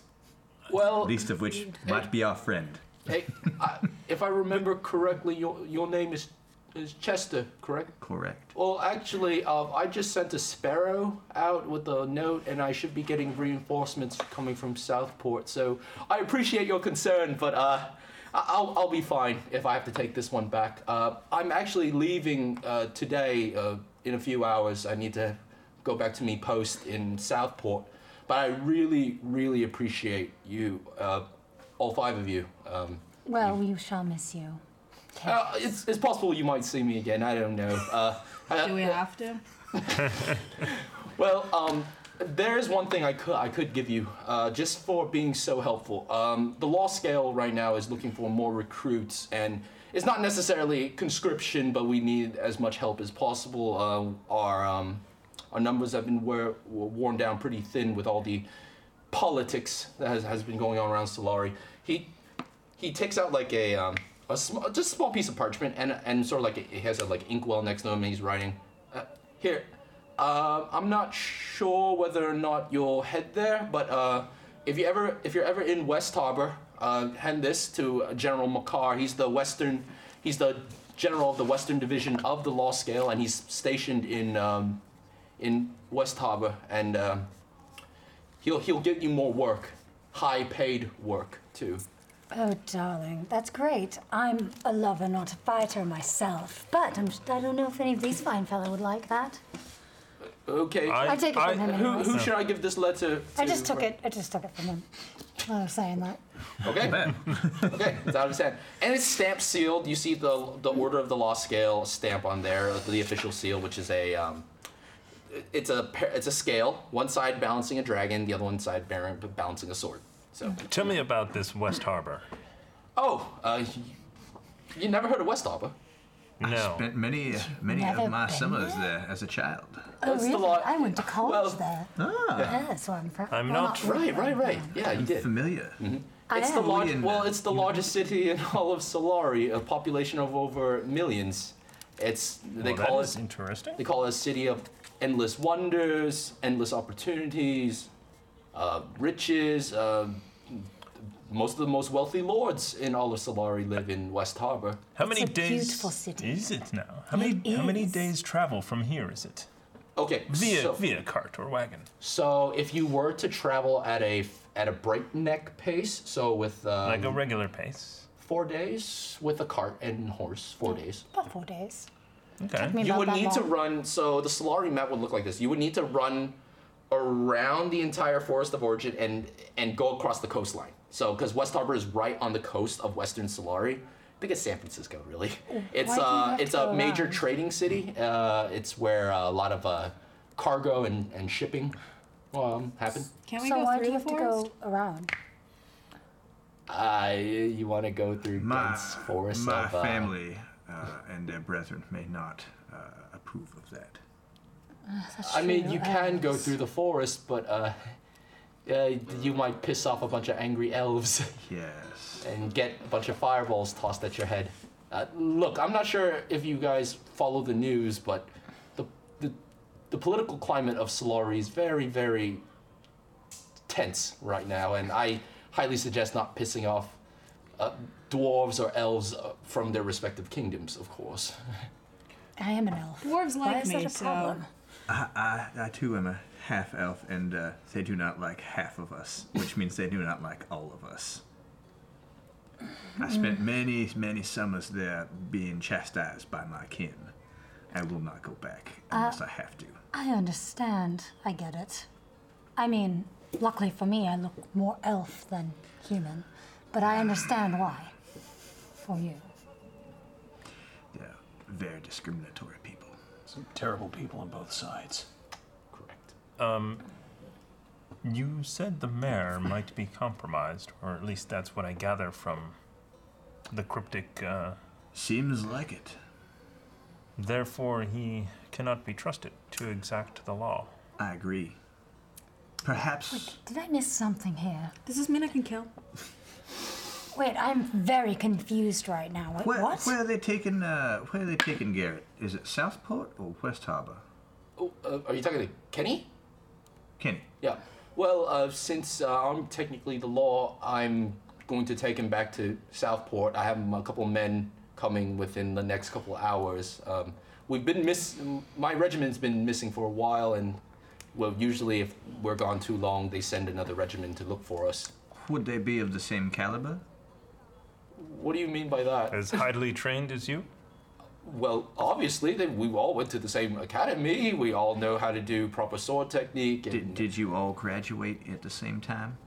[SPEAKER 3] Well,
[SPEAKER 6] least of which might be our friend.
[SPEAKER 3] hey, I, if I remember correctly, your your name is is Chester, correct?
[SPEAKER 6] Correct.
[SPEAKER 3] Well, actually, uh, I just sent a sparrow out with a note, and I should be getting reinforcements coming from Southport. So I appreciate your concern, but uh, I- I'll I'll be fine if I have to take this one back. Uh, I'm actually leaving uh, today uh, in a few hours. I need to go back to me post in Southport, but I really, really appreciate you, uh, all five of you. Um,
[SPEAKER 8] Well, we shall miss you.
[SPEAKER 3] uh, it's, it's possible you might see me again. I don't know. Uh,
[SPEAKER 9] Do we have to?
[SPEAKER 3] Well, um, there is one thing I could I could give you uh, just for being so helpful. Um, the law scale right now is looking for more recruits, and it's not necessarily conscription, but we need as much help as possible. Uh, our um, our numbers have been wear, worn down pretty thin with all the politics that has, has been going on around Solari. He he takes out like a um, a sm- just small piece of parchment and and sort of like a, he has a like inkwell next to him and he's writing. Uh, here, uh, I'm not sure whether or not you'll head there, but uh, if you ever if you're ever in West Harbor, uh, hand this to General Makar. He's the Western, he's the general of the Western Division of the Law Scale, and he's stationed in um, in West Harbor, and um, he'll he'll get you more work, high paid work too.
[SPEAKER 8] Oh, darling, that's great. I'm a lover, not a fighter myself, but I'm, I don't know if any of these fine fellow would like that.
[SPEAKER 3] Okay.
[SPEAKER 8] I take it from him.
[SPEAKER 3] who
[SPEAKER 8] anyways.
[SPEAKER 3] who should I give this letter to?
[SPEAKER 8] I just took it. I just took it from him. I was saying that.
[SPEAKER 3] Okay. okay. It's out of his hand. And it's stamp sealed. You see the the order of the law scale stamp on there, the official seal, which is a um, it's a pa- it's a scale. One side balancing a dragon, the other one side bar- balancing a sword. So.
[SPEAKER 8] Mm-hmm.
[SPEAKER 4] Tell me about this West Harbor.
[SPEAKER 3] Oh, uh, you never heard of West Harbor?
[SPEAKER 4] No.
[SPEAKER 6] Spent many many
[SPEAKER 8] Never
[SPEAKER 6] of my
[SPEAKER 8] been
[SPEAKER 6] summers there as a child.
[SPEAKER 8] Oh,
[SPEAKER 3] That's the
[SPEAKER 8] really?
[SPEAKER 3] law-
[SPEAKER 8] I went to college
[SPEAKER 3] well-
[SPEAKER 8] there.
[SPEAKER 6] Ah,
[SPEAKER 8] Yeah, that's where I'm from.
[SPEAKER 4] I'm
[SPEAKER 8] Well,
[SPEAKER 4] not-
[SPEAKER 8] really,
[SPEAKER 3] Right, right,
[SPEAKER 8] but
[SPEAKER 3] right. Yeah, you did.
[SPEAKER 6] familiar.
[SPEAKER 8] I
[SPEAKER 3] It's the
[SPEAKER 8] am.
[SPEAKER 3] large,
[SPEAKER 6] Million.
[SPEAKER 3] well, it's the largest city in all of Solari, a population of over millions. It's they
[SPEAKER 4] Well, Oh,
[SPEAKER 3] call
[SPEAKER 4] that is
[SPEAKER 3] it
[SPEAKER 4] interesting.
[SPEAKER 3] They call it a city of endless wonders, endless opportunities, uh, riches, uh, most of the most wealthy lords in all of Solari live in West Harbor.
[SPEAKER 1] How many
[SPEAKER 8] It's a
[SPEAKER 1] days
[SPEAKER 8] beautiful city.
[SPEAKER 1] is it now? How many how many
[SPEAKER 8] is.
[SPEAKER 1] days travel from here is it?
[SPEAKER 3] Okay,
[SPEAKER 1] Via
[SPEAKER 3] so,
[SPEAKER 1] via cart or wagon.
[SPEAKER 3] so if you were to travel at a at a breakneck pace, so with um,
[SPEAKER 1] Like a regular pace.
[SPEAKER 3] four days with a cart and horse, four days.
[SPEAKER 8] About four days.
[SPEAKER 1] Okay.
[SPEAKER 8] Me
[SPEAKER 3] You
[SPEAKER 8] about
[SPEAKER 3] would
[SPEAKER 8] that
[SPEAKER 3] need to
[SPEAKER 8] long.
[SPEAKER 3] run. So the Solari map would look like this. You would need to run around the entire Forest of Orchid and and go across the coastline. So because West Harbor is right on the coast of Western Solari. Think of San Francisco, really. It's
[SPEAKER 8] do you
[SPEAKER 3] uh,
[SPEAKER 8] have
[SPEAKER 3] it's
[SPEAKER 8] to
[SPEAKER 3] a
[SPEAKER 8] go
[SPEAKER 3] major
[SPEAKER 8] around?
[SPEAKER 3] trading city. Uh, it's where uh, a lot of uh, cargo and, and shipping um, happen.
[SPEAKER 9] Can we
[SPEAKER 8] So
[SPEAKER 9] go
[SPEAKER 8] why
[SPEAKER 9] through
[SPEAKER 8] do you
[SPEAKER 9] the
[SPEAKER 8] have to
[SPEAKER 9] forest?
[SPEAKER 8] go around?
[SPEAKER 3] Uh, you want to go through
[SPEAKER 6] My,
[SPEAKER 3] dense forests
[SPEAKER 6] my
[SPEAKER 3] of uh,
[SPEAKER 6] family uh, and their brethren may not uh, approve of that.
[SPEAKER 3] I mean,
[SPEAKER 8] True,
[SPEAKER 3] you can go through the forest, but uh, uh, you might piss off a bunch of angry elves
[SPEAKER 6] Yes.
[SPEAKER 3] and get a bunch of fireballs tossed at your head. Uh, look, I'm not sure if you guys follow the news, but the the, the political climate of Solari is very, very tense right now, and I highly suggest not pissing off uh, dwarves or elves uh, from their respective kingdoms, of course.
[SPEAKER 8] I am an elf.
[SPEAKER 9] Dwarves
[SPEAKER 8] Why
[SPEAKER 9] like
[SPEAKER 8] is
[SPEAKER 9] me,
[SPEAKER 8] that a
[SPEAKER 9] so
[SPEAKER 8] problem?
[SPEAKER 6] I, I, I too am a half elf, and uh, they do not like half of us, which means they do not like all of us. I spent many, many summers there being chastised by my kin. I will not go back unless I have to.
[SPEAKER 8] I understand. I get it. I mean, luckily for me, I look more elf than human, but I understand why. For you.
[SPEAKER 6] They're very discriminatory people.
[SPEAKER 5] Some terrible people on both sides.
[SPEAKER 3] Correct.
[SPEAKER 1] You said the mayor might be compromised, or at least that's what I gather from the cryptic. Uh,
[SPEAKER 6] Seems like it.
[SPEAKER 1] therefore, he cannot be trusted to exact the law.
[SPEAKER 6] I agree. Perhaps.
[SPEAKER 8] Did I miss something here?
[SPEAKER 9] does this mean I can kill?
[SPEAKER 8] Wait, I'm very confused right now. Wait,
[SPEAKER 6] Where,
[SPEAKER 8] what?
[SPEAKER 6] where are they taking? Uh, where are they taking Garrett? Is it Southport or West Harbor?
[SPEAKER 3] Oh, uh, are you talking to Kenny?
[SPEAKER 6] Kenny.
[SPEAKER 3] Yeah. Well, uh, since uh, I'm technically the law, I'm going to take him back to Southport. I have a couple men coming within the next couple hours. Um, we've been miss. My regiment's been missing for a while, and well, usually if we're gone too long, they send another regiment to look for us.
[SPEAKER 6] Would they be of the same caliber?
[SPEAKER 3] What do you mean by
[SPEAKER 6] Uh,
[SPEAKER 3] that?
[SPEAKER 1] As highly trained as you?
[SPEAKER 3] Well, obviously, they, we all went to the same academy. We all know how to do proper sword technique. And
[SPEAKER 6] Did, did you all graduate at the same time?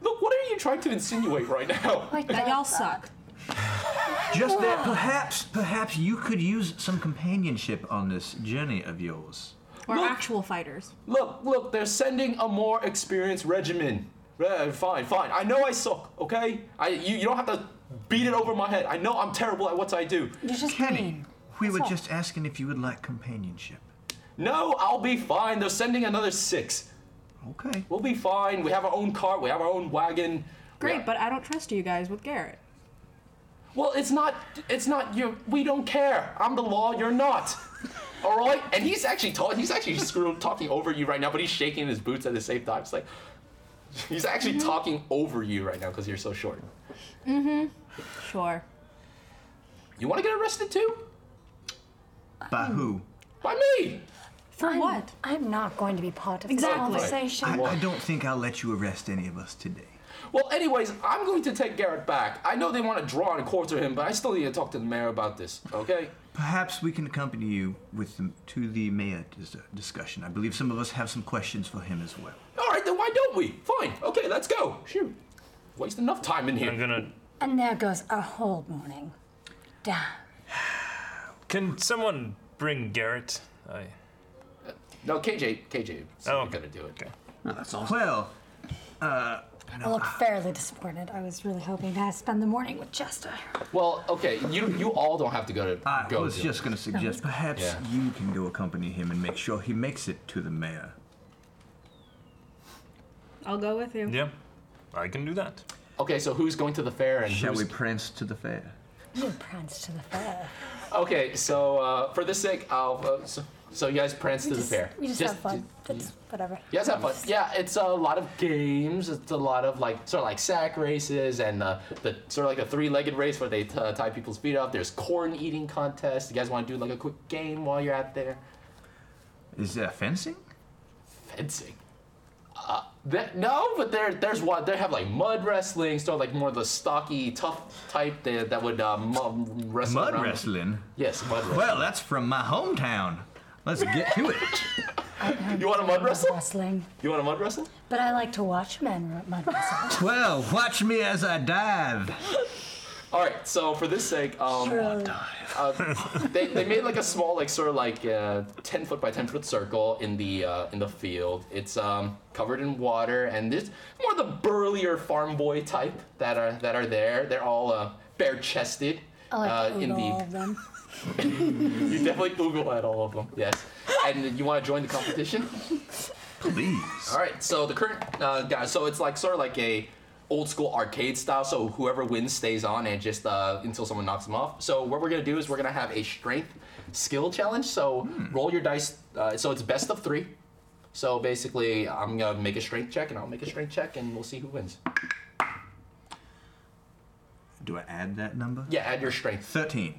[SPEAKER 3] Look, what are you trying to insinuate right now?
[SPEAKER 8] Wait,
[SPEAKER 9] That
[SPEAKER 8] that-
[SPEAKER 9] y'all suck.
[SPEAKER 6] Just that perhaps perhaps you could use some companionship on this journey of yours.
[SPEAKER 9] We're
[SPEAKER 3] Look.
[SPEAKER 9] actual fighters.
[SPEAKER 3] Look, look, they're sending a more experienced regimen. Uh, fine, fine. I know I suck, okay? I you, you don't have to beat it over my head. I know I'm terrible at what I do.
[SPEAKER 8] You're just
[SPEAKER 6] Kenny,
[SPEAKER 8] mean.
[SPEAKER 6] we
[SPEAKER 8] That's
[SPEAKER 6] were
[SPEAKER 8] all.
[SPEAKER 6] just asking if you would like companionship.
[SPEAKER 3] No, I'll be fine. They're sending another six.
[SPEAKER 6] Okay.
[SPEAKER 3] We'll be fine. We have our own cart, we have our own wagon.
[SPEAKER 9] Great,
[SPEAKER 3] Yeah.
[SPEAKER 9] but I don't trust you guys with Garrett.
[SPEAKER 3] Well, it's not it's not you we don't care. I'm the law, you're not. All right? And he's actually talking he's actually screw talking over you right now, but he's shaking his boots at the same time. It's like he's actually
[SPEAKER 9] Mm-hmm.
[SPEAKER 3] talking over you right now because you're so short.
[SPEAKER 9] Sure.
[SPEAKER 3] You want to get arrested too?
[SPEAKER 6] By who?
[SPEAKER 3] By me.
[SPEAKER 9] For
[SPEAKER 8] I'm,
[SPEAKER 9] what?
[SPEAKER 8] I'm not going to be part of
[SPEAKER 9] Exactly.
[SPEAKER 8] this conversation.
[SPEAKER 6] I, I don't think I'll let you arrest any of us today.
[SPEAKER 3] Well, anyways, I'm going to take Garrett back. I know they want to draw and quarter him, but I still need to talk to the mayor about this, okay?
[SPEAKER 6] Perhaps we can accompany you with them to the mayor dis- discussion. I believe some of us have some questions for him as well.
[SPEAKER 3] All right, then why don't we? Fine. Okay, let's go. Shoot. Waste enough time in
[SPEAKER 1] I'm
[SPEAKER 3] here.
[SPEAKER 1] gonna.
[SPEAKER 8] And there goes our whole morning. Damn.
[SPEAKER 1] Can someone bring Garrett? I.
[SPEAKER 3] No, KJ, KJ, so
[SPEAKER 1] Oh,
[SPEAKER 3] oh,
[SPEAKER 1] okay.
[SPEAKER 3] gonna do it.
[SPEAKER 1] Okay.
[SPEAKER 5] That's all.
[SPEAKER 6] Well,
[SPEAKER 8] I look fairly disappointed. I was really hoping to spend the morning with Chester.
[SPEAKER 3] Well, okay, you you all don't have to go to
[SPEAKER 6] I
[SPEAKER 3] go.
[SPEAKER 6] was
[SPEAKER 3] to-
[SPEAKER 6] just going to suggest perhaps
[SPEAKER 3] Yeah.
[SPEAKER 6] you can go accompany him and make sure he makes it to the mayor.
[SPEAKER 9] I'll go with you.
[SPEAKER 1] Yeah, I can do that.
[SPEAKER 3] Okay, so who's going to the fair and
[SPEAKER 6] Shall we
[SPEAKER 3] who's...
[SPEAKER 6] prance to the fair?
[SPEAKER 8] You prance to the fair.
[SPEAKER 3] Okay, so uh, for the sake, I'll. Uh, so, so you guys prance to the fair.
[SPEAKER 8] We just, have fun. That's whatever.
[SPEAKER 3] You guys have fun. Yeah, it's a lot of games. It's a lot of like sort of like sack races and uh, the sort of like a three-legged race where they t- uh, tie people's feet up. There's corn eating contest. You guys want to do like a quick game while you're out there?
[SPEAKER 6] Is that fencing?
[SPEAKER 3] fencing. Uh, that, no, but there, there's one. They have like mud wrestling, so like more of the stocky, tough type that, that would uh, mu- wrestle.
[SPEAKER 6] Mud
[SPEAKER 3] around.
[SPEAKER 6] wrestling?
[SPEAKER 3] Yes, mud wrestling.
[SPEAKER 6] Well, that's from my hometown. Let's get to it.
[SPEAKER 3] you want a mud wrestle?
[SPEAKER 8] Wrestling.
[SPEAKER 3] You want a mud wrestle?
[SPEAKER 8] But I like to watch men r- mud wrestle.
[SPEAKER 6] Well, watch me as I dive.
[SPEAKER 3] All right. So for this sake, um,
[SPEAKER 8] Surely.
[SPEAKER 3] uh, they, they made like a small like sort of like uh, 10 foot by 10 foot circle in the uh, in the field it's um, covered in water and it's more the burlier farm boy type that are that are there they're all uh, bare chested
[SPEAKER 8] I like
[SPEAKER 3] uh,
[SPEAKER 8] to
[SPEAKER 3] in
[SPEAKER 8] ogle all
[SPEAKER 3] the
[SPEAKER 8] of them.
[SPEAKER 3] you definitely google at all of them yes and you want to join the competition
[SPEAKER 6] Please.
[SPEAKER 3] all right so the current uh, guy so it's like sort of like a old school arcade style so whoever wins stays on and just uh, until someone knocks them off so what we're gonna do is we're gonna have a strength skill challenge so roll your dice uh, so it's best of three so basically i'm gonna make a strength check and i'll make a strength check and we'll see who wins
[SPEAKER 6] Do I add that number?
[SPEAKER 3] yeah add your strength
[SPEAKER 6] 13.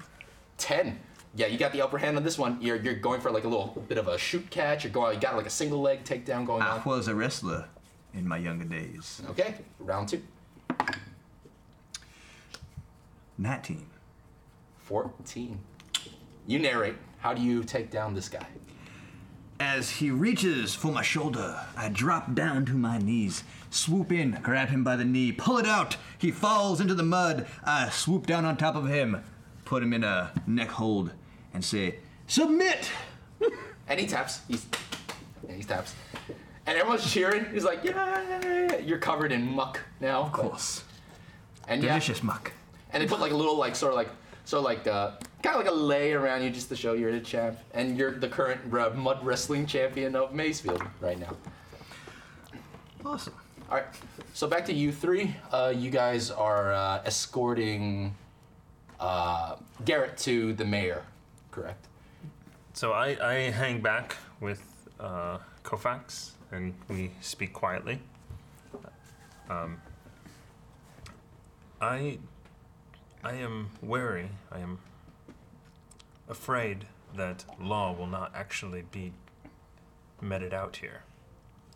[SPEAKER 3] 10 yeah you got the upper hand on this one you're, you're going for like a little bit of a shoot catch you're going you got like a single leg takedown going on
[SPEAKER 6] I was a wrestler in my younger days.
[SPEAKER 3] Okay, round two.
[SPEAKER 6] 19.
[SPEAKER 3] 14. You narrate. How do you take down this guy?
[SPEAKER 6] As he reaches for my shoulder, I drop down to my knees, swoop in, grab him by the knee, pull it out. He falls into the mud. I swoop down on top of him, put him in a neck hold, and say, Submit!
[SPEAKER 3] And he taps. He's, and he taps. And everyone's cheering. He's like, yeah, you're covered in muck now. Of
[SPEAKER 6] course.
[SPEAKER 3] And yeah,
[SPEAKER 6] Delicious muck.
[SPEAKER 3] and they put like a little like sort of like sort of like uh, kind of like a lay around you just to show you're the champ. And you're the current uh, mud wrestling champion of Maysfield right now.
[SPEAKER 6] Awesome.
[SPEAKER 3] All right. So back to you three. Uh, you guys are uh, escorting uh, Garrett to the mayor, correct?
[SPEAKER 4] So I, I hang back with uh, Kofax and we speak quietly. Um, I I am wary. I am afraid that law will not actually be meted out here.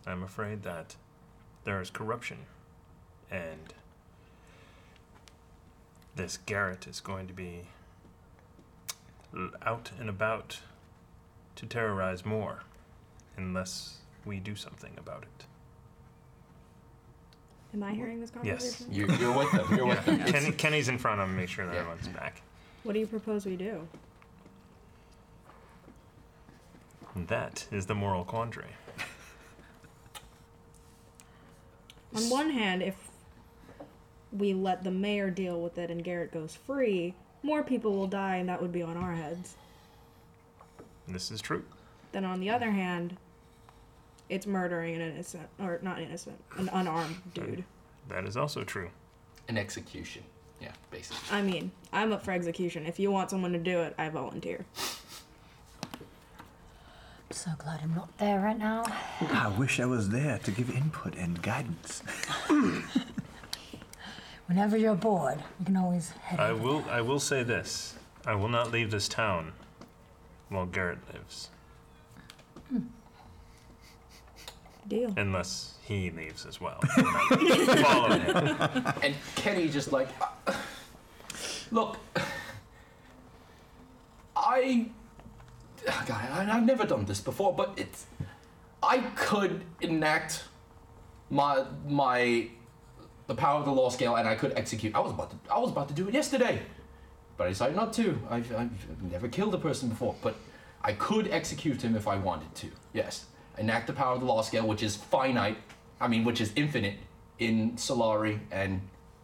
[SPEAKER 4] I'm afraid that there is corruption and this Garrett is going to be l- out and about to terrorize more unless we do something about it.
[SPEAKER 9] Am I hearing this
[SPEAKER 4] Yes.
[SPEAKER 9] conversation?
[SPEAKER 3] You're, you're with them. You're with them.
[SPEAKER 4] Kenny, Kenny's in front of him, make sure that
[SPEAKER 3] Yeah.
[SPEAKER 4] everyone's back.
[SPEAKER 9] What do you propose we do?
[SPEAKER 4] And that is the moral quandary.
[SPEAKER 9] On one hand, if we let the mayor deal with it and Garrett goes free, more people will die, and that would be on our heads.
[SPEAKER 4] This is true.
[SPEAKER 9] Then on the other hand, it's murdering an innocent, or not innocent, an unarmed dude.
[SPEAKER 4] That is also true.
[SPEAKER 3] An execution. Yeah, basically.
[SPEAKER 9] I mean, I'm up for execution. If you want someone to do it, I volunteer.
[SPEAKER 8] I'm so glad I'm not there right now.
[SPEAKER 6] I wish I was there to give input and guidance.
[SPEAKER 8] Whenever you're bored, you can always head
[SPEAKER 4] I will I will say this. I will not leave this town while Garrett lives.
[SPEAKER 9] Deal.
[SPEAKER 4] Unless he leaves as well. Follow him.
[SPEAKER 3] And Kenny just like, "Uh, look, I, oh God, I, I've never done this before, but it's, I could enact my my the power of the law scale, and I could execute. I was about to I was about to do it yesterday, but I decided not to. I've, I've never killed a person before, but I could execute him if I wanted to. Yes, enact the power of the law scale, which is finite. I mean, which is infinite in Solari, and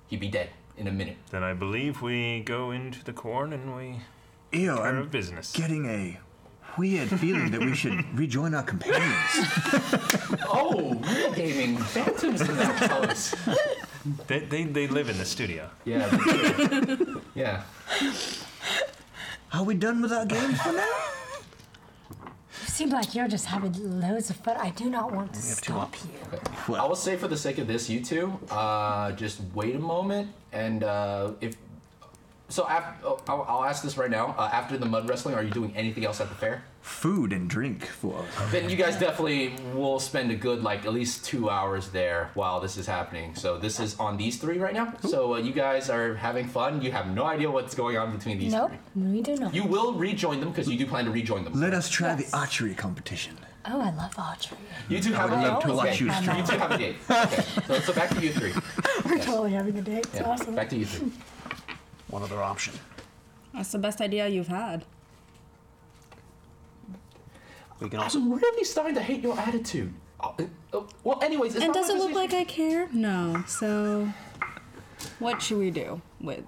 [SPEAKER 3] he'd be dead in a minute.
[SPEAKER 4] Then I believe we go into the corn and we
[SPEAKER 6] Ew,
[SPEAKER 4] are
[SPEAKER 6] I'm
[SPEAKER 4] of business.
[SPEAKER 6] getting a weird feeling that we should rejoin our companions.
[SPEAKER 3] Oh, real gaming phantoms in that house.
[SPEAKER 4] They, they, they live in the studio.
[SPEAKER 3] Yeah. yeah.
[SPEAKER 6] Are we done with our games for now?
[SPEAKER 8] You seem like you're just having loads of fun. I do not want to stop you.
[SPEAKER 3] I will say for the sake of this, you two, uh, just wait a moment, and uh, if so, af- oh, I'll, I'll ask this right now. Uh, after the mud wrestling, are you doing anything else at the fair?
[SPEAKER 6] Food and drink for
[SPEAKER 3] Then you guys definitely will spend a good like at least two hours there while this is happening. So this is on these three right now. So uh, you guys are having fun. You have no idea what's going on between these
[SPEAKER 8] Nope,
[SPEAKER 3] three.
[SPEAKER 8] we do not.
[SPEAKER 3] You will rejoin them because you do plan to rejoin them.
[SPEAKER 6] Let us try
[SPEAKER 8] Yes.
[SPEAKER 6] the archery competition.
[SPEAKER 8] Oh, I love archery.
[SPEAKER 3] You two have a
[SPEAKER 8] would love
[SPEAKER 3] date.
[SPEAKER 8] to watch you
[SPEAKER 3] okay.
[SPEAKER 8] strike.
[SPEAKER 3] you two have a date. Okay. So, so back to you three.
[SPEAKER 8] We're totally having a date. It's
[SPEAKER 3] Yeah.
[SPEAKER 8] awesome.
[SPEAKER 3] Back to you three.
[SPEAKER 5] One other option.
[SPEAKER 9] That's the best idea you've had.
[SPEAKER 5] We can
[SPEAKER 3] I'm really starting to hate your attitude. Oh, oh, well, anyways, it's
[SPEAKER 9] And
[SPEAKER 3] not
[SPEAKER 9] does
[SPEAKER 3] my
[SPEAKER 9] it look like
[SPEAKER 3] decision.
[SPEAKER 9] I care? No. So, what should we do with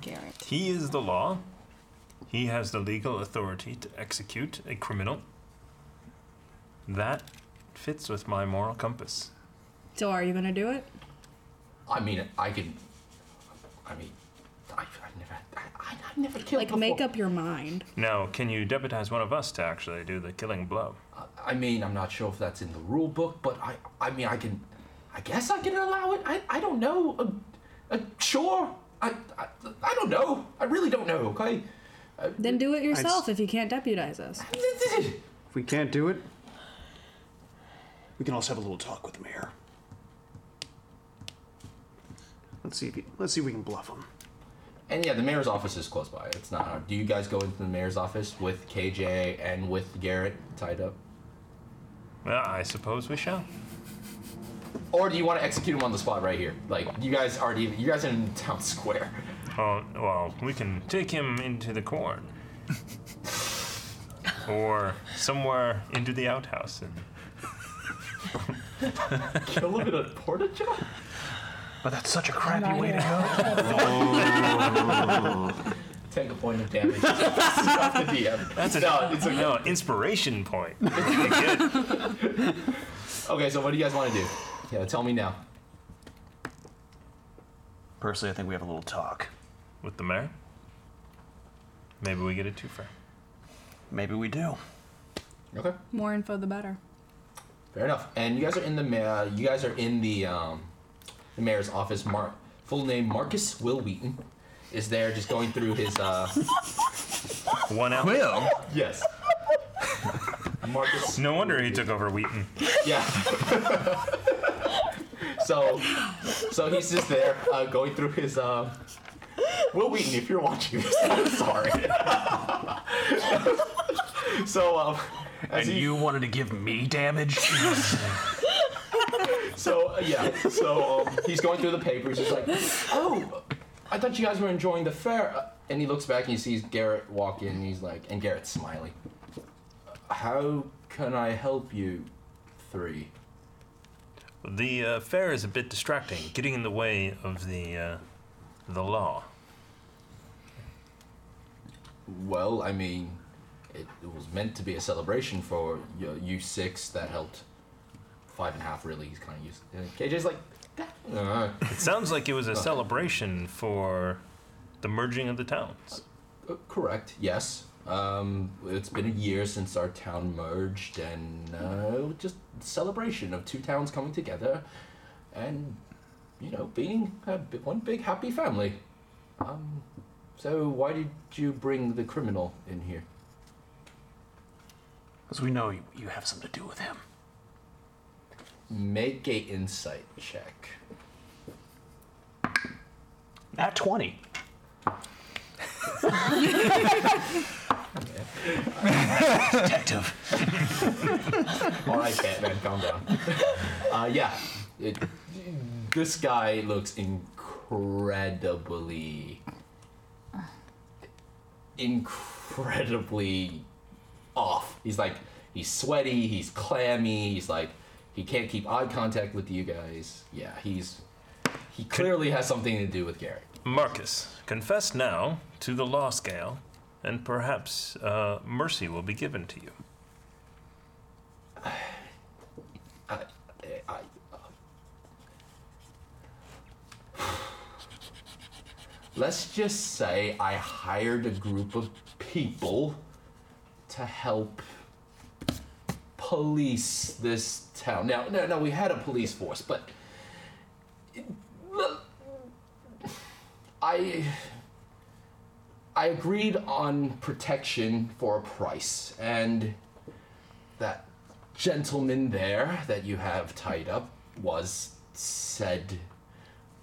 [SPEAKER 9] Garrett?
[SPEAKER 4] He is the law. He has the legal authority to execute a criminal. That fits with my moral compass.
[SPEAKER 9] So, are you gonna do it?
[SPEAKER 3] I mean, I can. I mean, I, I've never, I, I, I've never killed
[SPEAKER 9] Like,
[SPEAKER 3] before.
[SPEAKER 9] make up your mind.
[SPEAKER 4] Now, can you deputize one of us to actually do the killing blow?
[SPEAKER 3] I mean, I'm not sure if that's in the rule book, but I, I mean, I can, I guess I can allow it. I, I don't know. Uh, uh, sure. I, I, I don't know. I really don't know. Okay.
[SPEAKER 9] Then do it yourself if you can't deputize us.
[SPEAKER 5] If we can't do it, we can also have a little talk with the mayor. Let's see if he, let's see if we can bluff him.
[SPEAKER 3] And yeah, the mayor's office is close by. It's not hard. Do you guys go into the mayor's office with KJ and with Garrett tied up?
[SPEAKER 4] Well, I suppose we shall.
[SPEAKER 3] Or do you want to execute him on the spot right here? Like you guys already, you guys are in town square.
[SPEAKER 4] Oh, well, we can take him into the corn. or somewhere into the outhouse. And
[SPEAKER 3] Kill him in a porta john.
[SPEAKER 5] But that's such a
[SPEAKER 8] Oh,
[SPEAKER 5] crappy way to go.
[SPEAKER 3] Take a point of damage. Stop the DM.
[SPEAKER 4] that's a,
[SPEAKER 3] no, it's okay.
[SPEAKER 4] no, inspiration point.
[SPEAKER 3] Okay, so what do you guys want to do? Yeah, tell me now.
[SPEAKER 5] Personally, I think we have a little talk.
[SPEAKER 4] with the mayor? Maybe we get a twofer.
[SPEAKER 5] Maybe we do.
[SPEAKER 3] Okay.
[SPEAKER 9] More info, the better.
[SPEAKER 3] Fair enough. And you guys are in the ma- you guys are in the um, the mayor's office. Mar- full name Marcus Will Wheaton is there, just going through his uh.
[SPEAKER 4] One out.
[SPEAKER 6] Will,
[SPEAKER 3] yes. Marcus.
[SPEAKER 4] No wonder he took over Wheaton.
[SPEAKER 3] Yeah. so, so he's just there, uh, going through his um. Will Wheaton, if you're watching this, I'm sorry. so um. As
[SPEAKER 5] And
[SPEAKER 3] he-
[SPEAKER 5] you wanted to give me damage?
[SPEAKER 3] So uh, yeah, so um, he's going through the papers. He's like, "Oh, I thought you guys were enjoying the fair." Uh, And he looks back and he sees Garrett walk in. And he's like, and Garrett's smiling. How can I help you, three?
[SPEAKER 4] The uh, fair is a bit distracting, getting in the way of the uh, the law.
[SPEAKER 3] Well, I mean, it, it was meant to be a celebration for you, you six. That helped. Five and a half, really. He's kind of used. And KJ's like, "Uh,
[SPEAKER 4] It sounds like it was a celebration for the merging of the towns.
[SPEAKER 3] Uh, Correct. Yes. Um, it's been a year since our town merged, and uh, just celebration of two towns coming together, and you know, being a, bi- one big happy family. Um, so why did you bring the criminal in here?
[SPEAKER 5] Because we know you, you have something to do with him.
[SPEAKER 3] Make a insight check.
[SPEAKER 5] At 20. Detective.
[SPEAKER 3] All right, Batman, calm down. Uh, yeah, it, this guy looks incredibly, incredibly off. He's like, he's sweaty, he's clammy, he's like, he can't keep eye contact with you guys. Yeah, he's, he clearly has something to do with Garrett.
[SPEAKER 4] Marcus, confess now to the law scale, and perhaps uh, mercy will be given to you.
[SPEAKER 3] I, I, Let's just say I hired a group of people to help police this town. Now, no, no, we had a police force, but I I agreed on protection for a price, and that gentleman there that you have tied up was said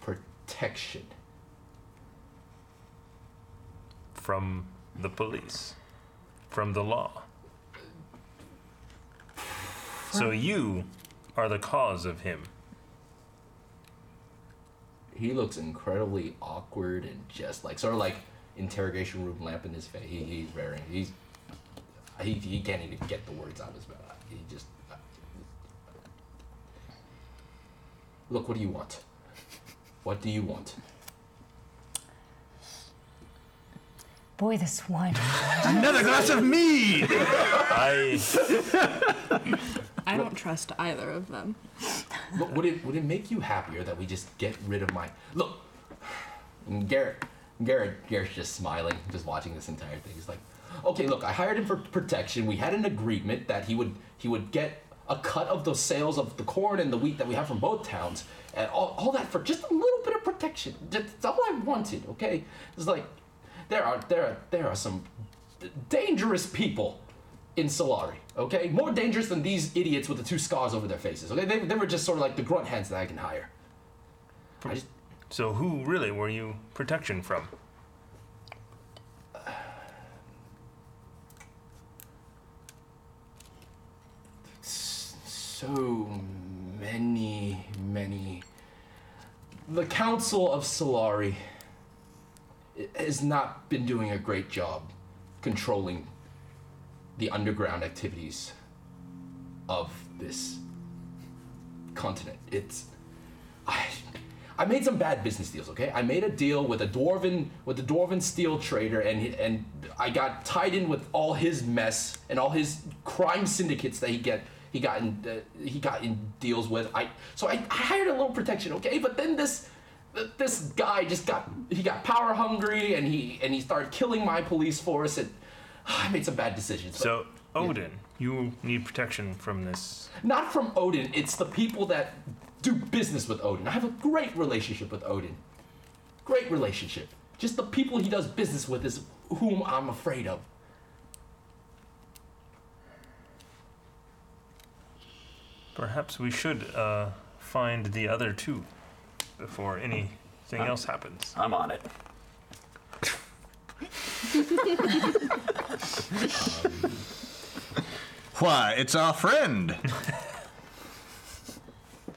[SPEAKER 3] protection.
[SPEAKER 1] From the police, from the law. So you are the cause of him.
[SPEAKER 3] He looks incredibly awkward and just like sort of like interrogation room lamp in his face. He, he's very he's he, he can't even get the words out of his mouth. He just look. What do you want? What do you want?
[SPEAKER 8] Boy, this wine.
[SPEAKER 6] Another glass of mead!
[SPEAKER 1] I
[SPEAKER 9] I don't trust either of them.
[SPEAKER 3] Look, would it would it make you happier that we just get rid of my look? And Garrett, Garrett, Garrett's just smiling, just watching this entire thing. He's like, okay, look, I hired him for protection. We had an agreement that he would he would get a cut of the sales of the corn and the wheat that we have from both towns, and all, all that for just a little bit of protection. That's all I wanted. Okay, it's like there are there are there are some d- dangerous people in Solari, okay? More dangerous than these idiots with the two scars over their faces, okay? They, they were just sort of like the grunt hands that I can hire. I just,
[SPEAKER 1] So who really were you protection from?
[SPEAKER 3] so many, many. The Council of Solari i- has not been doing a great job controlling the underground activities of this continent. It's I, I made some bad business deals. Okay, I made a deal with a dwarven with a dwarven steel trader, and he- and I got tied in with all his mess and all his crime syndicates that he get he got in uh, he got in deals with. I so I, I hired a little protection. Okay, but then this. th- This guy just got he got power hungry and he and he started killing my police force and I made some bad decisions. but-
[SPEAKER 1] So Odin, you need protection from this.
[SPEAKER 3] not from Odin. It's the people that do business with Odin. I have a great relationship with Odin. Great relationship. Just the people he does business with is whom I'm afraid of.
[SPEAKER 1] Perhaps we should uh, find the other two before anything else happens.
[SPEAKER 5] I'm on it.
[SPEAKER 6] Why, it's our friend!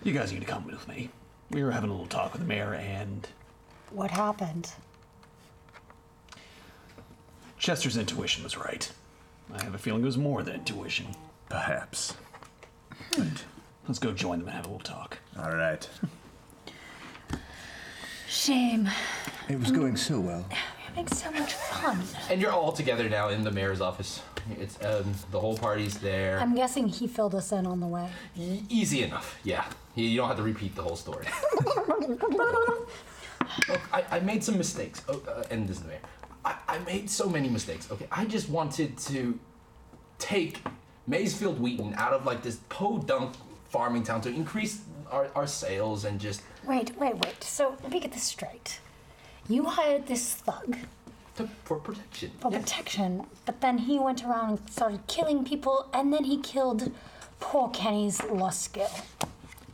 [SPEAKER 5] You guys need to come with me. We were having a little talk with the mayor, and
[SPEAKER 8] What happened?
[SPEAKER 5] Chester's intuition was right. I have a feeling it was more than intuition.
[SPEAKER 6] Perhaps.
[SPEAKER 5] Let's go join them and have a little talk.
[SPEAKER 6] Alright.
[SPEAKER 8] Shame.
[SPEAKER 2] It was going so well.
[SPEAKER 8] Having so much fun.
[SPEAKER 3] And you're all together now in the mayor's office. It's um, the whole party's there.
[SPEAKER 8] I'm guessing he filled us in on the way.
[SPEAKER 3] E- easy enough. Yeah, you you don't have to repeat the whole story. Look, I, I made some mistakes. Oh, uh, and this is the mayor. I, I made so many mistakes. Okay, I just wanted to take Maysfield Wheaton out of like this podunk farming town to increase our, our sales and just
[SPEAKER 8] Wait, wait, wait. So let me get this straight. You hired this thug
[SPEAKER 3] to, for protection.
[SPEAKER 8] for protection, but then he went around and started killing people, and then he killed poor Kenny's lost girl.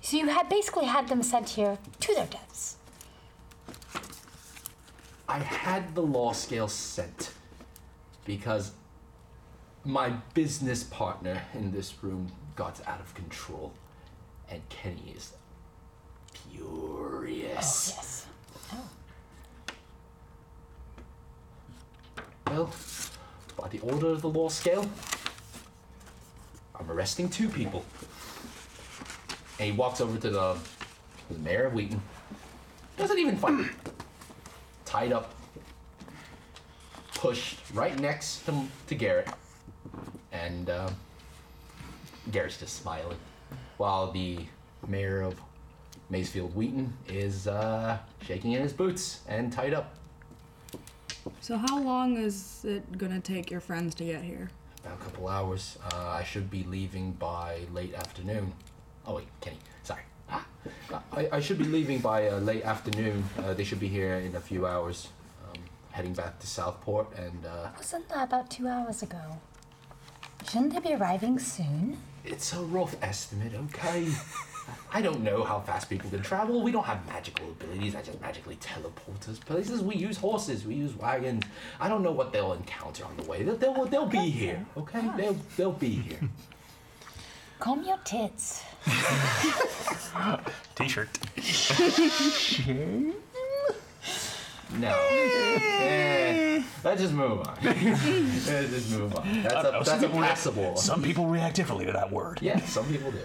[SPEAKER 8] So you had basically had them sent here to their deaths.
[SPEAKER 3] I had the law scale sent because my business partner in this room got out of control, and Kenny is furious.
[SPEAKER 8] Yes.
[SPEAKER 3] Well, by the order of the law scale, I'm arresting two people. And he walks over to the, to the mayor of Wheaton. Doesn't even fight. him. Tied up. Pushed right next to, to Garrett. And uh, Garrett's just smiling. While the mayor of Maysfield Wheaton is uh, shaking in his boots and tied up
[SPEAKER 9] So how long is it gonna take your friends to get here?
[SPEAKER 3] About a couple hours. Uh, I should be leaving by late afternoon. Oh wait, Kenny. Sorry. Ah, I, I should be leaving by uh, late afternoon. Uh, they should be here in a few hours. Um, heading back to Southport, and uh,
[SPEAKER 8] Wasn't that about two hours ago? Shouldn't they be arriving soon?
[SPEAKER 3] it's a rough estimate. Okay. I don't know how fast people can travel. We don't have magical abilities that just magically teleport us places. We use horses. We use wagons. I don't know what they'll encounter on the way. They'll they'll, they'll be here. Okay. They'll they'll be here.
[SPEAKER 8] Comb your tits.
[SPEAKER 4] T-shirt.
[SPEAKER 3] No. Eh, let's just move on. let's just move on. That's a, that's a passable.
[SPEAKER 5] Some people react differently to that word.
[SPEAKER 3] Yeah, some people do.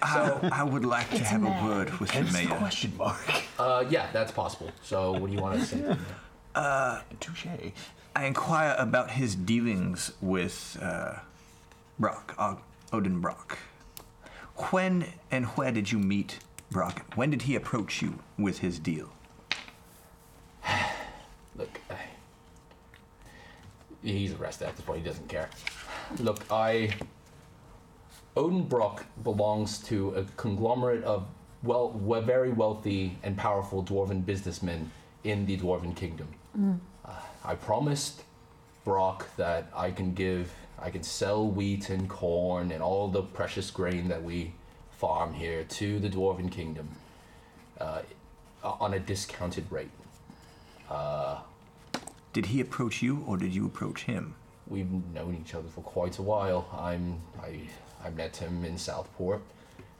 [SPEAKER 6] I, I would like to have
[SPEAKER 8] mad.
[SPEAKER 6] a word with the
[SPEAKER 5] Hence the
[SPEAKER 6] mayor.
[SPEAKER 5] question mark.
[SPEAKER 3] Uh, yeah, that's possible. So what do you want to say?
[SPEAKER 6] Uh,
[SPEAKER 5] Touche.
[SPEAKER 6] I inquire about his dealings with uh, Brock, Og Odin Brock. When and where did you meet Brock? When did he approach you with his deal?
[SPEAKER 3] Look, I, he's arrested at this point. He doesn't care. Look, I. Odenbrock belongs to a conglomerate of well, we- very wealthy and powerful dwarven businessmen in the dwarven kingdom. Uh, I promised Brock that I can give, I can sell wheat and corn and all the precious grain that we farm here to the dwarven kingdom uh, on a discounted rate.
[SPEAKER 6] Did he approach you or did you approach him?
[SPEAKER 3] we've known each other for quite a while. I'm I I met him in Southport.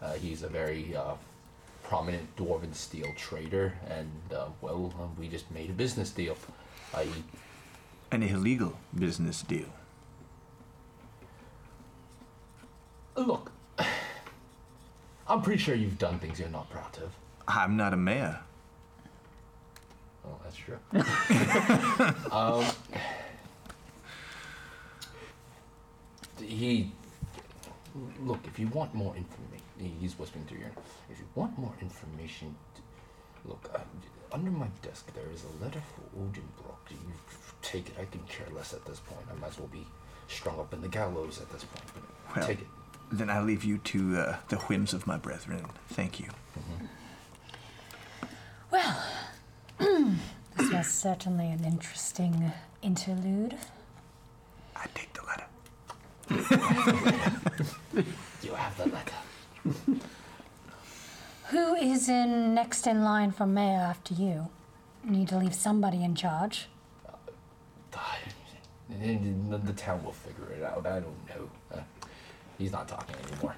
[SPEAKER 3] Uh, he's a very uh, prominent dwarven steel trader, and uh, well, uh, we just made a business deal. I
[SPEAKER 6] An illegal business deal.
[SPEAKER 3] look. I'm pretty sure you've done things you're not proud of.
[SPEAKER 6] I'm not a mayor.
[SPEAKER 3] Oh, that's true. um, he. Look, if you want more information, he's whispering through your. If you want more information, d- look uh, d- under my desk there is a letter for Odinbrock. You take it. I can care less at this point. I might as well be strung up in the gallows at this point. But
[SPEAKER 6] Well,
[SPEAKER 3] take it.
[SPEAKER 6] Then I leave you to uh, the whims of my brethren. Thank you.
[SPEAKER 8] Well, this was certainly an interesting interlude.
[SPEAKER 6] I take the letter.
[SPEAKER 3] You have the letter.
[SPEAKER 8] Who is in next in line for mayor after you? Need to leave somebody in charge.
[SPEAKER 3] The, the town will figure it out. I don't know. Uh, he's not talking anymore.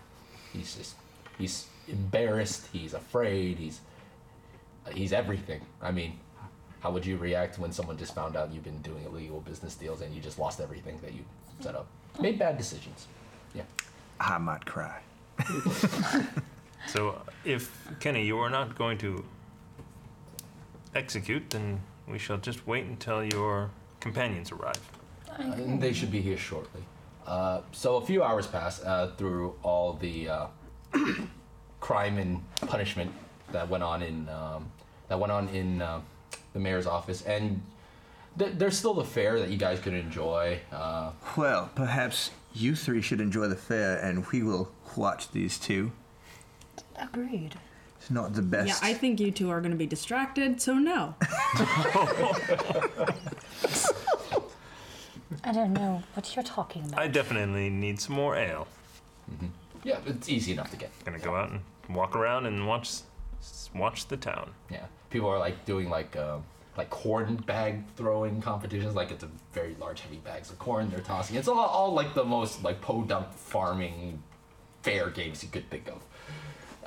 [SPEAKER 3] He's just he's embarrassed. He's afraid. He's he's everything. I mean, how would you react when someone just found out you've been doing illegal business deals and you just lost everything that you set up? Made bad decisions. Yeah.
[SPEAKER 6] I might cry.
[SPEAKER 1] So if Kenny, you are not going to execute, then we shall just wait until your companions arrive.
[SPEAKER 3] And they should be here shortly. Uh, so a few hours pass uh, through all the uh, crime and punishment that went on in um, that went on in uh, the mayor's office, and th- there's still the fair that you guys could enjoy. Uh,
[SPEAKER 6] Well, perhaps you three should enjoy the fair and we will watch these two.
[SPEAKER 8] Agreed.
[SPEAKER 6] It's not the best.
[SPEAKER 9] Yeah, I think you two are gonna be distracted, so no.
[SPEAKER 8] I don't know what you're talking about.
[SPEAKER 1] I definitely need some more ale.
[SPEAKER 3] yeah, it's easy enough to get.
[SPEAKER 1] Gonna go out and walk around and watch s- watch the town.
[SPEAKER 3] Yeah, people are like doing like um like corn bag throwing competitions. Like it's a very large, heavy bags of corn they're tossing. It's all, all like the most like po dump farming fair games you could think of.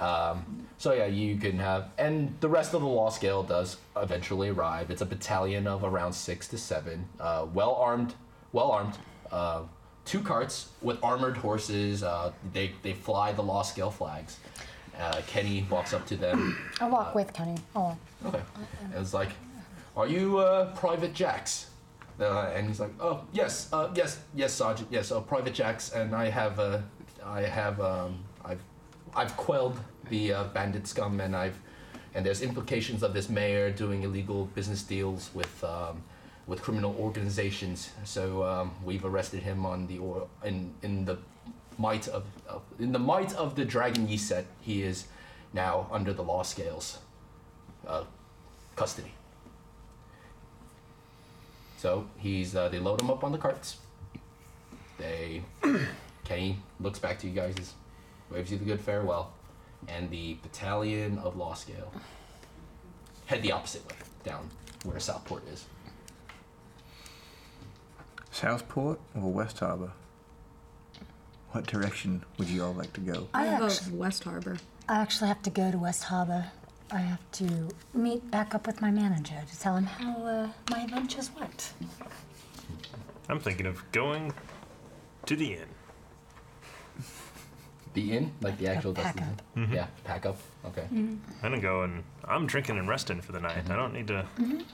[SPEAKER 3] Um, so yeah, you can have, and the rest of the law scale does eventually arrive. It's a battalion of around six to seven, uh, well armed, well armed, uh, two carts with armored horses. Uh, they they fly the law scale flags. Uh, Kenny walks up to them.
[SPEAKER 8] I'll walk with Kenny. Oh,
[SPEAKER 3] Okay. It was like, are you uh, Private Jacks? Uh, and he's like, oh yes, uh, yes, yes, Sergeant, yes, uh, Private Jacks, and I have, uh, I have, um, I've, I've quelled the uh, bandit scum, and I've, and there's implications of this mayor doing illegal business deals with um, with criminal organizations. So um, we've arrested him on the or in in the might of, of in the might of the Dragon Yeast set. He is now under the law scales uh, custody. So he's uh, they load him up on the carts. They Kenny looks back to you guys, is- waves you the good farewell, and the battalion of law scale head the opposite way down where Southport is.
[SPEAKER 6] Southport or West Harbor? What direction would you all like to go?
[SPEAKER 8] I
[SPEAKER 9] We'll go
[SPEAKER 8] actually-
[SPEAKER 9] to West Harbor.
[SPEAKER 8] I actually have to go to West Harbor. I have to meet back up with my manager to tell him how uh, my adventures went.
[SPEAKER 1] I'm thinking of going to the inn.
[SPEAKER 3] The inn, like the actual
[SPEAKER 8] pack
[SPEAKER 3] destination.
[SPEAKER 6] Mm-hmm.
[SPEAKER 3] Yeah, pack up. Mm-hmm. Okay.
[SPEAKER 1] I'm gonna go and I'm drinking and resting for the night. I don't need to.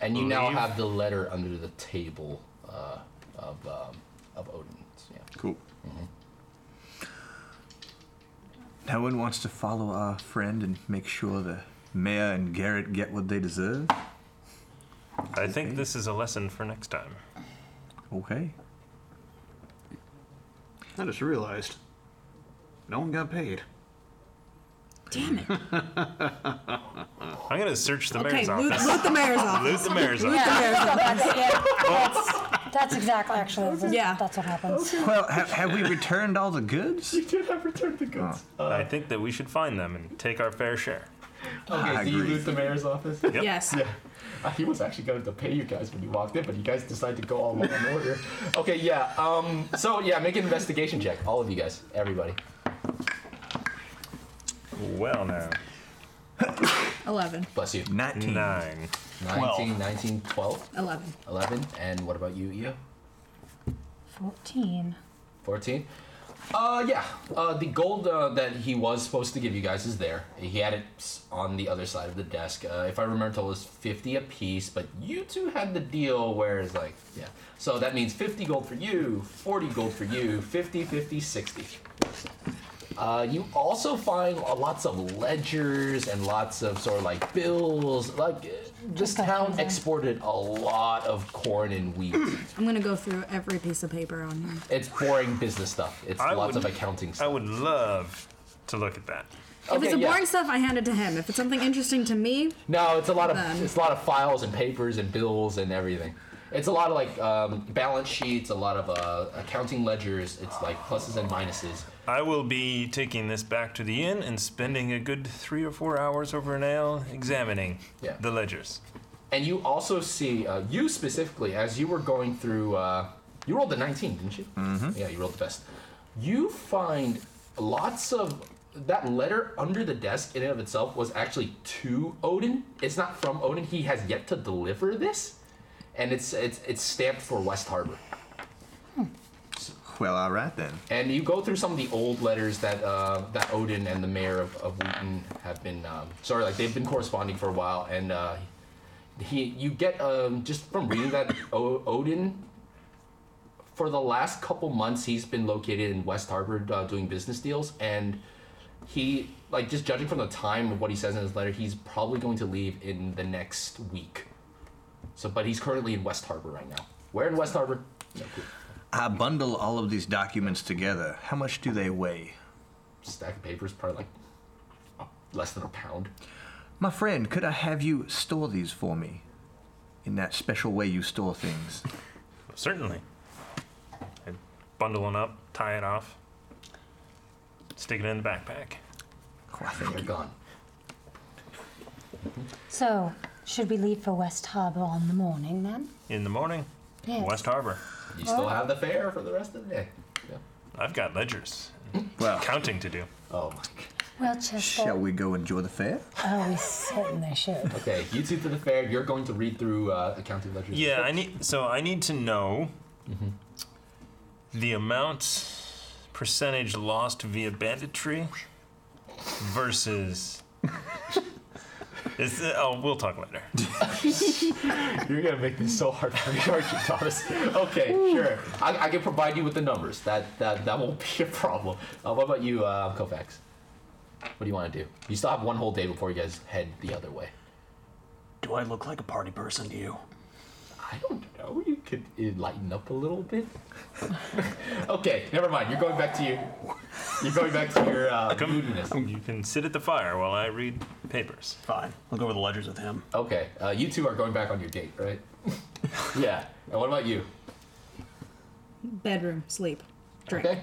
[SPEAKER 3] And you now
[SPEAKER 1] Leave.
[SPEAKER 3] have the letter under the table uh, of um, of Odin's. Yeah.
[SPEAKER 6] Cool. Mm-hmm. No one wants to follow our friend and make sure the mayor and Garrett get what they deserve.
[SPEAKER 1] I think this is a lesson for next time.
[SPEAKER 6] Okay.
[SPEAKER 5] I just realized no one got paid.
[SPEAKER 9] Damn it.
[SPEAKER 1] I'm gonna search the
[SPEAKER 9] Okay,
[SPEAKER 1] mayor's
[SPEAKER 9] loot,
[SPEAKER 1] office.
[SPEAKER 9] loot the mayor's office.
[SPEAKER 1] Loot the mayor's office.
[SPEAKER 8] Yeah, that's, yeah, that's, that's exactly actually. That's,
[SPEAKER 9] Yeah.
[SPEAKER 8] that's what happens.
[SPEAKER 6] Well, have, have we returned all the goods?
[SPEAKER 3] did have returned the goods.
[SPEAKER 6] Oh.
[SPEAKER 1] I think that we should find them and take our fair share.
[SPEAKER 3] Okay,
[SPEAKER 6] I
[SPEAKER 3] so you
[SPEAKER 6] agree.
[SPEAKER 3] loot the mayor's office.
[SPEAKER 9] Yes.
[SPEAKER 3] Uh, he was actually going to pay you guys when you walked in, but you guys decided to go all law and order. Okay, yeah. Um. So yeah, make an investigation check, all of you guys, everybody.
[SPEAKER 1] Well, now
[SPEAKER 9] 11.
[SPEAKER 3] Bless you.
[SPEAKER 6] 19.
[SPEAKER 1] nine.
[SPEAKER 3] 19, 19, 12,
[SPEAKER 9] 11.
[SPEAKER 3] 11, and what about you, Io?
[SPEAKER 8] 14.
[SPEAKER 3] 14. Uh, yeah. Uh, the gold uh, that he was supposed to give you guys is there. He had it s- on the other side of the desk. Uh, if I remember, it was 50 apiece, but you two had the deal where it's like, yeah. So that means 50 gold for you, 40 gold for you, 50, 50, 60. Uh, you also find lo- lots of ledgers and lots of sort of like bills. Like, uh, this
[SPEAKER 8] a
[SPEAKER 3] town
[SPEAKER 8] hundred.
[SPEAKER 3] exported a lot of corn and wheat.
[SPEAKER 9] I'm going to go through every piece of paper on here.
[SPEAKER 3] it's boring business stuff. It's
[SPEAKER 1] I
[SPEAKER 3] lots
[SPEAKER 1] would-
[SPEAKER 3] of accounting
[SPEAKER 1] I
[SPEAKER 3] stuff.
[SPEAKER 1] would love to look at that.
[SPEAKER 9] if it's
[SPEAKER 3] Okay,
[SPEAKER 9] the
[SPEAKER 3] yeah.
[SPEAKER 9] boring stuff, I hand it to him. If it's something interesting to me,
[SPEAKER 3] No, it's a lot of
[SPEAKER 9] Then-
[SPEAKER 3] it's a lot of files and papers and bills and everything. It's a lot of like um, balance sheets, a lot of uh, accounting ledgers. It's like pluses and minuses.
[SPEAKER 1] I will be taking this back to the inn and spending a good three or four hours over an ale examining
[SPEAKER 3] Yeah.
[SPEAKER 1] the ledgers.
[SPEAKER 3] And you also see uh, you specifically as you were going through. Uh, you rolled the 19, didn't you? Mm-hmm. Yeah, you rolled the best. You find lots of that letter under the desk in and of itself was actually to Odin. It's not from Odin. He has yet to deliver this, and it's it's it's stamped for West Harbor.
[SPEAKER 6] Well, all right then.
[SPEAKER 3] And you go through some of the old letters that uh, that Odin and the mayor of, of Wheaton have been um, sorry, like they've been corresponding for a while, and uh, he you get um, just from reading that o- Odin for the last couple months he's been located in West Harbor uh, doing business deals, and he like just judging from the time of what he says in his letter, he's probably going to leave in the next week. So, but he's currently in West Harbor right now. Where in West Harbor? No clue.
[SPEAKER 6] I bundle all of these documents together. How much do they weigh?
[SPEAKER 3] stack of papers, probably like uh, less than a pound.
[SPEAKER 6] My friend, could I have you store these for me? In that special way you store things.
[SPEAKER 1] Certainly. I bundle it up, tie it off, stick it in the backpack.
[SPEAKER 6] Oh, I think
[SPEAKER 3] They're gone.
[SPEAKER 8] So, should we leave for West Harbor on the morning then?
[SPEAKER 1] In the morning,
[SPEAKER 8] Yes.
[SPEAKER 1] West Harbor.
[SPEAKER 3] You still have the fare for the rest of the day. Yeah.
[SPEAKER 1] I've got ledgers,
[SPEAKER 6] Well,
[SPEAKER 1] counting to do.
[SPEAKER 3] Oh my god.
[SPEAKER 8] Well, Chester.
[SPEAKER 6] shall we go enjoy the fair?
[SPEAKER 8] Oh, we certainly should.
[SPEAKER 3] Okay, you two to the fair. You're going to read through uh, accounting ledgers.
[SPEAKER 1] Yeah, I need. So I need to know the amount percentage lost via banditry versus. is
[SPEAKER 4] uh,
[SPEAKER 1] it, oh, we'll talk later.
[SPEAKER 3] You're gonna make this so hard for me, aren't you, Thomas? Okay, sure. I, I can provide you with the numbers. That that, that won't be a problem. Uh, what about you, uh, Kofax? What do you want to do? You still have one whole day before you guys head the other way.
[SPEAKER 5] Do I look like a party person to you?
[SPEAKER 3] I don't know. You could enlighten up a little bit. okay, never mind. You're going back to your. You're going back to your uh, moodiness.
[SPEAKER 4] You can sit at the fire while I read papers.
[SPEAKER 5] Fine. I'll go over the ledgers with him.
[SPEAKER 3] Okay, uh, you two are going back on your date, right? yeah. And what about you?
[SPEAKER 9] Bedroom, sleep, drink.
[SPEAKER 3] Okay.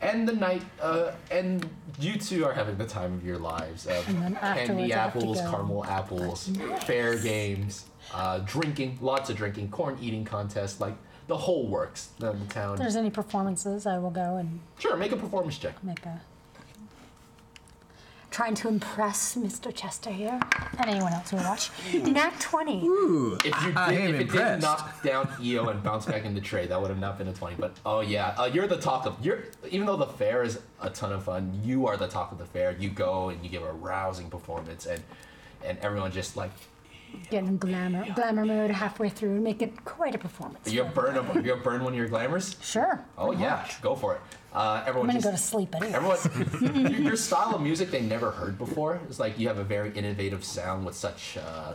[SPEAKER 3] And the night, uh, and you two are having the time of your lives. Of
[SPEAKER 8] then
[SPEAKER 3] candy
[SPEAKER 8] afterwards
[SPEAKER 3] apples,
[SPEAKER 8] I have to go.
[SPEAKER 3] caramel apples, fair games, uh, drinking, lots of drinking, corn eating contest, like the whole works in the town.
[SPEAKER 8] If there's any performances, I will go and
[SPEAKER 3] sure, make a performance check.
[SPEAKER 8] make a. Trying to impress Mr. Chester here and anyone else who will watch. Nat 20.
[SPEAKER 6] Ooh,
[SPEAKER 3] If you
[SPEAKER 6] I
[SPEAKER 3] did,
[SPEAKER 6] am
[SPEAKER 3] if it didn't
[SPEAKER 6] impressed.
[SPEAKER 3] knock down Eo and bounce back into Trey, that would have not been a twenty. But oh yeah, uh, you're the talk of you're even though the fair is a ton of fun, you are the talk of the fair. You go and you give a rousing performance, and and everyone just like
[SPEAKER 8] Get in glamour, glamour mode halfway through and make it quite a performance.
[SPEAKER 3] you burn them. You burn one of your glamours.
[SPEAKER 8] Sure.
[SPEAKER 3] Oh
[SPEAKER 8] why
[SPEAKER 3] yeah,
[SPEAKER 8] not?
[SPEAKER 3] go for it. Uh, everyone
[SPEAKER 8] I'm gonna
[SPEAKER 3] just
[SPEAKER 8] go to sleep anyway.
[SPEAKER 3] everyone your, your style of music they never heard before. It's like you have a very innovative sound with such. Uh,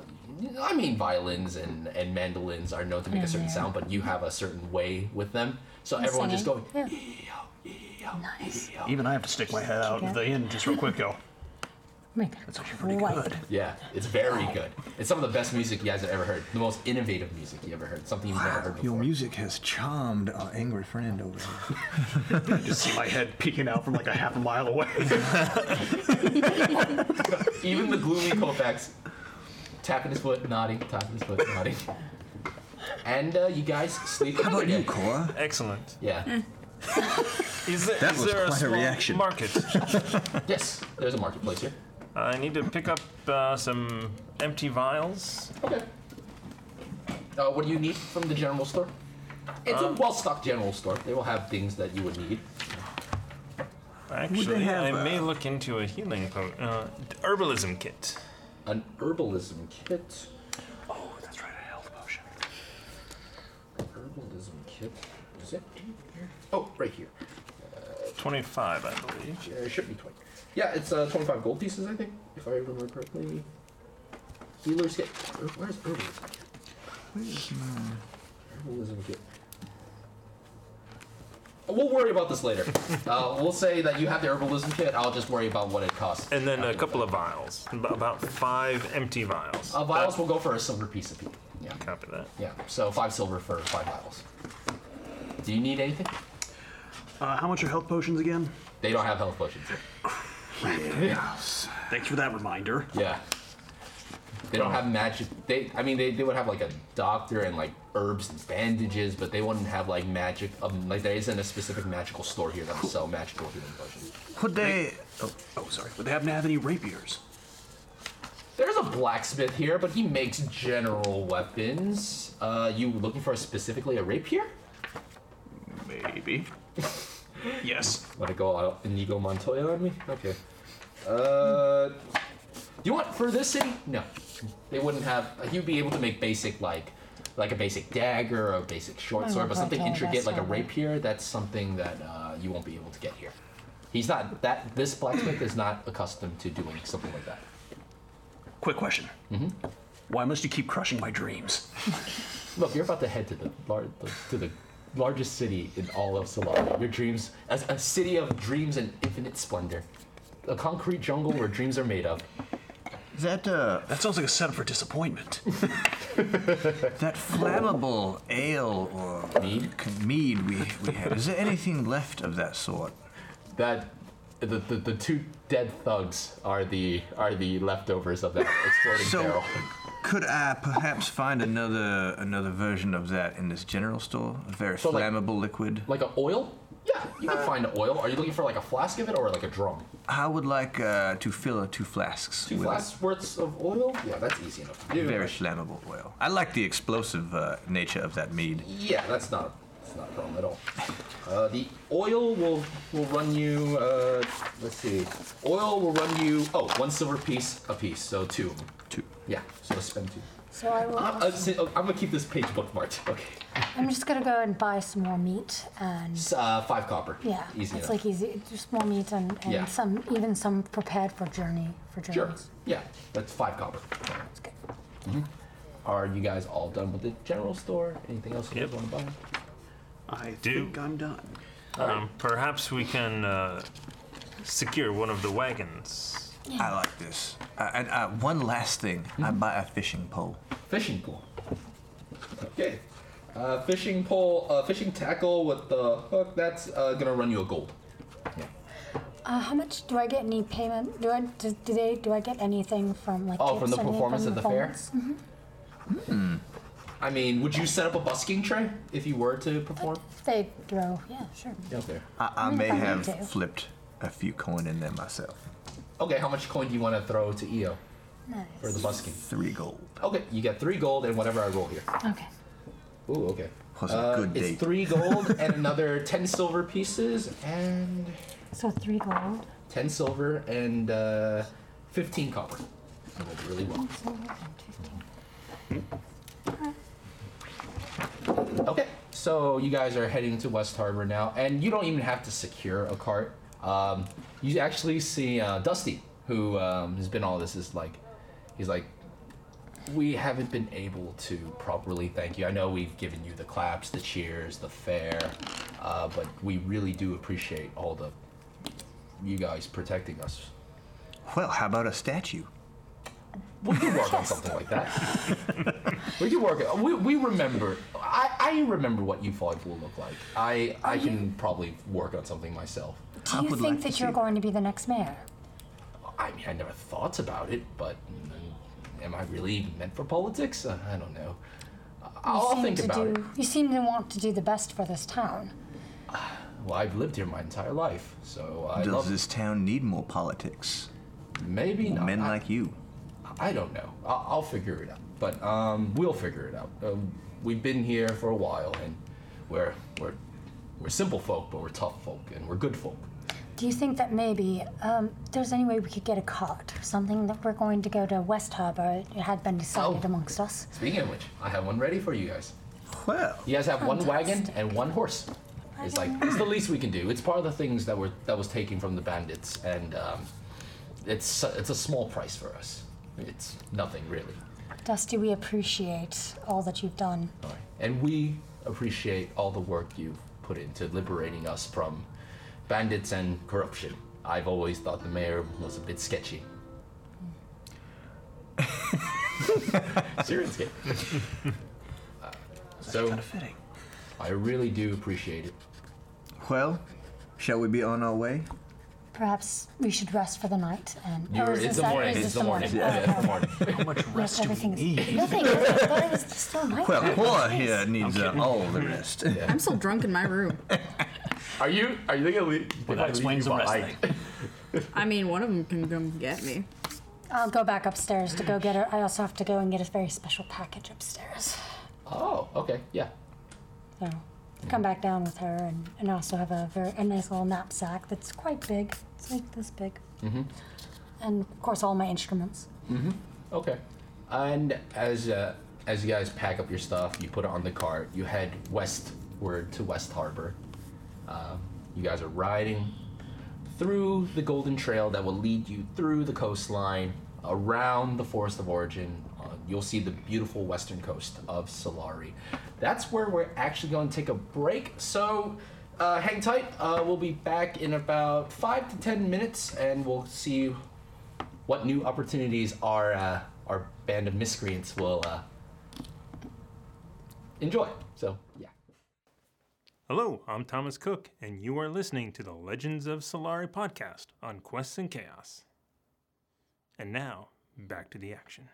[SPEAKER 3] I mean, violins and, and mandolins are known to
[SPEAKER 8] Oh,
[SPEAKER 3] make a certain sound, but you have a certain way with them. So everyone just going.
[SPEAKER 8] singing. Yeah.
[SPEAKER 3] Nice.
[SPEAKER 5] Even I have to stick my head out of the inn just real quick, go.
[SPEAKER 8] Make it
[SPEAKER 5] It's actually pretty
[SPEAKER 8] quite-
[SPEAKER 5] good.
[SPEAKER 3] Yeah, it's very good. It's some of the best music you guys have ever heard. The most innovative music you ever heard. Something you've never heard before.
[SPEAKER 2] Your music has charmed our angry friend over here.
[SPEAKER 5] I just see my head peeking out from like a half a mile away.
[SPEAKER 3] Even the gloomy Colfax tapping his foot, nodding, tapping his foot, nodding. And uh, you guys sleep.
[SPEAKER 2] How about you,
[SPEAKER 3] again.
[SPEAKER 2] Cora?
[SPEAKER 4] Excellent.
[SPEAKER 3] Yeah.
[SPEAKER 4] Is there,
[SPEAKER 2] That
[SPEAKER 4] is
[SPEAKER 2] was
[SPEAKER 4] there a
[SPEAKER 2] quite a
[SPEAKER 4] small
[SPEAKER 2] reaction.
[SPEAKER 4] market?
[SPEAKER 3] Yes, there's a marketplace here.
[SPEAKER 4] I need to pick up uh, some empty vials.
[SPEAKER 3] Okay. Uh, what do you need from the general store? It's a well-stocked general store. They will have things that you would need.
[SPEAKER 4] Actually,
[SPEAKER 6] have,
[SPEAKER 4] I may
[SPEAKER 6] uh,
[SPEAKER 4] look into a healing po- uh, herbalism kit.
[SPEAKER 3] An herbalism kit.
[SPEAKER 5] oh, that's right, a health potion.
[SPEAKER 3] Herbalism kit. Is it in here? Oh, right here.
[SPEAKER 4] 25, I believe.
[SPEAKER 3] Yeah, it should be 20. Yeah, it's uh, 25 gold pieces, I think, if I remember correctly. Healer's kit. Her- Where's herbalism kit? Herbalism kit. We'll worry about this later. uh, we'll say that you have the herbalism kit. I'll just worry about what it costs.
[SPEAKER 4] And then a couple of vials. Ab- About five empty vials.
[SPEAKER 3] Uh, vials will go for a silver piece of people. Yeah.
[SPEAKER 4] That- Copy that.
[SPEAKER 3] Yeah. So five silver for five vials. Do you need anything?
[SPEAKER 5] Uh, how much are health potions again?
[SPEAKER 3] They don't have health potions. here.
[SPEAKER 5] Thanks for that reminder.
[SPEAKER 3] Yeah. They don't have magic. They, I mean, they, they would have like a doctor and like herbs and bandages, but they wouldn't have like magic. Um, like there isn't a specific magical store here that will sell magical healing potions.
[SPEAKER 6] Could they?
[SPEAKER 5] Oh, oh, sorry. Would they happen to have any rapiers?
[SPEAKER 3] There's a blacksmith here, but he makes general weapons. Uh, you looking for specifically a rapier?
[SPEAKER 5] Maybe. yes.
[SPEAKER 3] Want to go out Inigo Montoya on me? Okay. Uh, do you want for this city? No, they wouldn't have. You'd be able to make basic like, like a basic dagger or a basic short
[SPEAKER 8] I
[SPEAKER 3] sword,
[SPEAKER 8] want
[SPEAKER 3] but something
[SPEAKER 8] Montoya,
[SPEAKER 3] intricate
[SPEAKER 8] that's
[SPEAKER 3] like a
[SPEAKER 8] not right.
[SPEAKER 3] rapier. That's something that uh, you won't be able to get here. He's not that. This blacksmith is not accustomed to doing something like that.
[SPEAKER 5] Quick question. Mm-hmm. Why must you keep crushing my dreams?
[SPEAKER 3] Look, you're about to head to the, lar- the to the largest city in all of Solari. Your dreams, as a city of dreams and infinite splendor, a concrete jungle where dreams are made of.
[SPEAKER 6] Is that uh,
[SPEAKER 5] That sounds like a setup for disappointment.
[SPEAKER 6] that flammable ale or mead? Mead we we had. Is there anything left of that sort?
[SPEAKER 3] that the, the, the two dead thugs are the are the leftovers of that exploding
[SPEAKER 6] So,
[SPEAKER 3] barrel.
[SPEAKER 6] could I perhaps find another another version of that in this general store? A very
[SPEAKER 3] like-
[SPEAKER 6] flammable liquid.
[SPEAKER 3] Like an oil? Yeah, you
[SPEAKER 6] Uh,
[SPEAKER 3] can find an oil. Are you looking for like a flask of it or like a drum?
[SPEAKER 6] I would like uh, to fill two flasks.
[SPEAKER 3] Two
[SPEAKER 6] with
[SPEAKER 3] flasks worth of oil? Yeah, that's easy enough to do.
[SPEAKER 6] Very flammable oil. I like the explosive uh, nature of that mead.
[SPEAKER 3] Yeah, that's not that's not a problem at all. Uh, the oil will will run you. Uh, let's see, oil will run you. Oh, one silver piece a piece, so two. of 'em.
[SPEAKER 6] Two.
[SPEAKER 3] Yeah, so spend two.
[SPEAKER 8] So I will.
[SPEAKER 3] I'm, I'm, I'm gonna keep this page bookmarked. Okay,
[SPEAKER 8] I'm just gonna go and buy some more meat and.
[SPEAKER 3] It's, uh, five copper.
[SPEAKER 8] Yeah,
[SPEAKER 3] easy
[SPEAKER 8] it's
[SPEAKER 3] enough.
[SPEAKER 8] like easy. Just more meat and, and
[SPEAKER 3] Yeah.
[SPEAKER 8] some, even some prepared for journey for
[SPEAKER 3] Sure.
[SPEAKER 8] journeys.
[SPEAKER 3] Yeah, that's five copper.
[SPEAKER 8] That's good.
[SPEAKER 3] Mm-hmm. Are you guys all done with the general store? Anything else you
[SPEAKER 4] Yep.
[SPEAKER 3] guys want to buy?
[SPEAKER 5] I
[SPEAKER 4] Do.
[SPEAKER 5] think I'm done.
[SPEAKER 4] Um, perhaps we can uh, secure one of the wagons.
[SPEAKER 6] I like this. Uh, and uh, one last thing, I buy a fishing pole.
[SPEAKER 3] Fishing pole. Okay. Uh, fishing pole, uh, fishing tackle with the hook. That's uh, gonna run you a gold.
[SPEAKER 8] Uh, how much do I get any payment? Do I do, do they do I get anything from like?
[SPEAKER 3] Oh, from the
[SPEAKER 8] tips or anything
[SPEAKER 3] performance
[SPEAKER 8] from
[SPEAKER 3] at the fair?
[SPEAKER 8] performance? Mhm.
[SPEAKER 3] I mean, would you set up a busking tray if you were to perform?
[SPEAKER 8] If they throw, yeah, sure.
[SPEAKER 3] Okay.
[SPEAKER 6] I, I may
[SPEAKER 8] I need
[SPEAKER 6] have
[SPEAKER 8] to.
[SPEAKER 6] flipped a few coin in there myself.
[SPEAKER 3] Okay. How much coin do you want to throw to Eo for the
[SPEAKER 8] Nice.
[SPEAKER 3] busking?
[SPEAKER 6] Three gold.
[SPEAKER 3] Okay. You get three gold and whatever I roll here.
[SPEAKER 8] Okay.
[SPEAKER 3] Ooh. Okay. Uh,
[SPEAKER 6] Plus a good
[SPEAKER 3] it's
[SPEAKER 6] date.
[SPEAKER 3] three gold and another ten silver pieces and
[SPEAKER 8] So three gold.
[SPEAKER 3] ten silver and uh, fifteen copper. You rolled really well.
[SPEAKER 8] So and fifteen.
[SPEAKER 3] Okay, so you guys are heading to West Harbor now, and you don't even have to secure a cart. Um, you actually see uh, Dusty, who um, has been all this, is like, he's like, we haven't been able to properly thank you. I know we've given you the claps, the cheers, the fare, uh, but we really do appreciate all the you guys protecting us.
[SPEAKER 6] Well, how about a statue?
[SPEAKER 3] We could work on something like that. we could work. We, we remember. I, I remember what you five will look like. I I can probably work on something myself.
[SPEAKER 8] Do
[SPEAKER 6] I
[SPEAKER 8] you
[SPEAKER 6] would
[SPEAKER 8] think
[SPEAKER 6] like to
[SPEAKER 8] that
[SPEAKER 6] see
[SPEAKER 8] you're
[SPEAKER 6] it.
[SPEAKER 8] going to be the next mayor?
[SPEAKER 3] I mean, I never thought about it, but mm, am I really meant for politics? Uh, I don't know. Oh, I'll
[SPEAKER 8] seem
[SPEAKER 3] think
[SPEAKER 8] to
[SPEAKER 3] about
[SPEAKER 8] do,
[SPEAKER 3] it.
[SPEAKER 8] You seem to want to do the best for this town.
[SPEAKER 3] Well, I've lived here my entire life, so I
[SPEAKER 6] Does
[SPEAKER 3] love
[SPEAKER 6] this town need more politics?
[SPEAKER 3] Maybe not.
[SPEAKER 6] Men
[SPEAKER 3] I-
[SPEAKER 6] like you.
[SPEAKER 3] I don't know. I'll, I'll figure it out. But um, we'll figure it out. Um, we've been here for a while, and we're we're we're simple folk, but we're tough folk, and we're good folk.
[SPEAKER 8] Do you think that maybe um, there's any way we could get a cart, something that we're going to go to West Harbor? It had been decided
[SPEAKER 3] Oh.
[SPEAKER 8] amongst us.
[SPEAKER 3] Speaking of which, I have one ready for you guys.
[SPEAKER 6] Well,
[SPEAKER 3] You guys have one wagon and one horse. It's like it's the least we can do. It's part of the things that were that was taken from the bandits, and um, it's it's a small price for us. It's nothing really.
[SPEAKER 8] Dusty, we appreciate all that you've done.
[SPEAKER 3] All right. And we appreciate all the work you've put into liberating us from bandits and corruption. I've always thought the mayor was a bit sketchy. Seriously. Uh, so
[SPEAKER 5] Kind of fitting.
[SPEAKER 3] I really do appreciate it.
[SPEAKER 6] well, shall we be on our way?
[SPEAKER 8] Perhaps we should rest for the night and.
[SPEAKER 3] You
[SPEAKER 8] or
[SPEAKER 3] were-
[SPEAKER 8] is
[SPEAKER 3] it's
[SPEAKER 8] this
[SPEAKER 3] the
[SPEAKER 8] that-
[SPEAKER 3] morning.
[SPEAKER 8] is
[SPEAKER 3] It's
[SPEAKER 8] this
[SPEAKER 3] the morning.
[SPEAKER 8] Oh,
[SPEAKER 3] Yeah, it's the
[SPEAKER 8] okay.
[SPEAKER 3] morning.
[SPEAKER 5] How much
[SPEAKER 8] Yes,
[SPEAKER 5] rest do we
[SPEAKER 8] everything
[SPEAKER 5] need?
[SPEAKER 8] is. Nothing. but it was still night.
[SPEAKER 6] Well, Paula
[SPEAKER 8] Yes.
[SPEAKER 6] here needs uh, all the rest.
[SPEAKER 3] I'm
[SPEAKER 9] still drunk in my room.
[SPEAKER 3] Are you? Are you gonna leave?
[SPEAKER 5] Well, that explains the rest thing.
[SPEAKER 9] I mean, one of them can come get me.
[SPEAKER 8] I'll go back upstairs to go get her. I also have to go and get a very special package upstairs.
[SPEAKER 3] Oh, okay. Yeah.
[SPEAKER 8] So come back down with her and, and also have a very a nice little knapsack that's quite big. It's like this big. Mm-hmm. And of course, all my instruments.
[SPEAKER 3] Okay. And as uh, as you guys pack up your stuff, you put it on the cart. You head westward to West Harbor. Um, you guys are riding through the Golden Trail that will lead you through the coastline, around the Forest of Origin. Uh, you'll see the beautiful western coast of Solari. That's where we're actually going to take a break. So. Uh, hang tight. Uh, we'll be back in about five to ten minutes, and we'll see what new opportunities our uh, our band of miscreants will uh, enjoy. So yeah.
[SPEAKER 1] Hello, I'm Thomas Cook, and you are listening to the Legends of Solari podcast on Quests and Chaos. And now, back to the action.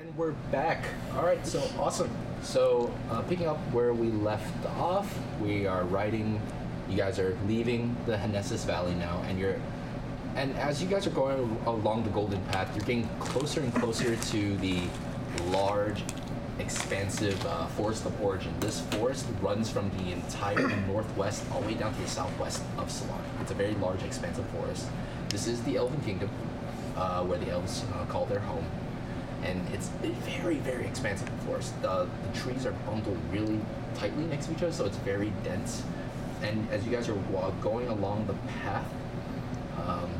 [SPEAKER 3] And we're back. All right, so awesome. So uh, picking up where we left off, we are riding. You guys are leaving the Hnesis Valley now, and you're, and as you guys are going along the Golden Path, you're getting closer and closer to the large, expansive uh, Forest of Origin. This forest runs from the entire northwest all the way down to the southwest of Salon. It's a very large, expansive forest. This is the Elven Kingdom, uh, where the elves uh, call their home and it's a very very expansive forest. The, the trees are bundled really tightly next to each other, so it's very dense. And as you guys are wa- going along the path, um,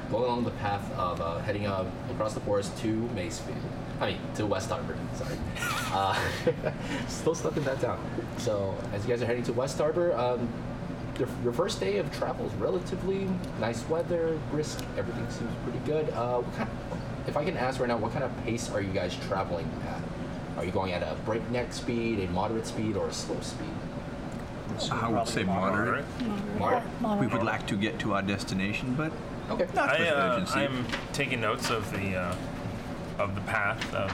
[SPEAKER 3] going along the path of uh, heading up across the forest to Macefield. I mean, to West Harbor, sorry. Uh, still stuck in that town. So, as you guys are heading to West Harbor, um, your, your first day of travel is relatively nice weather, brisk, everything seems pretty good. Uh, what kind if I can ask right now, what kind of pace are you guys traveling at? Are you going at a breakneck speed, a moderate speed, or a slow speed?
[SPEAKER 6] I would say moderate.
[SPEAKER 3] Moderate.
[SPEAKER 6] We would like to get to our destination, but
[SPEAKER 3] Okay.
[SPEAKER 6] not
[SPEAKER 4] I,
[SPEAKER 6] with
[SPEAKER 4] uh,
[SPEAKER 6] urgency.
[SPEAKER 4] I'm taking notes of the uh, of the path of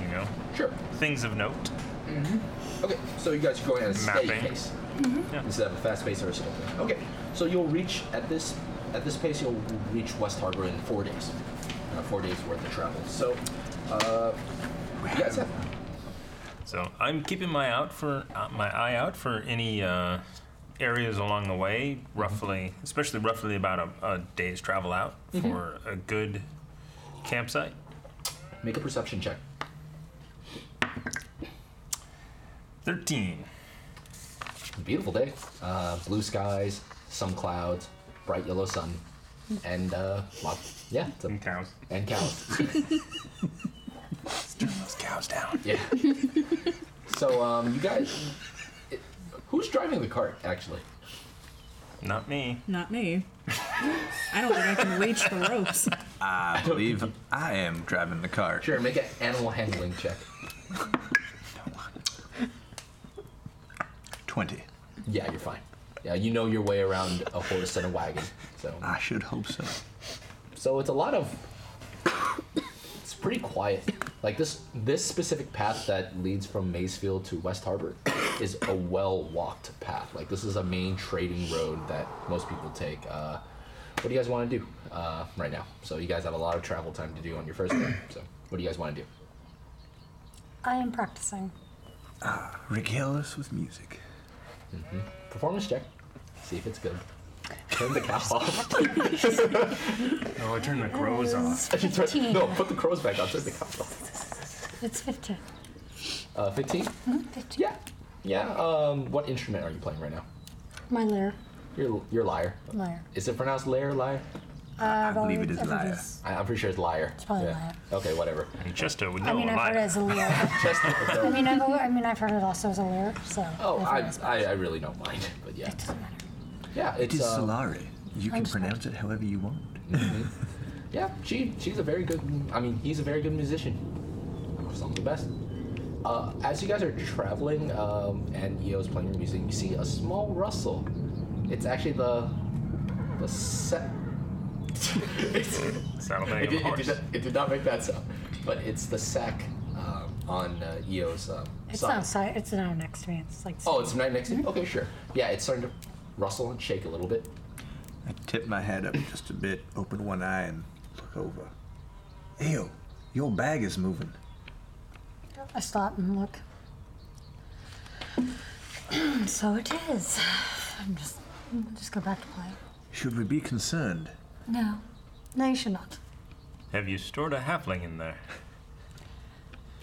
[SPEAKER 4] you know
[SPEAKER 3] Sure.
[SPEAKER 4] things of note.
[SPEAKER 3] Okay, so you guys are going at a steady
[SPEAKER 4] Mapping.
[SPEAKER 3] pace instead of a fast pace or a slow pace. Okay, so you'll reach at this at this pace you'll reach West Harbor in four days, uh, four days worth of travel. So, uh, you guys have
[SPEAKER 4] So I'm keeping my out for uh, my eye out for any uh, areas along the way, roughly, especially roughly about a, a day's travel out for a good campsite.
[SPEAKER 3] make a perception check.
[SPEAKER 4] Thirteen.
[SPEAKER 3] Beautiful day, uh, blue skies, some clouds, bright yellow sun, and uh, lot, yeah, it's a,
[SPEAKER 4] cows.
[SPEAKER 3] and cows.
[SPEAKER 4] Those cows down.
[SPEAKER 3] Yeah. so, um, you guys, it, who's driving the cart actually?
[SPEAKER 4] Not me.
[SPEAKER 9] Not me. I don't think I can reach the ropes.
[SPEAKER 6] I believe I am driving the car.
[SPEAKER 3] Sure, make an animal handling check.
[SPEAKER 6] 20.
[SPEAKER 3] Yeah, you're fine. Yeah, you know your way around a horse and a wagon. So,
[SPEAKER 6] I should hope so.
[SPEAKER 3] so it's a lot of. It's pretty quiet. Like this, this specific path that leads from Maysfield to West Harbor is a well-walked path. Like this is a main trading road that most people take. Uh, what do you guys want to do uh, right now? So you guys have a lot of travel time to do on your first day. So what do you guys want to do?
[SPEAKER 8] I am practicing.
[SPEAKER 6] Regale us with music.
[SPEAKER 3] Performance check. See if it's good. Turn the cow off.
[SPEAKER 4] Oh, I turned the crows off.
[SPEAKER 8] Fifteen.
[SPEAKER 3] no, put the crows back on. Turn the cow off.
[SPEAKER 8] It's fifteen.
[SPEAKER 3] Uh, Fifteen.
[SPEAKER 8] Fifteen.
[SPEAKER 3] Yeah. Yeah. Um, what instrument are you playing right now?
[SPEAKER 8] My lyre.
[SPEAKER 3] You're you're liar.
[SPEAKER 8] Lyre.
[SPEAKER 3] Is it pronounced layer liar?
[SPEAKER 8] I
[SPEAKER 6] believe it is lyre.
[SPEAKER 3] I, I'm pretty sure it's liar. It's
[SPEAKER 8] probably
[SPEAKER 3] yeah.
[SPEAKER 8] lyre.
[SPEAKER 3] Okay, whatever.
[SPEAKER 4] And Chester would know
[SPEAKER 8] I mean,
[SPEAKER 4] am
[SPEAKER 8] I've heard it as a lyre.
[SPEAKER 3] Just,
[SPEAKER 8] I mean, I've, al- I mean, I've heard it also as a lyre. So.
[SPEAKER 3] oh,
[SPEAKER 8] I've
[SPEAKER 3] I,
[SPEAKER 8] heard it
[SPEAKER 3] I I really don't mind, but yeah,
[SPEAKER 8] as- doesn't matter.
[SPEAKER 3] yeah, it's
[SPEAKER 6] It is
[SPEAKER 3] uh,
[SPEAKER 6] Solari. You can
[SPEAKER 8] just-
[SPEAKER 6] pronounce it however you want.
[SPEAKER 3] yeah. She she's a very good. I mean, he's a very good musician. Some of the best. Uh, as you guys are traveling um, and Eo's playing your music, you see a small rustle. It's actually the the set.
[SPEAKER 4] Saddlebag of a
[SPEAKER 3] It did, it, did
[SPEAKER 4] horse.
[SPEAKER 3] not, it did not make that sound, but it's the sack um, on uh, Eo's um,
[SPEAKER 8] It's
[SPEAKER 3] side.
[SPEAKER 8] not side. It's not next to me. It's like.
[SPEAKER 3] Oh, it's right next to you? Okay, sure. Yeah, it's starting to rustle and shake a little bit.
[SPEAKER 6] I tip my head up just a bit, open one eye, and look over. Ew, your bag is moving.
[SPEAKER 8] I stop and look. so it is. I'm just. I'll just go back to play.
[SPEAKER 6] Should we be concerned?
[SPEAKER 8] No. No, you should not.
[SPEAKER 4] Have you stored a halfling in there?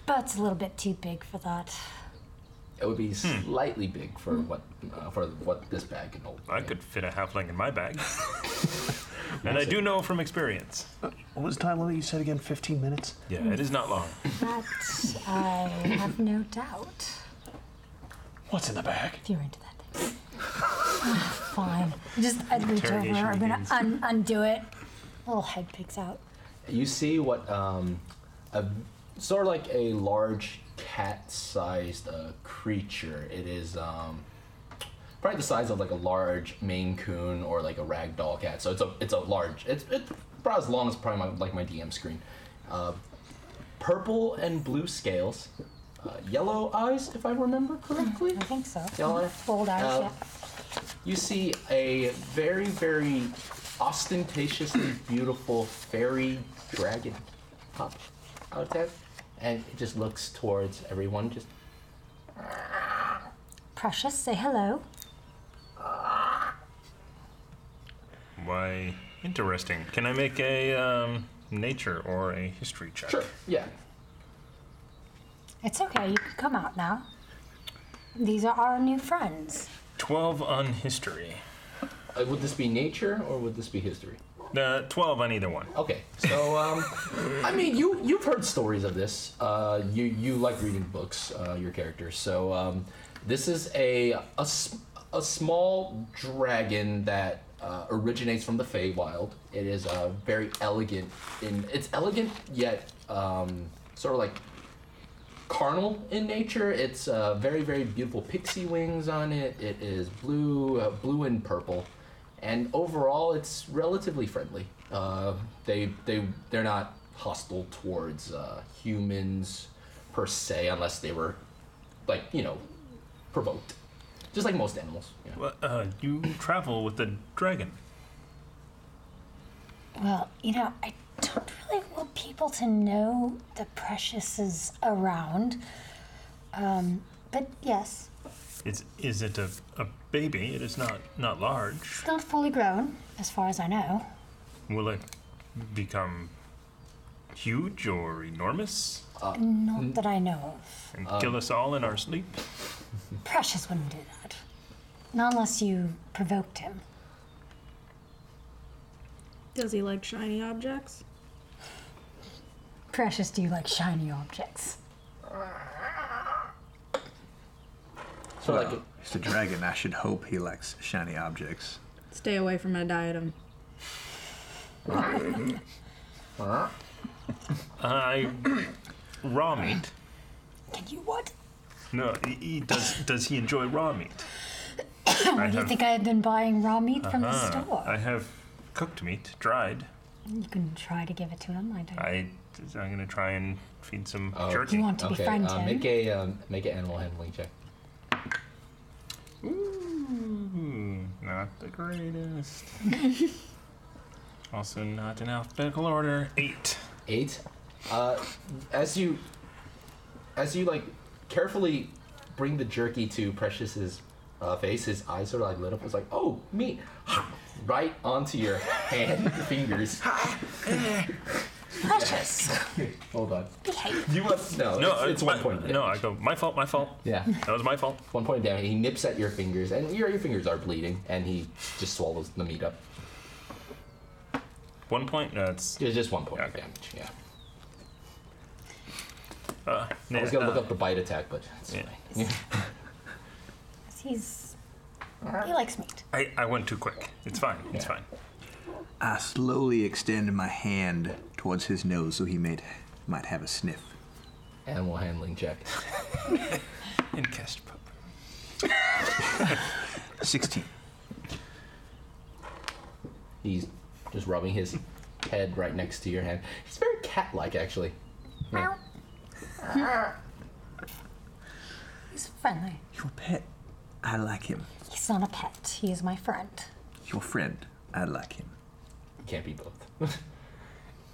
[SPEAKER 8] Bird's a little bit too big for that.
[SPEAKER 3] It would be
[SPEAKER 4] Hmm.
[SPEAKER 3] slightly big for what uh, for what this bag can hold.
[SPEAKER 4] I could fit a halfling in my bag. and I do know from experience.
[SPEAKER 5] What was the time limit you said again? 15 minutes?
[SPEAKER 4] Yeah, it is not long.
[SPEAKER 8] That I have no doubt.
[SPEAKER 5] What's in the bag?
[SPEAKER 8] If you're into that. thing. Ah, Fine. Just I'd reach over. I'm gonna un- undo it. Little head peeks out.
[SPEAKER 3] You see what um, a sort of like a large cat-sized uh, creature. It is um, probably the size of like a large Maine Coon or like a ragdoll cat. So it's a it's a large. It's it's about as long as probably my, like my DM screen. Uh, purple and blue scales, uh, yellow eyes, if I remember correctly.
[SPEAKER 8] I think so.
[SPEAKER 3] Yellow eyes.
[SPEAKER 8] Fold eyes.
[SPEAKER 3] Uh,
[SPEAKER 8] yeah.
[SPEAKER 3] you see a very, very ostentatiously beautiful fairy dragon pop out of that, and it just looks towards everyone. Just
[SPEAKER 8] Precious, say hello.
[SPEAKER 4] Why, interesting. Can I make a um, nature or a history check?
[SPEAKER 3] sure, yeah.
[SPEAKER 8] It's okay. You can come out now. These are our new friends.
[SPEAKER 4] 12 on history.
[SPEAKER 3] Uh, would this be nature or would this be history?
[SPEAKER 4] The 12 on either one.
[SPEAKER 3] Okay, so um, I mean, you you've heard stories of this. Uh, you you like reading books, uh, your character. So um, this is a a, s- a small dragon that uh, originates from the Feywild. It is uh, very elegant. In it's elegant yet um, sort of like carnal in nature. It's uh, very, very beautiful pixie wings on it. It is blue, uh, blue and purple, and overall, it's relatively friendly. Uh, they they they're not hostile towards uh, humans per se, unless they were like you know provoked, just like most animals. you know.
[SPEAKER 4] Well, uh, you travel with the dragon.
[SPEAKER 8] Well, you know, I don't really want people to know the precious is around. Um, but yes,
[SPEAKER 4] It's, is it a, a baby? It is not, not large.
[SPEAKER 8] it's not fully grown, as far as I know.
[SPEAKER 4] Will it become huge or enormous Hmm?
[SPEAKER 8] Not that I know of.
[SPEAKER 4] and kill us all in our sleep?
[SPEAKER 8] Precious wouldn't do that. Not unless you provoked him.
[SPEAKER 9] Does he like shiny objects?
[SPEAKER 8] Precious, do you like shiny objects?
[SPEAKER 3] So like
[SPEAKER 6] It's a dragon. I should hope he likes shiny objects.
[SPEAKER 9] Stay away from my diadem.
[SPEAKER 4] I raw meat.
[SPEAKER 8] Can you what?
[SPEAKER 4] No, he, he does. Does he enjoy raw meat? I
[SPEAKER 8] Do you
[SPEAKER 4] have-
[SPEAKER 8] think I had been buying raw meat from the
[SPEAKER 4] Ah,
[SPEAKER 8] store?
[SPEAKER 4] I have cooked meat, dried.
[SPEAKER 8] You can try to give it to him. I don't.
[SPEAKER 4] I I'm gonna try and feed some
[SPEAKER 8] Do you
[SPEAKER 4] jerky.
[SPEAKER 8] want to
[SPEAKER 3] okay,
[SPEAKER 8] befriend
[SPEAKER 3] uh,
[SPEAKER 8] him?
[SPEAKER 3] make a um, make an animal handling check.
[SPEAKER 4] Ooh, Hmm, not the greatest. also not in alphabetical order. Eight.
[SPEAKER 3] eight. Uh, as you, as you like, carefully bring the jerky to Precious's uh, face, his eyes sort of like lit up. It's like, oh, meat, right onto your hand fingers.
[SPEAKER 8] Precious,
[SPEAKER 3] Hold on.
[SPEAKER 8] behave.
[SPEAKER 3] You must know.
[SPEAKER 4] No,
[SPEAKER 3] it's, it's
[SPEAKER 4] I-
[SPEAKER 3] one point.
[SPEAKER 4] No, I go. My fault. My fault.
[SPEAKER 3] Yeah,
[SPEAKER 4] That was my fault.
[SPEAKER 3] one point down. He nips at your fingers, and your, your fingers are bleeding, and he just swallows the meat up.
[SPEAKER 4] One point. No, it's.
[SPEAKER 3] It's just one point of
[SPEAKER 4] Okay.
[SPEAKER 3] damage. Yeah.
[SPEAKER 4] Uh,
[SPEAKER 3] I was gonna look up the bite attack, but it's
[SPEAKER 4] yeah.
[SPEAKER 3] fine. Yeah.
[SPEAKER 8] He's. He likes meat.
[SPEAKER 4] I, I went too quick. It's fine. It's
[SPEAKER 3] Yeah.
[SPEAKER 4] fine.
[SPEAKER 6] I slowly extend my hand towards his nose so he might might have a sniff.
[SPEAKER 3] Animal handling check.
[SPEAKER 4] And cast pup.
[SPEAKER 6] Sixteen.
[SPEAKER 3] He's just rubbing his head right next to your hand. He's very cat-like, actually. Yeah.
[SPEAKER 8] He's friendly.
[SPEAKER 6] Your pet. I like him.
[SPEAKER 8] He's not a pet. He is my friend.
[SPEAKER 6] Your friend. I like him.
[SPEAKER 3] Can't be both.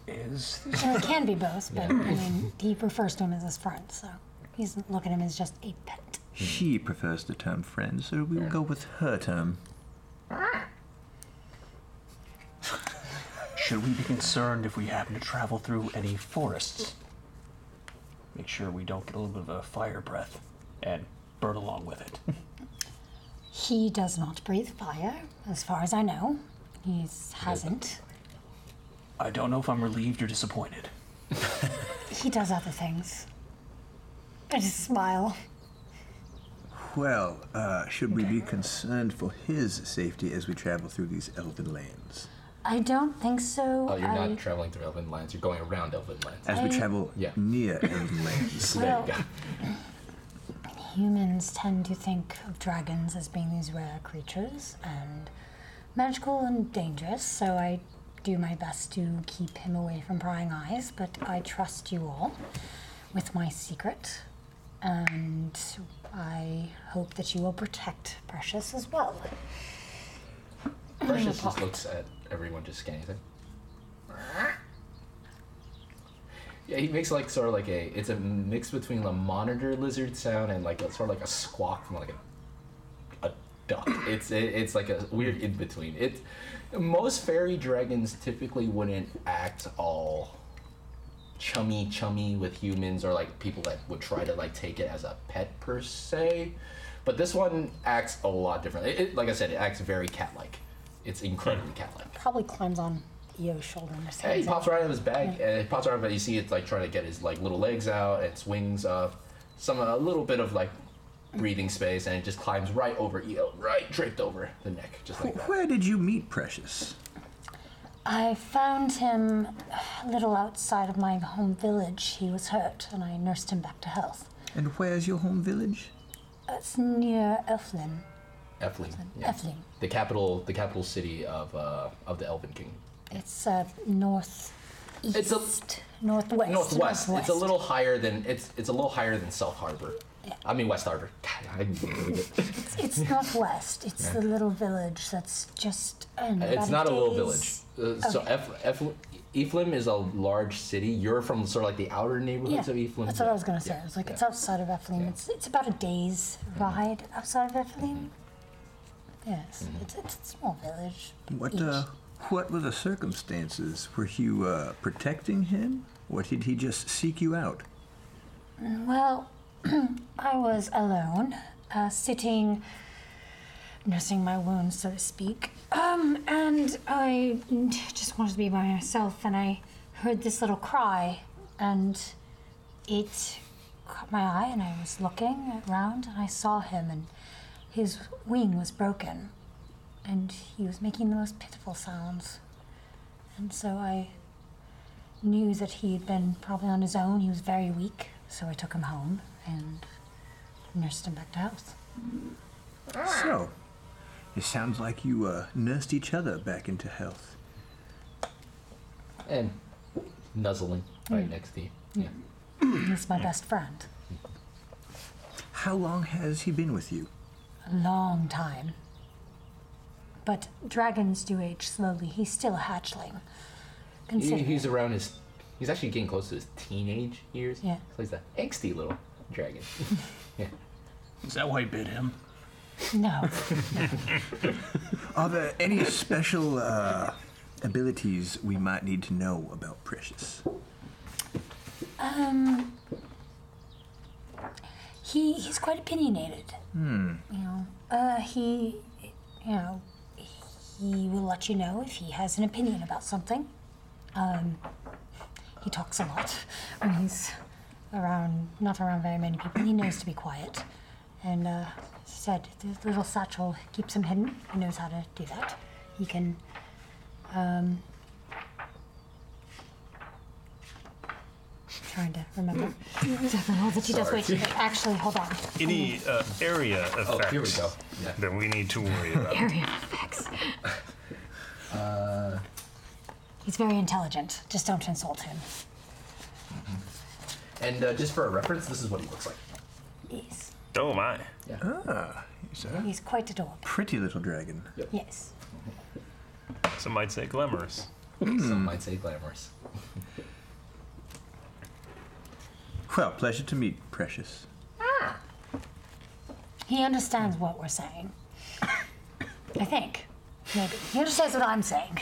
[SPEAKER 5] Is
[SPEAKER 8] And it can be both, but I mean, he refers to him as his friend, so he's looking at him as just a pet.
[SPEAKER 6] She prefers the term friend, so we'll go with her term.
[SPEAKER 5] Should we be concerned if we happen to travel through any forests? Make sure we don't get a little bit of a fire breath and burn along with it.
[SPEAKER 8] He does not breathe fire, as far as I know. He hasn't.
[SPEAKER 5] I don't know if I'm relieved or disappointed.
[SPEAKER 8] He does other things. I just smile.
[SPEAKER 6] Well, uh, should we be concerned for his safety as we travel through these elven lands?
[SPEAKER 8] I don't think so.
[SPEAKER 3] Oh, you're
[SPEAKER 8] I,
[SPEAKER 3] not traveling through Elven Lands. You're going around Elven Lands.
[SPEAKER 6] As we
[SPEAKER 8] I-
[SPEAKER 6] travel
[SPEAKER 3] Yeah.
[SPEAKER 6] near elven lands.
[SPEAKER 3] There you
[SPEAKER 8] well,
[SPEAKER 3] go.
[SPEAKER 8] humans tend to think of dragons as being these rare creatures and magical and dangerous, so I do my best to keep him away from prying eyes, but I trust you all with my secret, and I hope that you will protect Precious as well.
[SPEAKER 3] Precious just looks at everyone just scanning. He's like, yeah, he makes like sort of like a. It's a mix between a monitor lizard sound and like a sort of like a squawk from like a, a duck. It's it, it's like a weird in between. It most fairy dragons typically wouldn't act all chummy chummy with humans or like people that would try to like take it as a pet per se. But this one acts a lot differently. It, it- like I said, it acts very cat-like. It's incredibly cat-like.
[SPEAKER 8] Probably climbs on Eo shoulder and his
[SPEAKER 3] Hey, he
[SPEAKER 8] hands
[SPEAKER 3] pops
[SPEAKER 8] out.
[SPEAKER 3] right out of his bag, and it pops right out, but you see it's like trying to get his like little legs out, its wings up, some a little bit of like breathing space, and it just climbs right over Eo, right draped over the neck, just like that.
[SPEAKER 6] Where did you meet Precious?
[SPEAKER 8] I found him a little outside of my home village. He was hurt, and I nursed him back to health.
[SPEAKER 6] And where's your home village?
[SPEAKER 8] It's near Elflin.
[SPEAKER 3] Efling, yeah.
[SPEAKER 8] Elflin.
[SPEAKER 3] the capital, the capital city of uh, of the Elven Kingdom.
[SPEAKER 8] It's uh, north east,
[SPEAKER 3] It's a-
[SPEAKER 8] northwest,
[SPEAKER 3] Northwest. It's
[SPEAKER 8] northwest.
[SPEAKER 3] a little higher than it's it's a little higher than South Harbor. I mean West Harbor. God, I
[SPEAKER 8] It's, it's northwest. It's the little village that's just. I don't know,
[SPEAKER 3] It's
[SPEAKER 8] about
[SPEAKER 3] not a little village.
[SPEAKER 8] day's-
[SPEAKER 3] Uh, So Ef- Ef- Eflim is a large city. You're from sort of like the outer
[SPEAKER 8] Yeah,
[SPEAKER 3] neighborhoods of Eflim.
[SPEAKER 8] that's what I was gonna say.
[SPEAKER 3] Yeah,
[SPEAKER 8] It's like
[SPEAKER 3] yeah. Mm-hmm.
[SPEAKER 8] it's outside of Effeline. It's it's about a day's ride outside of Effeline. Yes,
[SPEAKER 3] Mm-hmm.
[SPEAKER 8] it's, it's a small village.
[SPEAKER 6] What
[SPEAKER 8] each.
[SPEAKER 6] uh, what were the circumstances? Were you uh, protecting him, or did he just seek you out?
[SPEAKER 8] Well, I was alone, uh, sitting, nursing my wounds, so to speak. Um, and I just wanted to be by myself, and I heard this little cry, and it caught my eye, and I was looking around, and I saw him, and his wing was broken, and he was making the most pitiful sounds. And so I knew that he had been probably on his own. He was very weak, so I took him home and nursed him back to health.
[SPEAKER 6] So, it sounds like you uh, nursed each other back into health.
[SPEAKER 3] And nuzzling
[SPEAKER 8] Mm.
[SPEAKER 3] right next to you. Yeah.
[SPEAKER 8] He's my best friend.
[SPEAKER 6] How long has he been with you?
[SPEAKER 8] A long time. But dragons do age slowly. He's still a hatchling.
[SPEAKER 3] He,
[SPEAKER 8] Consider
[SPEAKER 3] he's around his. He's actually getting close to his teenage years.
[SPEAKER 8] Yeah.
[SPEAKER 3] So he's an angsty little dragon.
[SPEAKER 5] Is that why he bit him?
[SPEAKER 8] no.
[SPEAKER 6] Are there any special uh, abilities we might need to know about Precious?
[SPEAKER 8] Um, he he's quite opinionated. You know, uh, he, you know, he will let you know if he has an opinion about something. Um, he talks a lot when he's around, not around very many people. He knows to be quiet, and uh, as I said the little satchel keeps him hidden. He knows how to do that. He can. Um, trying to uh, remember exactly all that he does. Wait,
[SPEAKER 3] Sorry.
[SPEAKER 8] actually, hold on.
[SPEAKER 1] Any uh, area effects
[SPEAKER 3] Oh, here we go. Yeah.
[SPEAKER 1] that we need to worry about?
[SPEAKER 8] Area effects. Uh. He's very intelligent. Just don't insult him.
[SPEAKER 3] And uh, just for a reference, this is what he looks like.
[SPEAKER 8] He's,
[SPEAKER 1] oh my!
[SPEAKER 6] He's a
[SPEAKER 8] he's quite adorable.
[SPEAKER 6] pretty little dragon.
[SPEAKER 8] Yes.
[SPEAKER 1] Some might say glamorous.
[SPEAKER 3] Some might say glamorous.
[SPEAKER 6] Well, pleasure to meet Precious.
[SPEAKER 8] He understands what we're saying. I think. Maybe. He understands what I'm saying.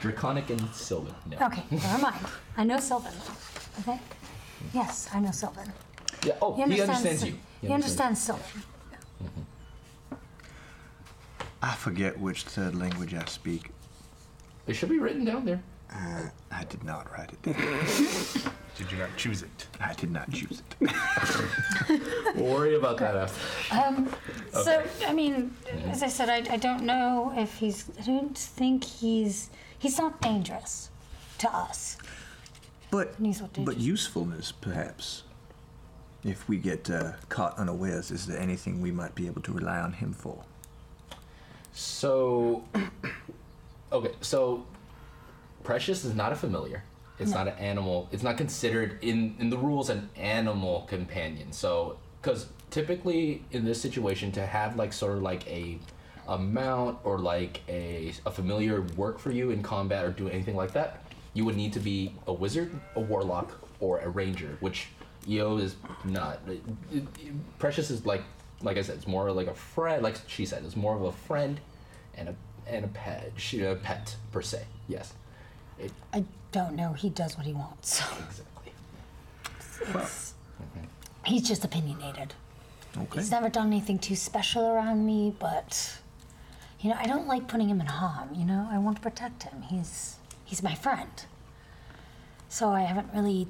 [SPEAKER 3] Draconic and Sylvan. No.
[SPEAKER 8] Okay, never mind. I know Sylvan. I think. Yes, I know Sylvan.
[SPEAKER 3] Yeah. Oh, he understands, you.
[SPEAKER 8] He understands Sylvan.
[SPEAKER 6] I forget which third language I speak.
[SPEAKER 3] It should be written down there.
[SPEAKER 6] I did not write it down.
[SPEAKER 1] Did you not choose it?
[SPEAKER 6] I did not choose it.
[SPEAKER 3] We'll worry about that after.
[SPEAKER 8] So, I mean, as I said, I, I don't know if he's. I don't think he's. He's not dangerous to us.
[SPEAKER 6] But
[SPEAKER 8] Knees will do.
[SPEAKER 6] but usefulness, perhaps. If we get uh, caught unawares, is there anything we might be able to rely on him for?
[SPEAKER 3] So, okay, so Precious is not a familiar. It's not an animal. It's not considered in in the rules an animal companion. So, because typically in this situation, to have like sort of like a a mount or like a a familiar work for you in combat or do anything like that, you would need to be a wizard, a warlock, or a ranger, which Io is not. It- it- Precious is like like I said, it's more like a friend. Like she said, it's more of a friend and a and a pet, she, a pet per se. Yes,
[SPEAKER 8] I don't know. He does what he wants.
[SPEAKER 3] exactly.
[SPEAKER 8] He's just opinionated.
[SPEAKER 6] Okay.
[SPEAKER 8] He's never done anything too special around me, but you know, I don't like putting him in harm, you know? I want to protect him. He's He's my friend. So I haven't really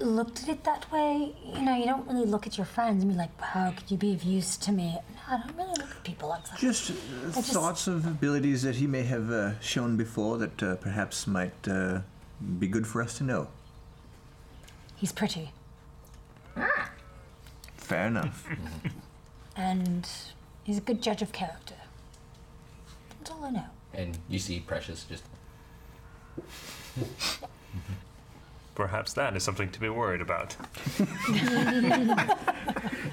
[SPEAKER 8] looked at it that way. You know, you don't really look at your friends and be like, how could you be of use to me? No, I don't really look at people like that.
[SPEAKER 6] Just uh,
[SPEAKER 8] just-
[SPEAKER 6] thoughts of abilities that he may have uh, shown before that uh, perhaps might uh, be good for us to know.
[SPEAKER 8] He's pretty
[SPEAKER 6] Fair enough.
[SPEAKER 8] and he's a good judge of character. That's all I know.
[SPEAKER 3] And you see Precious just.
[SPEAKER 4] Perhaps that is something to be worried about.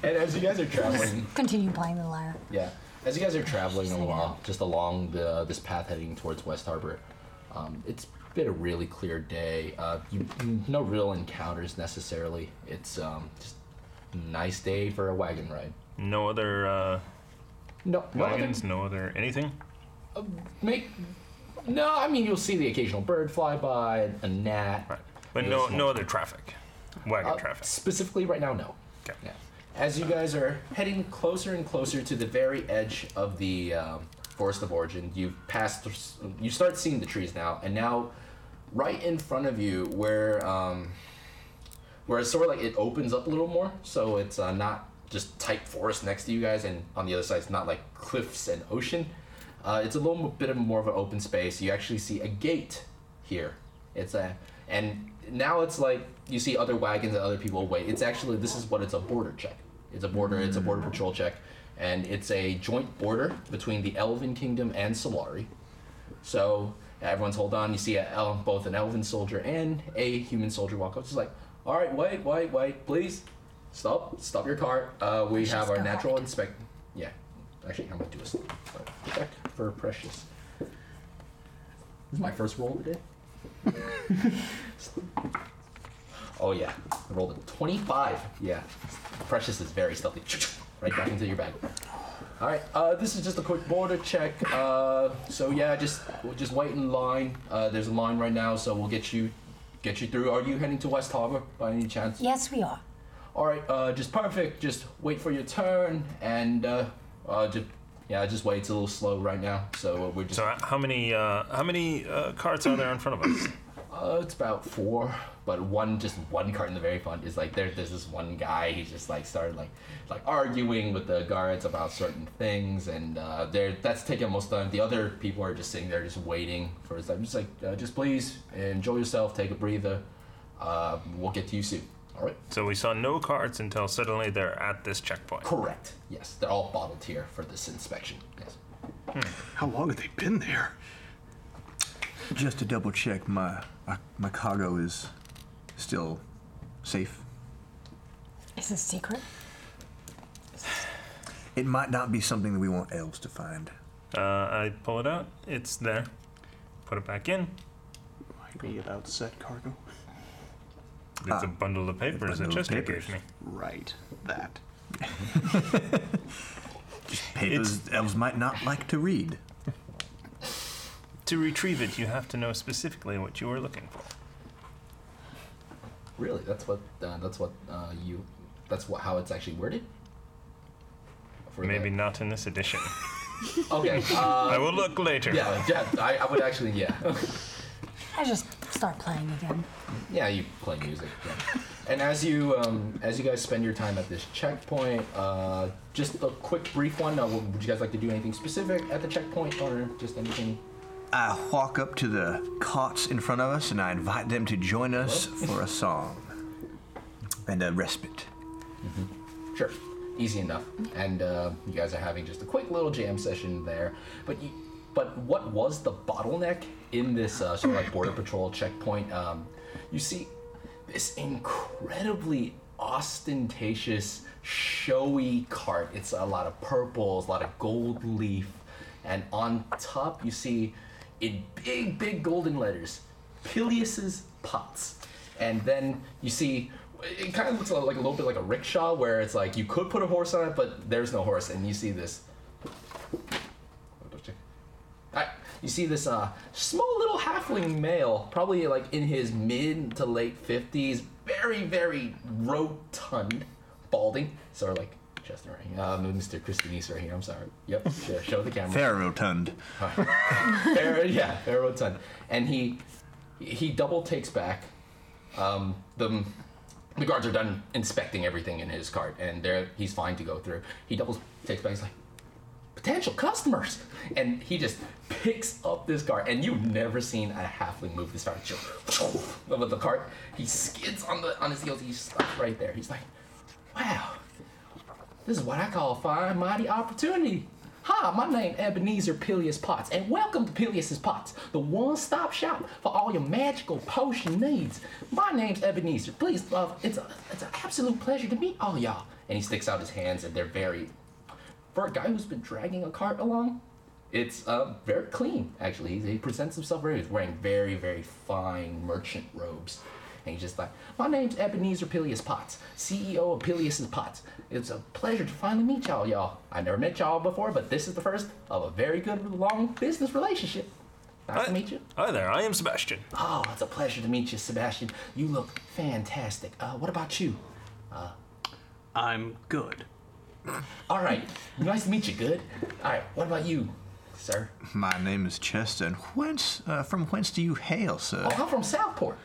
[SPEAKER 3] And as you guys are traveling,
[SPEAKER 8] Continue playing the lyre.
[SPEAKER 3] yeah, as you guys are traveling along, just along the this path heading towards West Harbor, um, it's been a really clear day. Uh, you, no real encounters necessarily. It's um, just a nice day for a wagon ride.
[SPEAKER 4] No other uh,
[SPEAKER 3] No, no other-
[SPEAKER 4] wagons, no other anything.
[SPEAKER 3] make. No, I mean you'll see the occasional bird fly by, a gnat.
[SPEAKER 4] But
[SPEAKER 3] Yeah,
[SPEAKER 4] no,
[SPEAKER 3] it's
[SPEAKER 4] no other traffic. Wagon
[SPEAKER 3] Uh,
[SPEAKER 4] traffic.
[SPEAKER 3] Specifically, right now, no.
[SPEAKER 4] Okay.
[SPEAKER 3] Yeah. As you guys are heading closer and closer to the very edge of the um, Forest of Origin, you pass. Th- you start seeing the trees now, and now, right in front of you, where um, where it's sort of like it opens up a little more, so it's uh, not just tight forest next to you guys, and on the other side, it's not like cliffs and ocean. Uh, it's a little bit of more of an open space. You actually see a gate here. It's a and now it's like you see other wagons and other people wait. It's actually this is what it's a border check. It's a border. It's a border patrol check, and it's a joint border between the Elven Kingdom and Solari. So everyone's hold on. You see a, el- both an elven soldier and a human soldier walk up. It's like, all right, wait, wait, wait, please, stop, stop your car. Uh, we
[SPEAKER 8] Precious,
[SPEAKER 3] have our
[SPEAKER 8] go
[SPEAKER 3] natural
[SPEAKER 8] ahead.
[SPEAKER 3] inspect. Yeah, actually, I'm gonna do a s- a check for precious. This is my first roll of the day. oh yeah, I rolled a 25. Yeah, precious is very stealthy. Right back into your bag. All right. Uh, this is just a quick border check. Uh, so yeah, just we'll just wait in line. Uh, there's a line right now, so we'll get you get you through. Are you heading to West Harbor by any chance?
[SPEAKER 8] Yes, we are.
[SPEAKER 3] All right. Uh, just perfect. Just wait for your turn, and uh, uh, just yeah, just wait. It's a little slow right now, so we're just
[SPEAKER 4] So h- how many uh, how many uh, carts are there in front of us?
[SPEAKER 3] Uh, it's about four, but one just one card in the very front is like there. There's this one guy. He just like started like like arguing with the guards about certain things, and uh, there that's taking most of the time. The other people are just sitting there just waiting for his time. Just like uh, just please enjoy yourself, take a breather. Uh, we'll get to you soon. All right.
[SPEAKER 4] So we saw no carts until suddenly they're at this checkpoint.
[SPEAKER 3] Correct. Yes, they're all bottled here for this inspection. Yes.
[SPEAKER 10] How long have they been there?
[SPEAKER 6] Just to double check, my my, my cargo is still safe.
[SPEAKER 8] Is this secret?
[SPEAKER 6] It might not be something that we want elves to find.
[SPEAKER 4] Uh, I pull it out. It's there. Put it back in.
[SPEAKER 10] Might be about set cargo.
[SPEAKER 4] It's a bundle of papers that
[SPEAKER 6] bundle of
[SPEAKER 4] Chester
[SPEAKER 6] papers.
[SPEAKER 4] gave me.
[SPEAKER 10] Right. That.
[SPEAKER 6] Papers elves might not like to read.
[SPEAKER 4] To retrieve it, you have to know specifically what you were looking for.
[SPEAKER 3] Really, that's what uh, that's what uh, you that's what how it's actually worded. For
[SPEAKER 4] Maybe
[SPEAKER 3] the-
[SPEAKER 4] not in this edition.
[SPEAKER 3] Okay. Uh,
[SPEAKER 4] I will look later.
[SPEAKER 3] yeah. Yeah. I, I would actually. Yeah.
[SPEAKER 8] I just start playing again.
[SPEAKER 3] Yeah, you play music. Yeah. And as you um, as you guys spend your time at this checkpoint, uh, just a quick brief one. Uh, would you guys like to do anything specific at the checkpoint, or just anything?
[SPEAKER 6] I walk up to the carts in front of us and I invite them to join us for a song and a respite.
[SPEAKER 3] Sure, easy enough. And uh, you guys are having just a quick little jam session there. But you, but what was the bottleneck in this uh, sort of like border patrol checkpoint? Um, you see, this incredibly ostentatious, showy cart. It's a lot of purples, a lot of gold leaf, and on top you see, in big, big golden letters, Pilius's pots. And then you see, it kind of looks like a little bit like a rickshaw, where it's like you could put a horse on it, but there's no horse, and you see this. Alright, You see this uh, small little halfling male, probably like in his mid to late fifties, very very rotund, balding, sort of like Chester Ring. Uh, Mr. Christinese right here. I'm sorry. Yep. There, show the camera.
[SPEAKER 6] Ferrotund.
[SPEAKER 3] Fair, yeah, fair road ton. And he he double takes back. Um, the the guards are done inspecting everything in his cart, and there he's fine to go through. He doubles takes back. He's like potential customers, and he just picks up this cart. And you've never seen a halfling move this fast. Just With the cart, he skids on the on his heels. He's stuck right there. He's like, wow. This is what I call a fine, mighty opportunity. Hi, my name Ebenezer Pilius Potts, and welcome to Pilius's Potts, the one-stop shop for all your magical potion needs. My name's Ebenezer. Please, love, it's a, it's an absolute pleasure to meet all y'all. And he sticks out his hands, and they're very, for a guy who's been dragging a cart along, it's uh, very clean. Actually, he, he presents himself very, he's wearing very, very fine merchant robes. And he's just like, My name's Ebenezer Pilius Potts, CEO of Pilius's Potts. It's a pleasure to finally meet y'all, y'all. I never met y'all before, but this is the first of a very good, long business relationship. Nice to meet you.
[SPEAKER 1] Hi there, I am Sebastian.
[SPEAKER 3] Oh, it's a pleasure to meet you, Sebastian. You look fantastic. Uh, what about you? Uh,
[SPEAKER 10] I'm good.
[SPEAKER 3] All right. Nice to meet you, good. All right, what about you, sir?
[SPEAKER 6] My name is Chester. And whence, uh, from whence do you hail, sir?
[SPEAKER 3] Oh, I'm from Southport.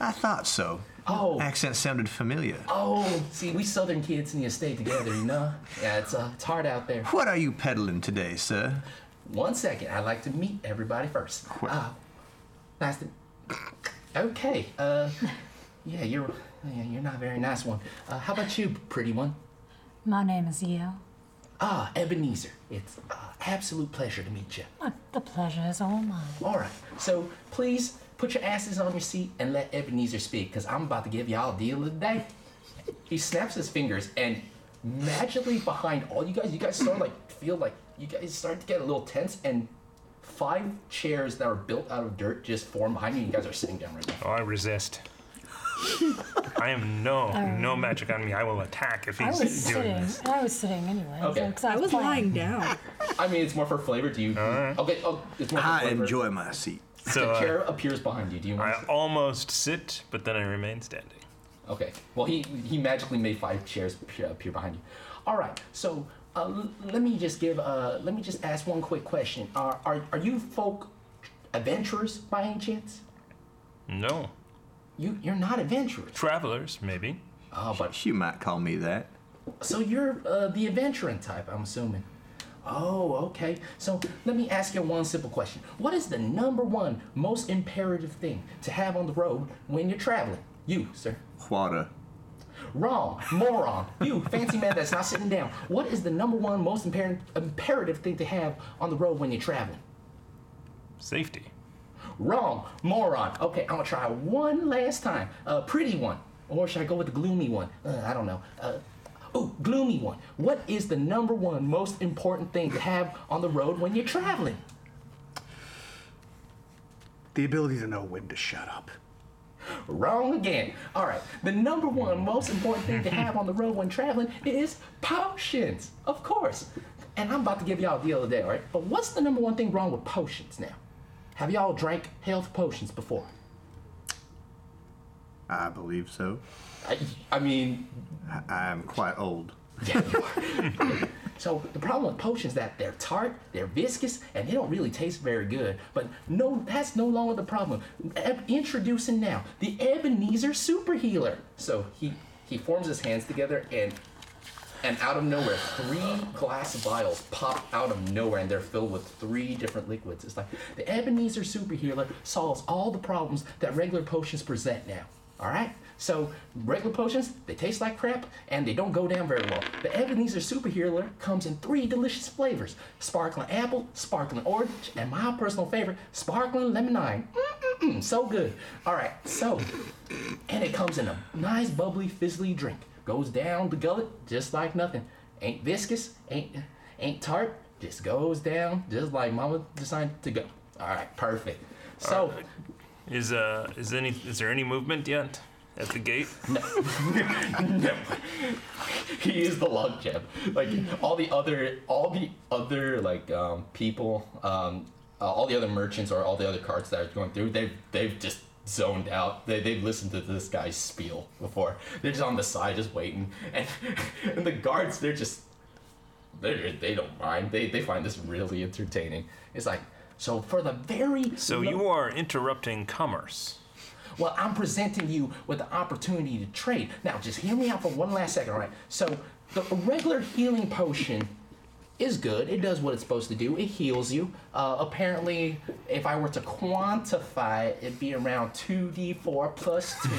[SPEAKER 6] I thought so.
[SPEAKER 3] Oh.
[SPEAKER 6] Accent sounded familiar.
[SPEAKER 3] Oh, see, we Southern kids need to stay together, you know? Yeah, it's, uh, it's hard out there.
[SPEAKER 6] What are you peddling today, sir?
[SPEAKER 3] One second, I'd like to meet everybody first. Uh, nice to. Okay, uh, yeah, you're, yeah, you're not a very nice one. Uh, how about you, pretty one?
[SPEAKER 8] My name is Yale.
[SPEAKER 3] Ah, Ebenezer. It's uh, absolute pleasure to meet you.
[SPEAKER 8] Uh, The pleasure is all mine.
[SPEAKER 3] All right. So please put your asses on your seat and let Ebenezer speak, because I'm about to give y'all a deal of the day. He snaps his fingers, and magically behind all you guys, you guys start like feel like you guys start to get a little tense, and five chairs that are built out of dirt just form behind you. You guys are sitting down right now.
[SPEAKER 4] Oh, I resist. I am no
[SPEAKER 8] Alright.
[SPEAKER 4] no magic on me. I will attack if
[SPEAKER 8] Um, I
[SPEAKER 4] he's
[SPEAKER 8] was
[SPEAKER 4] doing
[SPEAKER 8] sitting.
[SPEAKER 4] this.
[SPEAKER 8] I was sitting anyway.
[SPEAKER 3] Okay.
[SPEAKER 8] so- 'cause I was lying down.
[SPEAKER 3] I mean, it's more for flavor. Do you? Okay. Oh, it's more for
[SPEAKER 6] I
[SPEAKER 3] flavor.
[SPEAKER 6] enjoy my seat.
[SPEAKER 4] So,
[SPEAKER 3] the
[SPEAKER 4] uh,
[SPEAKER 3] chair appears behind you. Do you want?
[SPEAKER 4] I almost sit, but then I remain standing.
[SPEAKER 3] Okay. Well, he he magically made five chairs appear, appear behind you. All right. So uh, l- let me just give. Uh, let me just ask one quick question. Are are, are you folk adventurers by any chance?
[SPEAKER 4] No.
[SPEAKER 3] You you're not adventurers.
[SPEAKER 4] Travelers, maybe.
[SPEAKER 3] Oh, but
[SPEAKER 6] you might call me that.
[SPEAKER 3] So you're uh, the adventuring type, I'm assuming. Oh, okay. So let me ask you one simple question. What is the number one most imperative thing to have on the road when you're traveling? You, sir.
[SPEAKER 6] Water.
[SPEAKER 3] Wrong, moron. You, fancy man that's not sitting down. What is the number one most impar- imperative thing to have on the road when you're traveling?
[SPEAKER 4] Safety.
[SPEAKER 3] Wrong, moron. Okay, I'm gonna try one last time. A pretty one. Or should I go with the gloomy one? Uh, I don't know. Uh, ooh, gloomy one. What is the number one most important thing to have on the road when you're traveling?
[SPEAKER 10] The ability to know when to shut up.
[SPEAKER 3] Wrong again. All right. The number one most important thing to have on the road when traveling is potions, of course. And I'm about to give y'all a deal today, all right? But what's the number one thing wrong with potions now? Have y'all drank health potions before?
[SPEAKER 6] I believe so.
[SPEAKER 3] I, I mean,
[SPEAKER 6] I, am quite old.
[SPEAKER 3] So the problem with potions that they're tart, they're viscous, and they don't really taste very good. But no, that's no longer the problem. Eb- introducing now the Ebenezer Super Healer. So he he forms his hands together and. And out of nowhere, three glass vials pop out of nowhere, and they're filled with three different liquids. It's like the Ebenezer Super Healer solves all the problems that regular potions present now. All right? So, regular potions, they taste like crap, and they don't go down very well. The Ebenezer Super Healer comes in three delicious flavors sparkling apple, sparkling orange, and my personal favorite, sparkling lemonade. Mm-mm-mm, so good. All right, so, and it comes in a nice, bubbly, fizzly drink. Goes down the gullet just like nothing. Ain't viscous, ain't ain't tart, just goes down just like mama designed to go. All right, perfect. So,
[SPEAKER 4] Is uh is any is there any movement yet at the gate?
[SPEAKER 3] No. he is the log jam. Like all the other, all the other like um, people, um, uh, all the other merchants or all the other carts that are going through, they've they've just zoned out. They, they've listened to this guy's spiel before. They're just on the side, just waiting. And, and the guards, they're just. They, they don't mind. They, they find this really entertaining. It's like, so for the very.
[SPEAKER 4] So you are interrupting commerce.
[SPEAKER 3] Well, I'm presenting you with the opportunity to trade. Now, just hear me out for one last second, all right? So, the regular healing potion is good. It does what it's supposed to do. It heals you. Uh, apparently, if I were to quantify it, it'd be around 2d4 plus 2.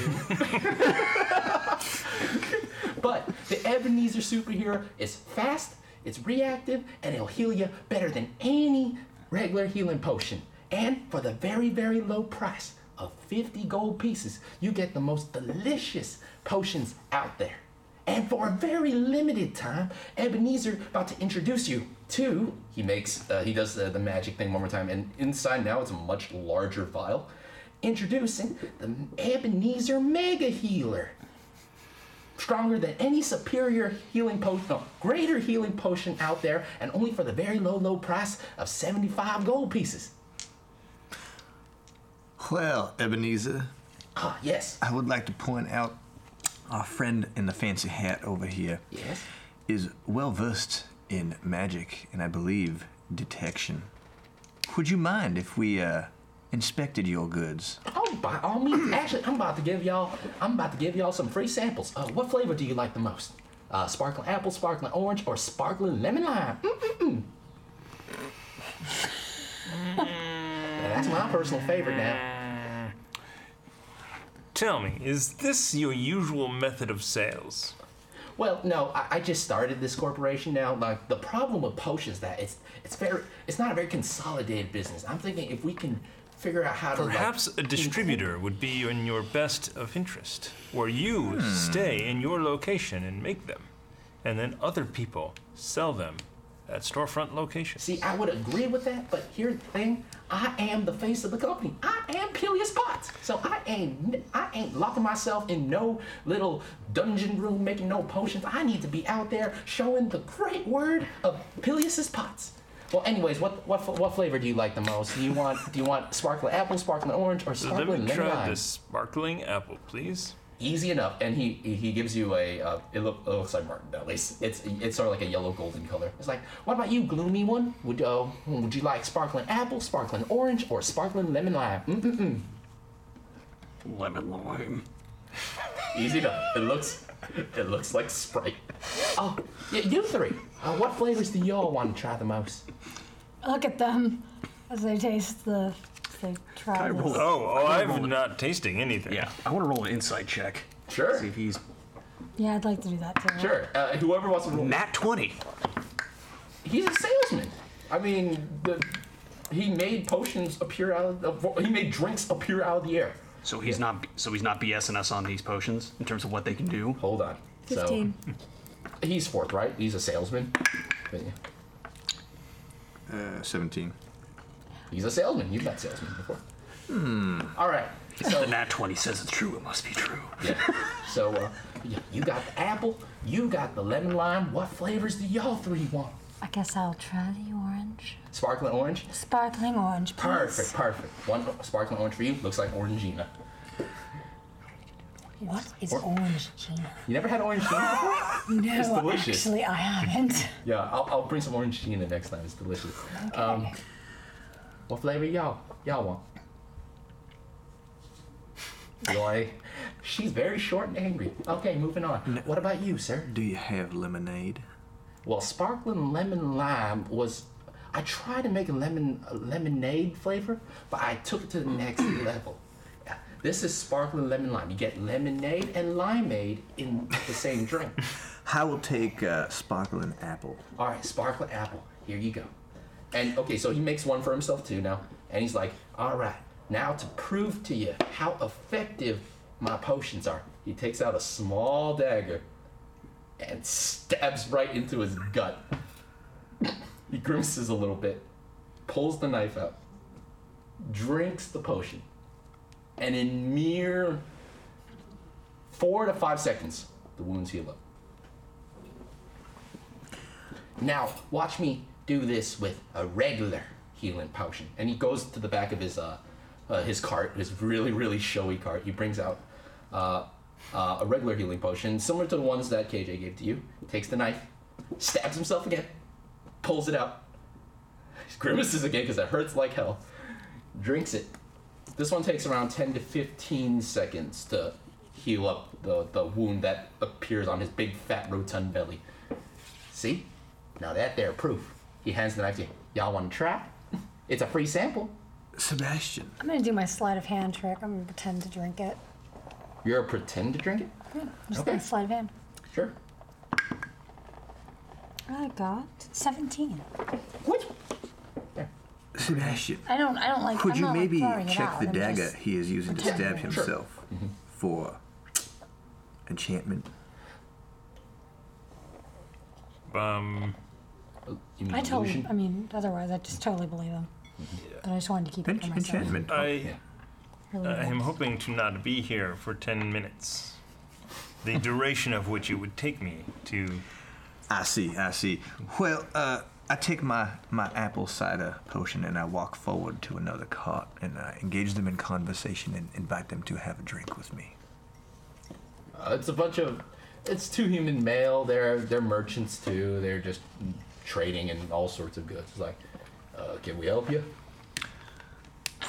[SPEAKER 3] but the Ebenezer superhero is fast, it's reactive, and it'll heal you better than any regular healing potion. And for the very, very low price of 50 gold pieces, you get the most delicious potions out there. And for a very limited time, Ebenezer about to introduce you to. He makes uh, he does the, the magic thing one more time, and inside now it's a much larger vial. Introducing the Ebenezer Mega Healer, stronger than any superior healing potion, no, greater healing potion out there, and only for the very low, low price of seventy-five gold pieces.
[SPEAKER 6] Well, Ebenezer.
[SPEAKER 3] Ah, yes.
[SPEAKER 6] I would like to point out our friend in the fancy hat over here is
[SPEAKER 3] Yes.
[SPEAKER 6] well versed in magic and I believe detection. Would you mind if we uh, inspected your goods?
[SPEAKER 3] Oh, by all means. Actually, I'm about to give y'all. I'm about to give y'all some free samples. Uh, what flavor do you like the most? Uh, sparkling apple, sparkling orange, or sparkling lemon lime? Mm-mm-mm. That's my personal favorite now.
[SPEAKER 4] Tell me, is this your usual method of sales?
[SPEAKER 3] Well, no, I, I just started this corporation now. Like the problem with potions that it's it's very it's not a very consolidated business. I'm thinking if we can figure out how to like,
[SPEAKER 4] Perhaps a distributor would be in your best of interest, where you
[SPEAKER 3] Hmm.
[SPEAKER 4] stay in your location and make them, and then other people sell them at storefront locations.
[SPEAKER 3] See, I would agree with that, but here's the thing: I am the face of the company. I am Pelias Potts, so I ain't I ain't locking myself in no little dungeon room making no potions. I need to be out there showing the great word of Pelias Potts. Well, anyways, what what fl- what flavor do you like the most? Do you want do you want sparkling apple, sparkling orange, or
[SPEAKER 4] Let
[SPEAKER 3] sparkling
[SPEAKER 4] me
[SPEAKER 3] lemon
[SPEAKER 4] try
[SPEAKER 3] lime?
[SPEAKER 4] the sparkling apple, please.
[SPEAKER 3] Easy enough, and he he he gives you a uh, it, look, it looks like martinelli's. It's it's sort of like a yellow golden color. It's like, what about you, gloomy one? Would uh, would you like sparkling apple, sparkling orange, or sparkling lemon lime? Mm-hmm. Mm-mm-mm.
[SPEAKER 5] Lemon lime.
[SPEAKER 3] Easy enough. It looks it looks like Sprite. Oh, y- you three. Uh, what flavors do y'all want to try the most?
[SPEAKER 8] Look at them as they taste the. as They try. this.
[SPEAKER 4] Oh, oh I'm not tasting anything. Yeah,
[SPEAKER 5] I want to roll an insight check.
[SPEAKER 3] Sure.
[SPEAKER 5] See if he's
[SPEAKER 8] Yeah, I'd like to do that too.
[SPEAKER 3] Sure. Uh, whoever wants to roll.
[SPEAKER 5] Nat 20.
[SPEAKER 3] He's a salesman. I mean, the, he made potions appear out of the, he made drinks appear out of the air.
[SPEAKER 5] So he's not so he's not BSing us on these potions in terms of what they can do.
[SPEAKER 3] Hold on. So-
[SPEAKER 5] 15.
[SPEAKER 3] He's forthright. He's a salesman.
[SPEAKER 2] Uh, 17.
[SPEAKER 3] He's a salesman. You've met salesmen before.
[SPEAKER 2] Hmm.
[SPEAKER 3] All right. So
[SPEAKER 5] the nat twenty says it's true. It must be true.
[SPEAKER 3] Yeah. So uh, yeah, you got the apple. You got the lemon lime. What flavors do y'all three want?
[SPEAKER 8] I guess I'll try the orange.
[SPEAKER 3] Sparkling orange.
[SPEAKER 8] Sparkling orange, please.
[SPEAKER 3] Perfect. Perfect. One sparkling orange for you. Looks like orangina.
[SPEAKER 8] What is orange Gina?
[SPEAKER 3] You never had orangina before?
[SPEAKER 8] No,
[SPEAKER 3] It's delicious.
[SPEAKER 8] actually, I haven't.
[SPEAKER 3] Yeah. I'll, I'll bring some orangina next time. It's delicious. Um, what flavor y'all y'all want? Boy, she's very short and angry. Okay, moving on. What about you, sir?
[SPEAKER 6] Do you have lemonade?
[SPEAKER 3] Well, sparkling lemon lime was. I tried to make a lemon a lemonade flavor, but I took it to the next level. This is sparkling lemon lime. You get lemonade and limeade in the same drink.
[SPEAKER 6] I will take uh, sparkling apple.
[SPEAKER 3] All right, sparkling apple. Here you go. And okay, so he makes one for himself too now, and he's like, "All right, now to prove to you how effective my potions are." He takes out a small dagger and stabs right into his gut. he grimaces a little bit, pulls the knife out, drinks the potion, and in mere four to five seconds, the wounds heal up. Now, watch me do this with a regular healing potion. And he goes to the back of his uh, uh, his cart, his really, really showy cart. He brings out uh, uh, a regular healing potion, similar to the ones that KJ gave to you. Takes the knife, stabs himself again, pulls it out, grimaces again because it hurts like hell, drinks it. This one takes around 10 to 15 seconds to heal up the, the wound that appears on his big, fat, rotund belly. See? Now that there proof. He hands the knife to you. Y'all want to try? It's a free sample.
[SPEAKER 6] Sebastian.
[SPEAKER 8] I'm gonna do my sleight of hand trick. I'm gonna pretend to drink it.
[SPEAKER 3] You're a pretend to drink it?
[SPEAKER 8] Yeah, I'm just gonna sleight of hand.
[SPEAKER 3] Sure.
[SPEAKER 8] I got 17.
[SPEAKER 6] Sebastian.
[SPEAKER 8] I don't. I don't like.
[SPEAKER 6] Could
[SPEAKER 8] I'm
[SPEAKER 6] you
[SPEAKER 8] not, like,
[SPEAKER 6] maybe
[SPEAKER 8] throwing it
[SPEAKER 6] check
[SPEAKER 8] out.
[SPEAKER 6] the
[SPEAKER 8] I'm
[SPEAKER 6] dagger
[SPEAKER 8] just
[SPEAKER 6] he is using to stab
[SPEAKER 8] pretending it.
[SPEAKER 6] himself for enchantment?
[SPEAKER 4] Um.
[SPEAKER 8] I totally. I mean, otherwise, I just totally believe him. But I just wanted to keep it to myself.
[SPEAKER 4] I,
[SPEAKER 8] Really
[SPEAKER 3] Uh,
[SPEAKER 4] I am
[SPEAKER 8] nice.
[SPEAKER 4] Uh, hoping to not be here for 10 minutes, the duration of which it would take me to.
[SPEAKER 6] I see, I see. Well, uh, I take my, my apple cider potion and I walk forward to another cart and I engage them in conversation and invite them to have a drink with me.
[SPEAKER 3] Uh, it's a bunch of. It's two human male. They're they're merchants too. They're just trading in all sorts of goods. It's like, uh, can we help you?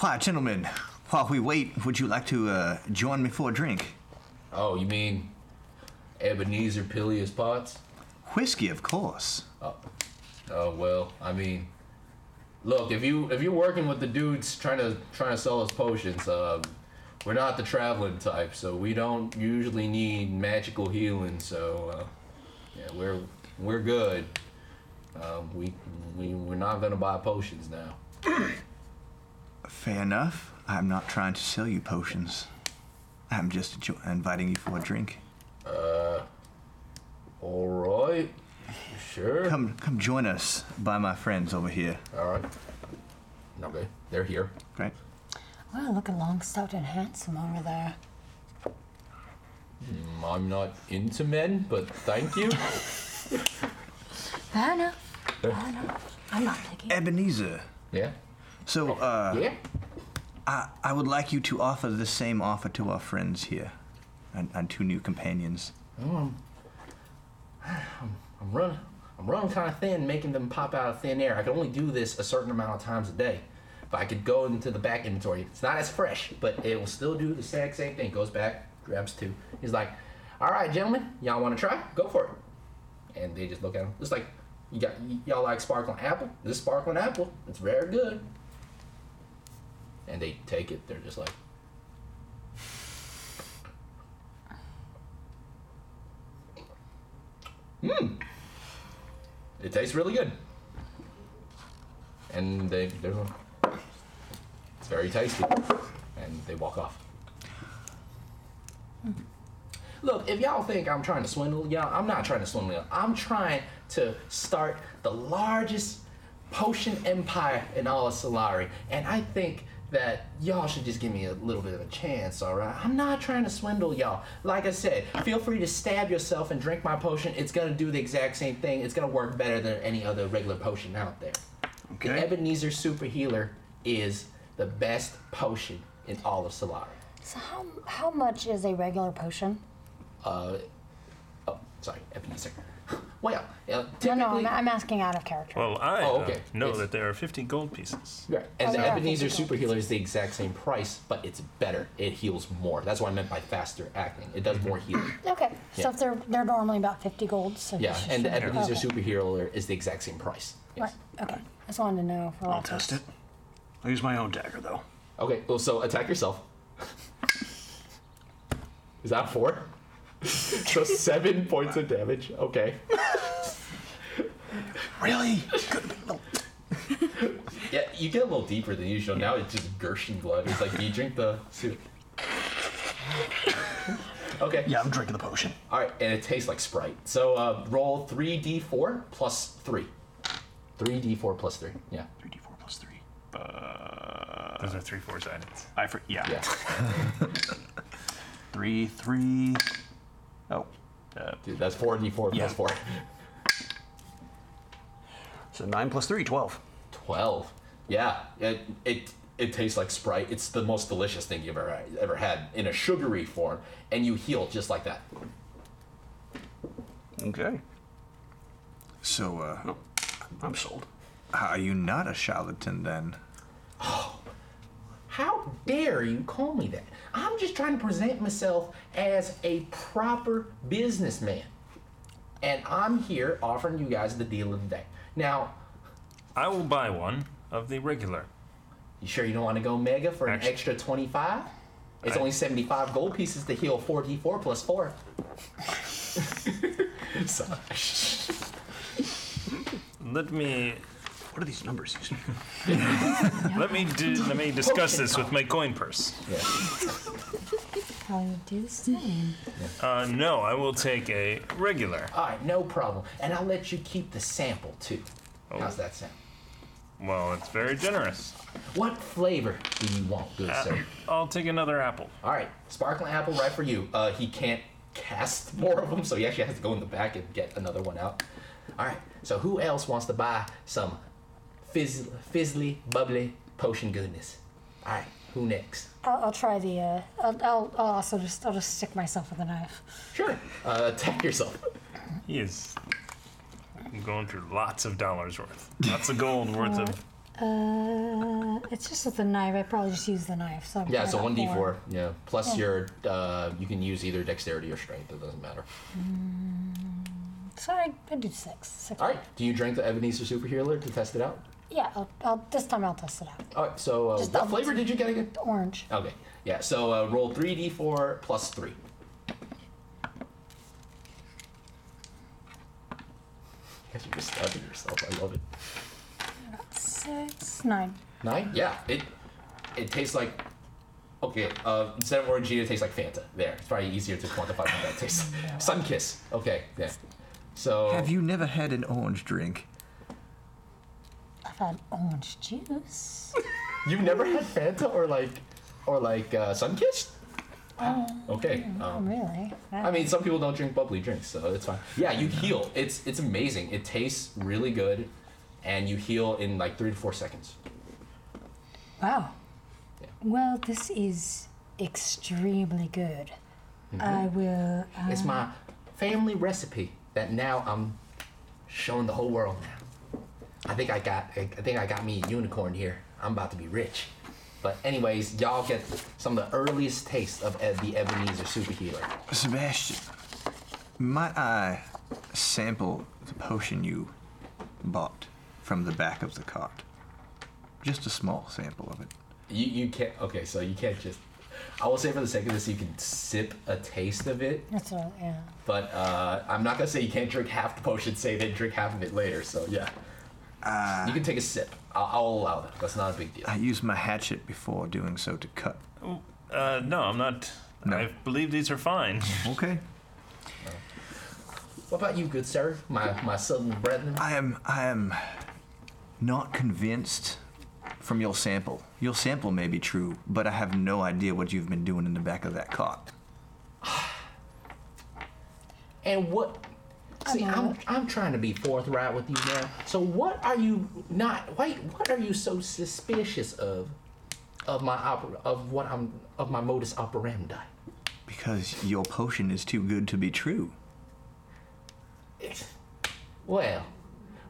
[SPEAKER 6] Why, gentlemen, while we wait, would you like to uh, join me for a drink?
[SPEAKER 3] Oh, you mean Ebenezer Pilius Potts?
[SPEAKER 6] Whiskey, of course.
[SPEAKER 3] Oh, oh well. I mean, look if you if you're working with the dudes trying to trying to sell us potions, um, we're not the traveling type, so we don't usually need magical healing. So, uh, yeah, we're we're good. Um, we, we we're not gonna buy potions now.
[SPEAKER 6] Fair enough. I'm not trying to sell you potions. I'm just jo- inviting you for a drink.
[SPEAKER 3] Uh, all right. Sure.
[SPEAKER 6] Come, come join us by my friends over here.
[SPEAKER 3] All right. Okay, they're here.
[SPEAKER 6] Great.
[SPEAKER 8] Wow, looking long, stout, and handsome over there.
[SPEAKER 3] Mm, I'm not into men, but thank you.
[SPEAKER 8] Fair enough. Fair enough. I'm not picky.
[SPEAKER 6] Ebenezer.
[SPEAKER 3] Yeah.
[SPEAKER 6] So, uh,
[SPEAKER 3] yeah.
[SPEAKER 6] I, I would like you to offer the same offer to our friends here, and, and two new companions.
[SPEAKER 3] Oh, I'm, I'm running. I'm running kind of thin, making them pop out of thin air. I can only do this a certain amount of times a day. If I could go into the back inventory, it's not as fresh, but it will still do the exact same thing. Goes back, grabs two. He's like, "All right, gentlemen, y'all want to try? Go for it." And they just look at him. It's like, "You got y- y'all like sparkling apple? This sparkling apple, it's very good." And they take it. They're just like, "Hmm, it tastes really good." And they they're like, it's very tasty. And they walk off. Look, if y'all think I'm trying to swindle y'all, I'm not trying to swindle y'all. I'm trying to start the largest potion empire in all of Solari. And I think that y'all should just give me a little bit of a chance, alright? I'm not trying to swindle y'all. Like I said, feel free to stab yourself and drink my potion. It's gonna do the exact same thing. It's gonna work better than any other regular potion out there. The Ebenezer Super Healer is the best potion in all of Solari.
[SPEAKER 8] So how how much is a regular potion?
[SPEAKER 3] Uh, oh, sorry, Ebenezer. Well, yeah,
[SPEAKER 8] No, no, I'm,
[SPEAKER 3] typically-
[SPEAKER 8] I'm asking out of character.
[SPEAKER 4] Well, I
[SPEAKER 3] Oh,
[SPEAKER 4] uh,
[SPEAKER 3] okay.
[SPEAKER 4] know
[SPEAKER 3] Yes.
[SPEAKER 4] that there are 50 gold pieces.
[SPEAKER 3] Right. And
[SPEAKER 8] Oh,
[SPEAKER 3] the
[SPEAKER 8] yeah.
[SPEAKER 3] Ebenezer Super Healer is the exact same price, but it's better. It heals more. That's what I meant by faster acting. It does more healing.
[SPEAKER 8] Okay,
[SPEAKER 3] Yeah.
[SPEAKER 8] so if they're they're normally about fifty gold. So
[SPEAKER 3] Yeah,
[SPEAKER 8] it's just
[SPEAKER 3] and the
[SPEAKER 8] fifty.
[SPEAKER 3] Ebenezer
[SPEAKER 8] Okay.
[SPEAKER 3] Super Healer is the exact same price.
[SPEAKER 8] Right. Okay. I just wanted to know for
[SPEAKER 3] I'll
[SPEAKER 8] reference.
[SPEAKER 3] test it.
[SPEAKER 10] I'll use my own dagger though.
[SPEAKER 3] Okay, well, so attack yourself. Is that four? so seven points of damage. Okay.
[SPEAKER 6] Really?
[SPEAKER 3] yeah, you get a little deeper than usual. Now it's just Gershon blood. It's like you drink the soup. okay.
[SPEAKER 10] Yeah, I'm drinking the potion.
[SPEAKER 3] All right, and it tastes like Sprite. So uh, roll three d4 plus three. Three d4 plus three. Yeah.
[SPEAKER 10] Three d four plus three. Uh,
[SPEAKER 4] Those are three four sideds.
[SPEAKER 10] I for yeah.
[SPEAKER 3] Yeah.
[SPEAKER 10] three three. Oh.
[SPEAKER 3] Uh, Dude, that's four d4 plus four.
[SPEAKER 10] So nine plus three, twelve.
[SPEAKER 3] Twelve. Yeah. It, it It tastes like Sprite. It's the most delicious thing you've ever ever had in a sugary form, and you heal just like that.
[SPEAKER 10] Okay.
[SPEAKER 6] So, uh.
[SPEAKER 10] I'm sold.
[SPEAKER 6] Are you not a charlatan then?
[SPEAKER 3] How dare you call me that? I'm just trying to present myself as a proper businessman. And I'm here offering you guys the deal of the day. Now,
[SPEAKER 4] I will buy one of the regular.
[SPEAKER 3] You sure you don't want to go mega for an extra 25? It's
[SPEAKER 4] I-
[SPEAKER 3] only 75 gold pieces to heal 4d4 plus 4. so,
[SPEAKER 4] Let me.
[SPEAKER 10] What are these numbers?
[SPEAKER 4] let me do, let me discuss this with my coin purse.
[SPEAKER 8] I would do the same.
[SPEAKER 4] Uh, no, I will take a regular.
[SPEAKER 3] all right, no problem. And I'll let you keep the sample too. How's that sound?
[SPEAKER 4] Well, it's very generous.
[SPEAKER 3] What flavor do you want, good
[SPEAKER 4] Uh,
[SPEAKER 3] sir?
[SPEAKER 4] I'll take another apple.
[SPEAKER 3] All right, sparkling apple right for you. Uh, he can't cast more of them, so he actually has to go in the back and get another one out. All right, so who else wants to buy some fizz- fizzly, bubbly potion goodness? All right, who next?
[SPEAKER 8] I'll, I'll try the. Uh, I'll, I'll, I'll also just. I'll just stick myself with a knife.
[SPEAKER 3] Sure. Uh, attack yourself.
[SPEAKER 4] He is going through lots of dollars worth, lots of gold worth of.
[SPEAKER 8] Uh, it's just with the knife. I probably just use the knife. So I'm
[SPEAKER 3] Yeah, so
[SPEAKER 8] probably
[SPEAKER 3] 1d4.
[SPEAKER 8] about four.
[SPEAKER 3] Yeah, plus
[SPEAKER 8] Yeah.
[SPEAKER 3] your, uh, you can use either dexterity or strength, it doesn't matter.
[SPEAKER 8] So I, I do six. six.
[SPEAKER 3] All right, do you drink the Ebenezer Super Healer to test it out?
[SPEAKER 8] Yeah, I'll, I'll, this time I'll test it out.
[SPEAKER 3] All right, so uh,
[SPEAKER 8] Just
[SPEAKER 3] what
[SPEAKER 8] double-
[SPEAKER 3] flavor did you get again?
[SPEAKER 8] Orange.
[SPEAKER 3] Okay, yeah, so uh, roll 3d4 plus 3. Guess you're just stabbing yourself. I love it.
[SPEAKER 8] Six, nine.
[SPEAKER 3] Nine? Yeah, it it tastes like. Okay, uh, instead of Orangina, it tastes like Fanta. There, it's probably easier to quantify what that tastes. Sunkiss. Okay, yeah. So.
[SPEAKER 6] Have you never had an orange drink?
[SPEAKER 8] I've had orange juice.
[SPEAKER 3] You've never had Fanta or like, or like uh, Sunkist? Okay.
[SPEAKER 8] Oh,
[SPEAKER 3] Um,
[SPEAKER 8] really?
[SPEAKER 3] I mean, some people don't drink bubbly drinks, so it's fine. Yeah, you heal. It's it's amazing. It tastes really good, and you heal in like three to four seconds.
[SPEAKER 8] Wow. Well, this is extremely good.
[SPEAKER 3] Mm-hmm.
[SPEAKER 8] I will. Uh,
[SPEAKER 3] It's my family recipe that now I'm showing the whole world now. I think I got I think I got me a unicorn here. I'm about to be rich. But anyways, y'all get some of the earliest taste of Ed, the Ebenezer Super Healer.
[SPEAKER 6] Sebastian, might I sample the potion you bought from the back of the cart? Just a small sample of it.
[SPEAKER 3] You you can't. Okay, so you can't just. I will say for the sake of this, you can sip a taste of it,
[SPEAKER 8] that's all, yeah.
[SPEAKER 3] but uh, I'm not gonna say you can't drink half the potion. Say then drink half of it later. So yeah, you can take a sip. I'll, I'll allow that. That's not a big deal.
[SPEAKER 6] I used my hatchet before doing so to cut.
[SPEAKER 4] Uh, no, I'm not. I believe these are fine.
[SPEAKER 6] Okay.
[SPEAKER 3] What about you, good sir? My my southern brethren.
[SPEAKER 6] I am I am not convinced from your sample. Your sample may be true, but I have no idea what you've been doing in the back of that cart.
[SPEAKER 3] And what? See, I'm I'm trying to be forthright with you now. So what are you not? Wait, what are you so suspicious of? Of my opera, of what I'm, of my modus operandi.
[SPEAKER 6] Because your potion is too good to be true.
[SPEAKER 3] Well,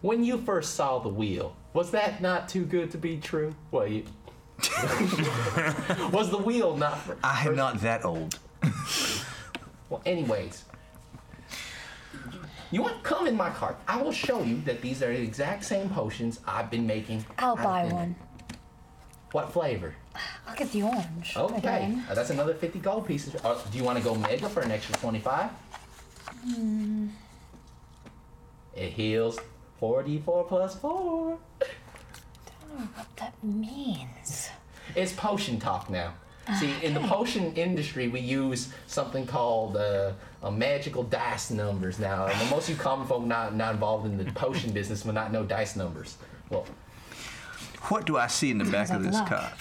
[SPEAKER 3] when you first saw the wheel, was that not too good to be true? Well, you. was the wheel not. For,
[SPEAKER 6] I am not that old.
[SPEAKER 3] well, anyways. You want to come in my cart? I will show you that these are the exact same potions I've been making.
[SPEAKER 8] I'll
[SPEAKER 3] I've
[SPEAKER 8] buy
[SPEAKER 3] been-
[SPEAKER 8] one.
[SPEAKER 3] What flavor?
[SPEAKER 8] I'll get the orange.
[SPEAKER 3] Okay,
[SPEAKER 8] again.
[SPEAKER 3] uh, that's another 50 gold pieces. Uh, do you want to go mega for an extra 25?
[SPEAKER 8] Hmm.
[SPEAKER 3] It heals 44 plus 4.
[SPEAKER 8] What that means?
[SPEAKER 3] It's potion talk now. See, in the potion industry, we use something called uh, uh, magical dice numbers now. And most of you common folk not, not involved in the potion business will not know dice numbers. Well,
[SPEAKER 6] What do I see in the back of
[SPEAKER 8] like
[SPEAKER 6] this
[SPEAKER 8] luck.
[SPEAKER 6] cart?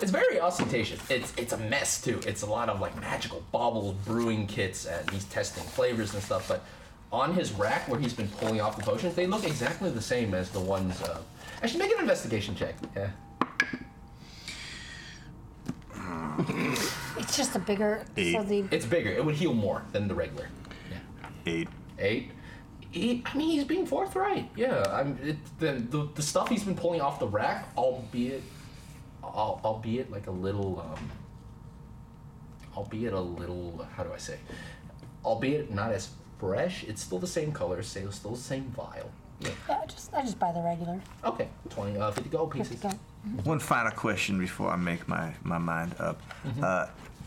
[SPEAKER 3] it's very ostentatious. It's it's a mess too. It's a lot of like magical baubles, brewing kits, and he's testing flavors and stuff. But on his rack where he's been pulling off the potions, they look exactly the same as the ones. Uh, I should make an investigation check. Yeah.
[SPEAKER 8] It's just a bigger. So the
[SPEAKER 3] It's bigger. It would heal more than the regular.
[SPEAKER 11] Eight.
[SPEAKER 3] Eight. He, I mean, he's being forthright. Yeah. I'm. It, the, the the stuff he's been pulling off the rack, albeit, al- albeit like a little, um, albeit a little. How do I say? Albeit not as fresh. It's still the same color. Still, still the same vial. Yeah.
[SPEAKER 8] yeah, I just I just buy the regular.
[SPEAKER 3] Okay. Twenty. Uh, fifty gold pieces.
[SPEAKER 6] One final question before I make my, my mind up. Uh,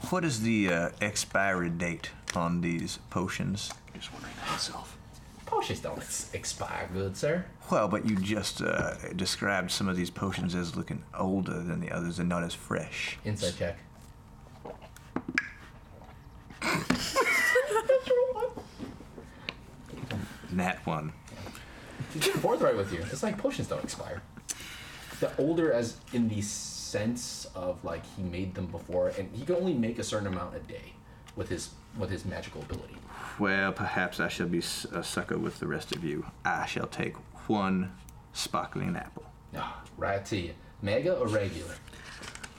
[SPEAKER 6] what is the uh, expiry date on these potions? Just wondering that myself.
[SPEAKER 3] Potions don't ex- expire, good sir.
[SPEAKER 6] Well, but you just uh, described some of these potions as looking older than the others and not as fresh.
[SPEAKER 3] Insight check.
[SPEAKER 6] That one.
[SPEAKER 3] He's being forthright with you. It's like potions don't expire. The older, as in the sense of like he made them before, and he can only make a certain amount a day with his with his magical ability.
[SPEAKER 6] Well, perhaps I shall be s- a sucker with the rest of you. I shall take one sparkling apple.
[SPEAKER 3] Ah, right to you. Mega or regular?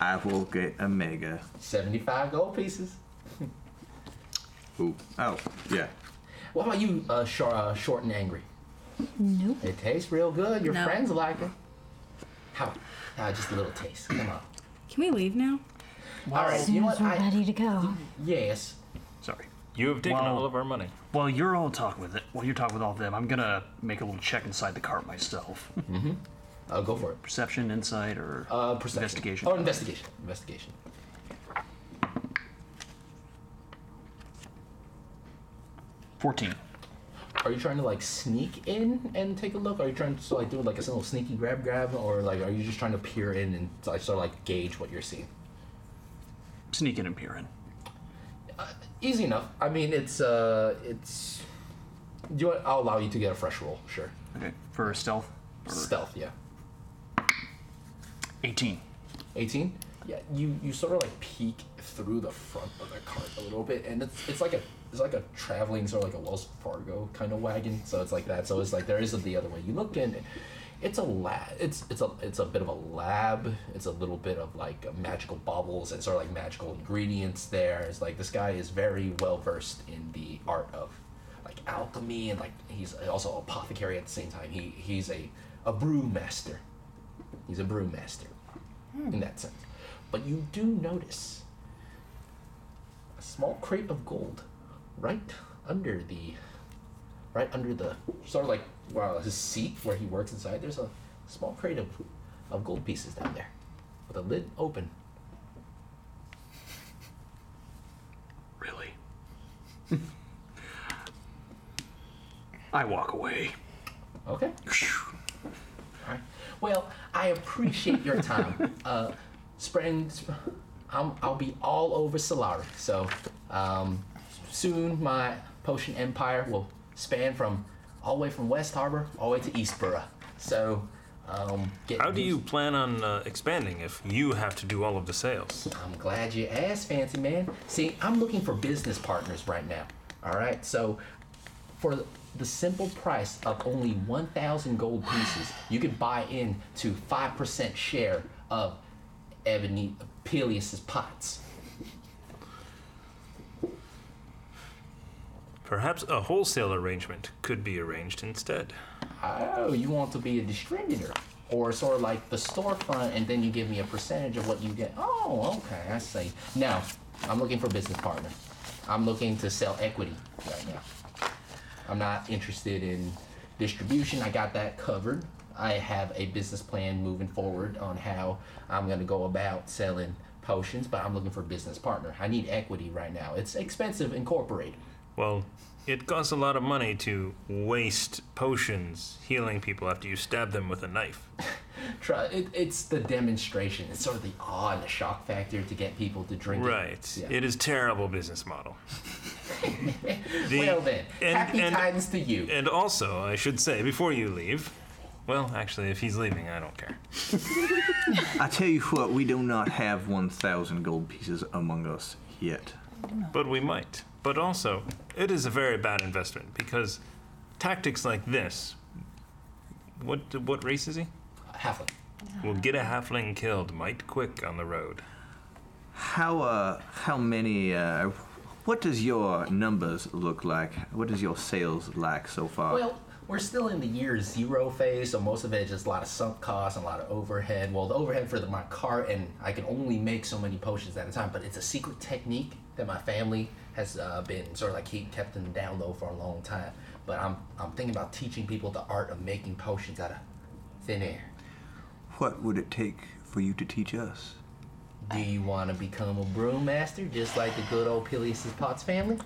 [SPEAKER 6] I will get a mega.
[SPEAKER 3] 75 gold pieces.
[SPEAKER 6] Ooh. Oh, yeah.
[SPEAKER 3] What about you, uh, shor- uh, short and angry?
[SPEAKER 8] Nope.
[SPEAKER 3] It tastes real good. Your
[SPEAKER 9] No.
[SPEAKER 3] friends like it. How? Uh, just a little taste. Come on.
[SPEAKER 9] Can we leave now?
[SPEAKER 3] All right. You know what? I,
[SPEAKER 8] ready to go.
[SPEAKER 3] yes.
[SPEAKER 5] Sorry.
[SPEAKER 4] You have taken
[SPEAKER 5] Well-
[SPEAKER 4] all of our money.
[SPEAKER 5] While you're all talking with it, while you're talking with all of them, I'm gonna make a little check inside the cart myself.
[SPEAKER 3] Mm-hmm. I'll go for it.
[SPEAKER 5] Perception, insight, or
[SPEAKER 3] Uh, perception.
[SPEAKER 5] investigation.
[SPEAKER 3] Oh, investigation. Investigation.
[SPEAKER 5] Fourteen.
[SPEAKER 3] Are you trying to like sneak in and take a look? Are you trying to like do like a little sneaky grab grab, or like are you just trying to peer in and like, sort of like gauge what you're seeing?
[SPEAKER 5] Sneak in and peer in.
[SPEAKER 3] Easy enough. I mean, it's uh, it's. Do you want, I'll allow you to get a fresh roll. Sure.
[SPEAKER 5] Okay. For stealth.
[SPEAKER 3] Stealth. Yeah.
[SPEAKER 5] Eighteen.
[SPEAKER 3] 18 yeah you you sort of like peek through the front of the cart a little bit and it's it's like a it's like a traveling sort of like a wells fargo kind of wagon so it's like that so it's like there isn't the other way you look in it's a lab it's it's a it's a bit of a lab it's a little bit of like magical baubles and sort of like magical ingredients there it's like this guy is very well versed in the art of like alchemy and like he's also an apothecary at the same time he he's a a brewmaster he's a brewmaster in that sense. But you do notice a small crate of gold right under the right under the sort of like well his seat where he works inside there's a small crate of, of gold pieces down there with the lid open
[SPEAKER 5] Really? I walk away.
[SPEAKER 3] okay Alright. Well, I appreciate your time. uh, spring, sp- I'm, I'll be all over Solari. So um, soon my potion empire will span from all the way from West Harbor all the way to Eastborough. So um, get
[SPEAKER 4] How do you plan on uh, expanding if you have to do all of the sales?
[SPEAKER 3] I'm glad you asked, Fancy Man. See, I'm looking for business partners right now. All right, so for the simple price of only 1,000 gold pieces, you could buy in to 5% share of Ebony Peleus's pots.
[SPEAKER 4] Perhaps a wholesale arrangement could be arranged instead.
[SPEAKER 3] Oh, you want to be a distributor or sort of like the storefront, and then you give me a percentage of what you get. Oh, okay, I see. Now, I'm looking for business partner. I'm looking to sell equity right now. I'm not interested in distribution. I got that covered. I have a business plan moving forward on how I'm going to go about selling potions, but I'm looking for a business partner. I need equity right now. It's expensive incorporated.
[SPEAKER 4] Well, it costs a lot of money to waste potions healing people after you stab them with a knife.
[SPEAKER 3] Try it, it's the demonstration. It's sort of the awe and the shock factor to get people to drink it.
[SPEAKER 4] Right.
[SPEAKER 3] Yeah.
[SPEAKER 4] It is terrible business model. The-
[SPEAKER 3] well then,
[SPEAKER 4] and-
[SPEAKER 3] happy
[SPEAKER 4] and-
[SPEAKER 3] times to you.
[SPEAKER 4] And also, I should say before you leave, well, actually, if he's leaving, I don't care.
[SPEAKER 6] I tell you what, we do not have 1,000 gold pieces among us yet.
[SPEAKER 4] But we might. But also, it is a very bad investment because tactics like this. What what race is he?
[SPEAKER 3] Halfling.
[SPEAKER 4] Will get a halfling killed might quick on the road.
[SPEAKER 6] How uh, how many? Uh, what does your numbers look like? What does your sales like so far?
[SPEAKER 3] Well, we're still in the year zero phase, so most of it is just a lot of sunk costs and a lot of overhead. Well, the overhead for the, my cart, and I can only make so many potions at a time, but it's a secret technique that my family has uh, been sort of like keep, kept in the down low for a long time. But I'm, I'm thinking about teaching people the art of making potions out of thin air.
[SPEAKER 6] what would it take for you to teach us?
[SPEAKER 3] Do you want to become a brewmaster just like the good old Peleus' Potts family?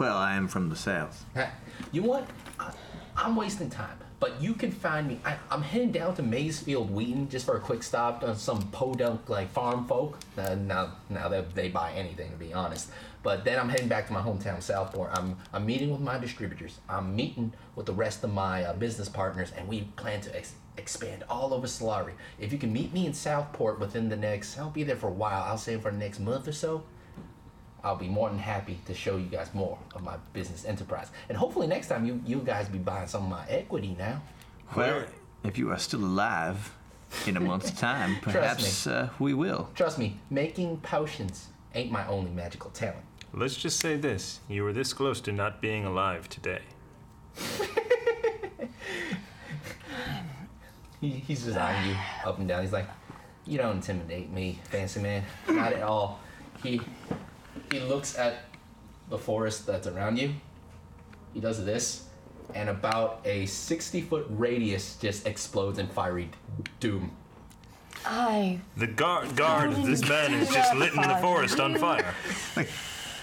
[SPEAKER 6] Well, I am from the south.
[SPEAKER 3] Huh. You know what? I, I'm wasting time, but you can find me. I, I'm heading down to Maysfield Wheaton just for a quick stop on some podunk like farm folk. Uh, now, now they, they buy anything to be honest. But then I'm heading back to my hometown Southport. I'm I'm meeting with my distributors. I'm meeting with the rest of my uh, business partners, and we plan to ex- expand all over Solari. If you can meet me in Southport within the next, I'll be there for a while. I'll say for the next month or so. I'll be more than happy to show you guys more of my business enterprise. And hopefully next time you you guys be buying some of my equity now.
[SPEAKER 6] Well, if you are still alive in a month's time,
[SPEAKER 3] Trust
[SPEAKER 6] perhaps
[SPEAKER 3] me.
[SPEAKER 6] uh, we will.
[SPEAKER 3] Trust me, making potions ain't my only magical talent.
[SPEAKER 4] Let's just say this you were this close to not being alive today.
[SPEAKER 3] He, he's just eyeing you up and down. He's like, you don't intimidate me, fancy man. Not at all. He he looks at the forest that's around you. He does this, and about a sixty foot radius just explodes in fiery doom.
[SPEAKER 8] I.
[SPEAKER 4] The guard, guard
[SPEAKER 8] of
[SPEAKER 4] this man is just litting the forest on fire.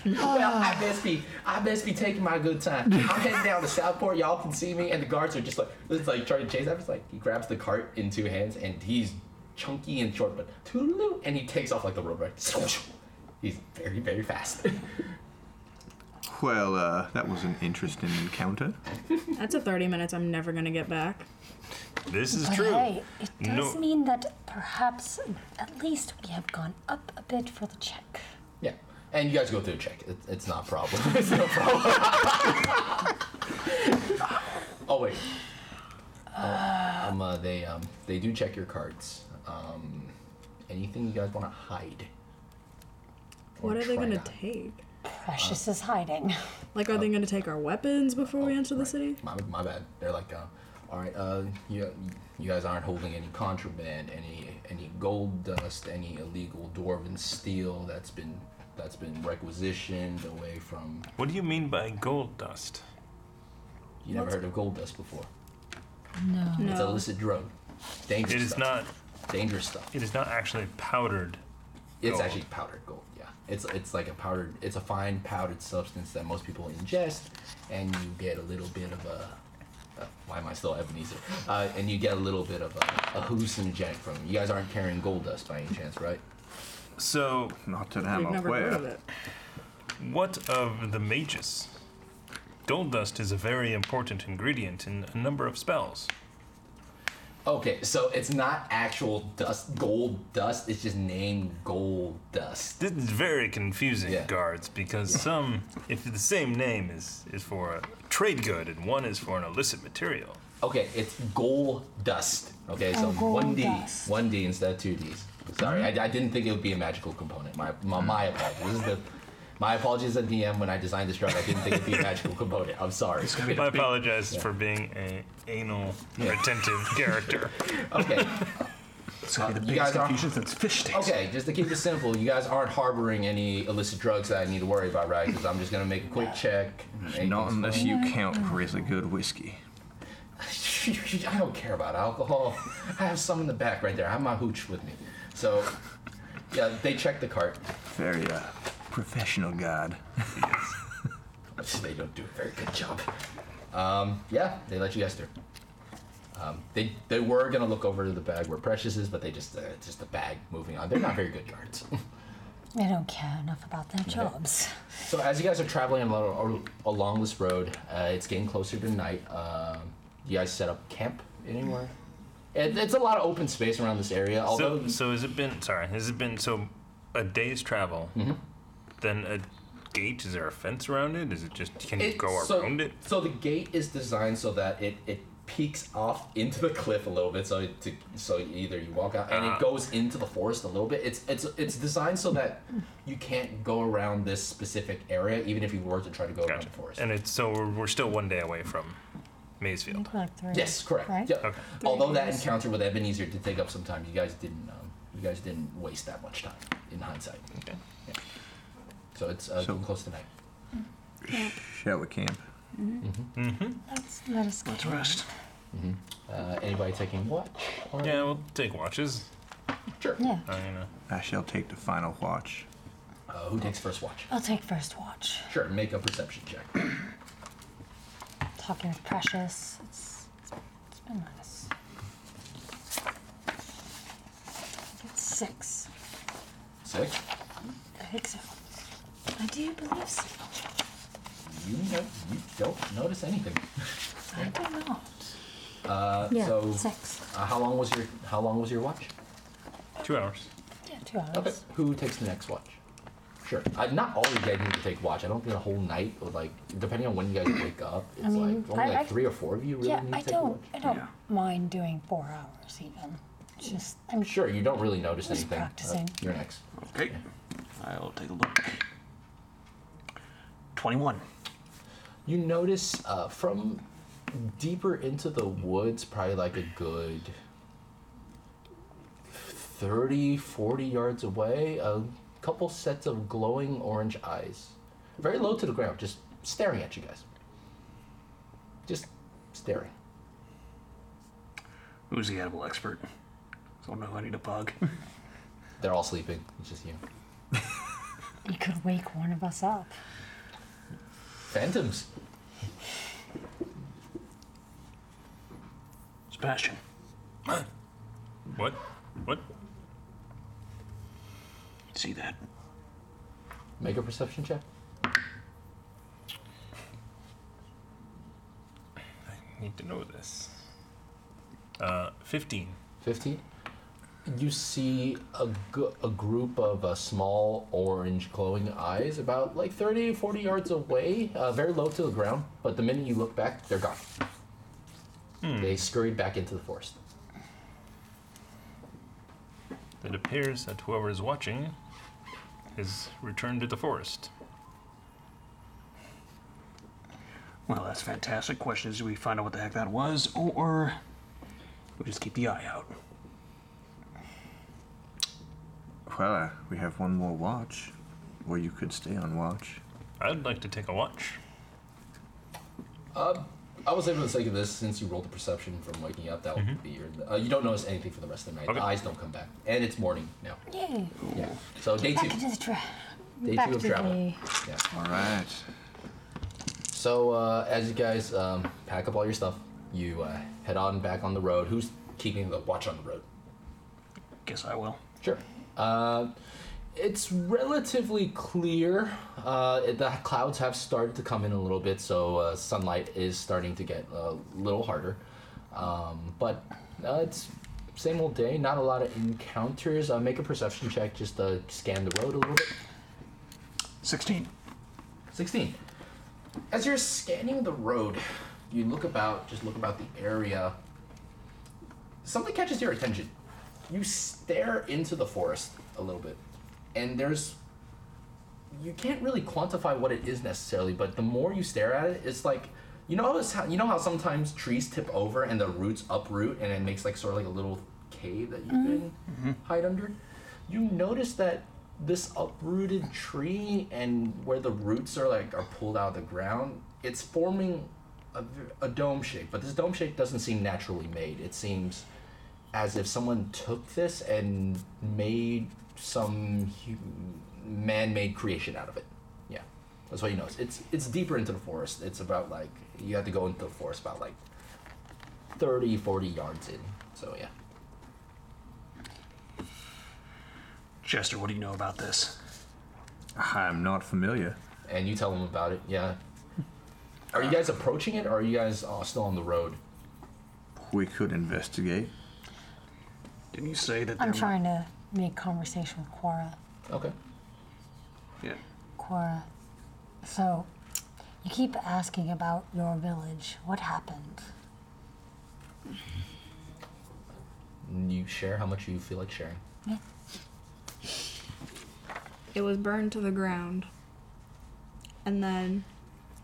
[SPEAKER 3] Well, I best be, I best be taking my good time. I'm heading down to Southport. Y'all can see me, and the guards are just like, it's like trying to chase. I'm just like, he grabs the cart in two hands, and he's chunky and short, but toodaloo, and he takes off like the robot. He's very, very fast.
[SPEAKER 6] Well, uh, that was an interesting encounter.
[SPEAKER 9] That's a 30 minutes I'm never gonna get back.
[SPEAKER 4] This
[SPEAKER 8] but Hey, it does
[SPEAKER 4] No.
[SPEAKER 8] mean that perhaps at least we have gone up a bit for the check.
[SPEAKER 3] Yeah. And you guys go through a check. It, it's not a problem. it's no problem. oh wait. Oh, um, uh, they um, they do check your cards. Um, anything you guys want to hide? Or
[SPEAKER 9] What are they
[SPEAKER 3] try
[SPEAKER 9] gonna
[SPEAKER 3] to-
[SPEAKER 9] take?
[SPEAKER 8] Precious is hiding.
[SPEAKER 9] Like, are they gonna take our weapons before we enter the city?
[SPEAKER 3] My, my bad. They're like, uh, all right, uh, you, you guys aren't holding any contraband, any any gold dust, any illegal dwarven steel that's been that's been requisitioned away from.
[SPEAKER 4] What do you mean by gold dust?
[SPEAKER 3] You never heard of gold dust before?
[SPEAKER 8] No.
[SPEAKER 3] It's illicit drug. Dangerous.
[SPEAKER 4] It is
[SPEAKER 3] stuff.
[SPEAKER 4] not.
[SPEAKER 3] Dangerous stuff.
[SPEAKER 4] It is not actually powdered.
[SPEAKER 3] It's
[SPEAKER 4] gold.
[SPEAKER 3] actually powdered gold. Yeah. It's it's like a powdered. It's a fine powdered substance that most people ingest, and you get a little bit of a. Uh, why am I still Ebenezer? Uh, and you get a little bit of a, a hallucinogenic from it. You guys aren't carrying gold dust by any chance, right?
[SPEAKER 4] So.
[SPEAKER 6] Not that
[SPEAKER 9] We've never heard of it.
[SPEAKER 4] What of the mages? Gold dust is a very important ingredient in a number of spells.
[SPEAKER 3] Okay, so it's not actual dust, gold dust. It's just named gold dust.
[SPEAKER 4] This is very confusing, guards, because some, if the same name is, is for a trade good and one is for an illicit material.
[SPEAKER 3] Okay, it's gold dust. Okay, so
[SPEAKER 4] Oh, gold
[SPEAKER 3] one D,
[SPEAKER 4] dust.
[SPEAKER 3] one D instead of two Ds. Sorry, I, I didn't think it would be a magical component. My my,
[SPEAKER 4] Hmm.
[SPEAKER 3] my apologies. This is the. My apologies at DM when I designed this drug. I didn't think it'd be a magical component. I'm sorry.
[SPEAKER 4] I apologize for being an anal retentive character.
[SPEAKER 3] Okay.
[SPEAKER 4] It's
[SPEAKER 10] Uh,
[SPEAKER 4] gonna be
[SPEAKER 3] you guys are
[SPEAKER 5] That's fish sticks.
[SPEAKER 3] okay. Just to keep it simple, you guys aren't harboring any illicit drugs that I need to worry about, right? Because I'm just gonna make a quick check.
[SPEAKER 6] Not unless you
[SPEAKER 3] Anything's
[SPEAKER 6] count really good whiskey.
[SPEAKER 3] I don't care about alcohol. I have some in the back right there. I have my hooch with me. So, yeah, they check the cart.
[SPEAKER 6] Very uh, professional guard.
[SPEAKER 3] they don't do a very good job. Um, yeah, they let you guys through. Um, they they were gonna look over to the bag where Precious is, but they just uh, it's just the bag moving on. They're not very good guards.
[SPEAKER 8] I don't care enough about their
[SPEAKER 3] Yeah.
[SPEAKER 8] jobs.
[SPEAKER 3] So as you guys are traveling along, along this road, uh, it's getting closer to night. Um you guys set up camp anywhere? It, it's a lot of open space around this area. Although
[SPEAKER 4] so, so has it been? Sorry, has it been so a day's travel? Then a gate? Is there a fence around it? Is it just can you
[SPEAKER 3] It-
[SPEAKER 4] go
[SPEAKER 3] so,
[SPEAKER 4] around it?
[SPEAKER 3] So the gate is designed so that it, it peeks off into the cliff a little bit. So it, to, so either you walk out
[SPEAKER 4] Ah.
[SPEAKER 3] and it goes into the forest a little bit. It's it's it's designed so that you can't go around this specific area, even if you were to try to go around the forest.
[SPEAKER 4] And it's so we're, we're still one day away from Maysfield.
[SPEAKER 3] Yes, correct.
[SPEAKER 4] right?
[SPEAKER 3] Yep.
[SPEAKER 4] Okay.
[SPEAKER 3] Although that
[SPEAKER 4] days.
[SPEAKER 3] encounter with Ebenezer did take up some time, you guys didn't um, you guys didn't waste that much time in hindsight. Okay. Yeah. So it's uh, close to night.
[SPEAKER 6] Shall we camp?
[SPEAKER 3] Mm-hmm.
[SPEAKER 8] Let's, let us
[SPEAKER 3] Let's rest. Uh, anybody taking watch?
[SPEAKER 4] Yeah, we'll take watches. uh,
[SPEAKER 3] Sure.
[SPEAKER 8] Yeah.
[SPEAKER 6] I shall take the final watch.
[SPEAKER 3] Uh, who takes first watch?
[SPEAKER 8] I'll take first watch.
[SPEAKER 3] Sure. Make a perception check.
[SPEAKER 8] Talking with Precious. It's, it's been nice. It's six.
[SPEAKER 3] Six.
[SPEAKER 8] I think so. I do believe so.
[SPEAKER 3] You know, you don't notice anything.
[SPEAKER 8] I don't know.
[SPEAKER 3] Uh,
[SPEAKER 8] Yeah,
[SPEAKER 3] so
[SPEAKER 8] six.
[SPEAKER 3] Uh, how long was your How long was your watch?
[SPEAKER 4] Two hours.
[SPEAKER 8] Yeah, two hours.
[SPEAKER 3] Okay. Who takes the next watch? Sure. Uh, not all you guys need to take watch. I don't think a whole night or like depending on when you guys wake up. It's
[SPEAKER 8] I mean,
[SPEAKER 3] like only
[SPEAKER 8] I-
[SPEAKER 3] like
[SPEAKER 8] I-
[SPEAKER 3] three or four of you really
[SPEAKER 8] yeah,
[SPEAKER 3] need to
[SPEAKER 8] I
[SPEAKER 3] take
[SPEAKER 8] don't.
[SPEAKER 3] watch.
[SPEAKER 8] I don't mind doing four hours even. It's Just I'm
[SPEAKER 3] Sure, you don't really notice
[SPEAKER 8] Just
[SPEAKER 3] anything. Uh,
[SPEAKER 8] practicing.
[SPEAKER 3] you're next.
[SPEAKER 5] Okay. I'll take a look.
[SPEAKER 3] 21. You notice uh, from deeper into the woods, probably like a good 30, 40 yards away, a couple sets of glowing orange eyes. Very low to the ground, just staring at you guys. Just staring.
[SPEAKER 5] Who's the animal expert? So I don't know who I need to bug.
[SPEAKER 3] They're all sleeping. It's just you.
[SPEAKER 8] You could wake one of us up.
[SPEAKER 3] Phantoms.
[SPEAKER 5] Sebastian.
[SPEAKER 4] What? What?
[SPEAKER 5] See that?
[SPEAKER 3] Make a perception check.
[SPEAKER 4] Need to know this. Uh, 15.
[SPEAKER 3] 15 you see a, gu- a group of uh, small orange glowing eyes about like 30 40 yards away uh, very low to the ground but the minute you look back they're gone they scurried back into the forest
[SPEAKER 4] It appears that whoever is watching is returned to the forest.
[SPEAKER 5] Well, that's fantastic. Question is, do we find out what the heck that was, or we just keep the eye out?
[SPEAKER 6] Well, uh, we have one more watch, or you could stay on watch.
[SPEAKER 4] I'd like to take a watch.
[SPEAKER 3] uh, i was able to think of this since you rolled the perception from waking up that would be your uh, you don't notice anything for the rest of the night
[SPEAKER 4] Okay.
[SPEAKER 3] the eyes don't come back and it's morning now
[SPEAKER 8] Yay.
[SPEAKER 3] yeah so day
[SPEAKER 8] Back
[SPEAKER 3] two
[SPEAKER 8] into the tra-
[SPEAKER 3] Day
[SPEAKER 8] back
[SPEAKER 3] two of
[SPEAKER 8] to
[SPEAKER 3] travel.
[SPEAKER 8] the-
[SPEAKER 3] Yeah. All right. So uh, as you guys um, pack up all your stuff, you uh, head on back on the road. Who's keeping the watch on the road?
[SPEAKER 5] Guess I will.
[SPEAKER 3] Sure. Uh, it's relatively clear. Uh, it- the clouds have started to come in a little bit, so uh, sunlight is starting to get a little harder. Um, but uh, it's same old day. Not a lot of encounters. Uh, make a perception check. Just uh, scan the road a little bit.
[SPEAKER 5] Sixteen.
[SPEAKER 3] Sixteen. As you're scanning the road, you look about, just look about the area. Something catches your attention. You stare into the forest a little bit, and there's. You can't really quantify what it is necessarily, but the more you stare at it, it's like. You know, it's how, you know how sometimes trees tip over and the roots uproot and it makes like sort of like a little cave that you can hide under? You notice that this uprooted tree and where the roots are like are pulled out of the ground, it's forming a, v- a dome shape. But this dome shape doesn't seem naturally made. It seems as if someone took this and made some hu- man-made creation out of it. Yeah, that's what you notice. It's it's deeper into the forest. It's about like you have to go into the forest about like 30, 40 yards in. So yeah.
[SPEAKER 5] Chester, what do you know about this?
[SPEAKER 6] I'm not familiar.
[SPEAKER 3] And you tell them about it. Yeah. Are you guys approaching it, or are you guys uh, still on the road?
[SPEAKER 6] We could investigate.
[SPEAKER 5] Didn't you say that?
[SPEAKER 8] I'm trying to make conversation with Quora.
[SPEAKER 3] Okay.
[SPEAKER 5] Yeah.
[SPEAKER 8] Quora. So, you keep asking about your village. What happened?
[SPEAKER 3] You share how much you feel like sharing.
[SPEAKER 9] It was burned to the ground. And then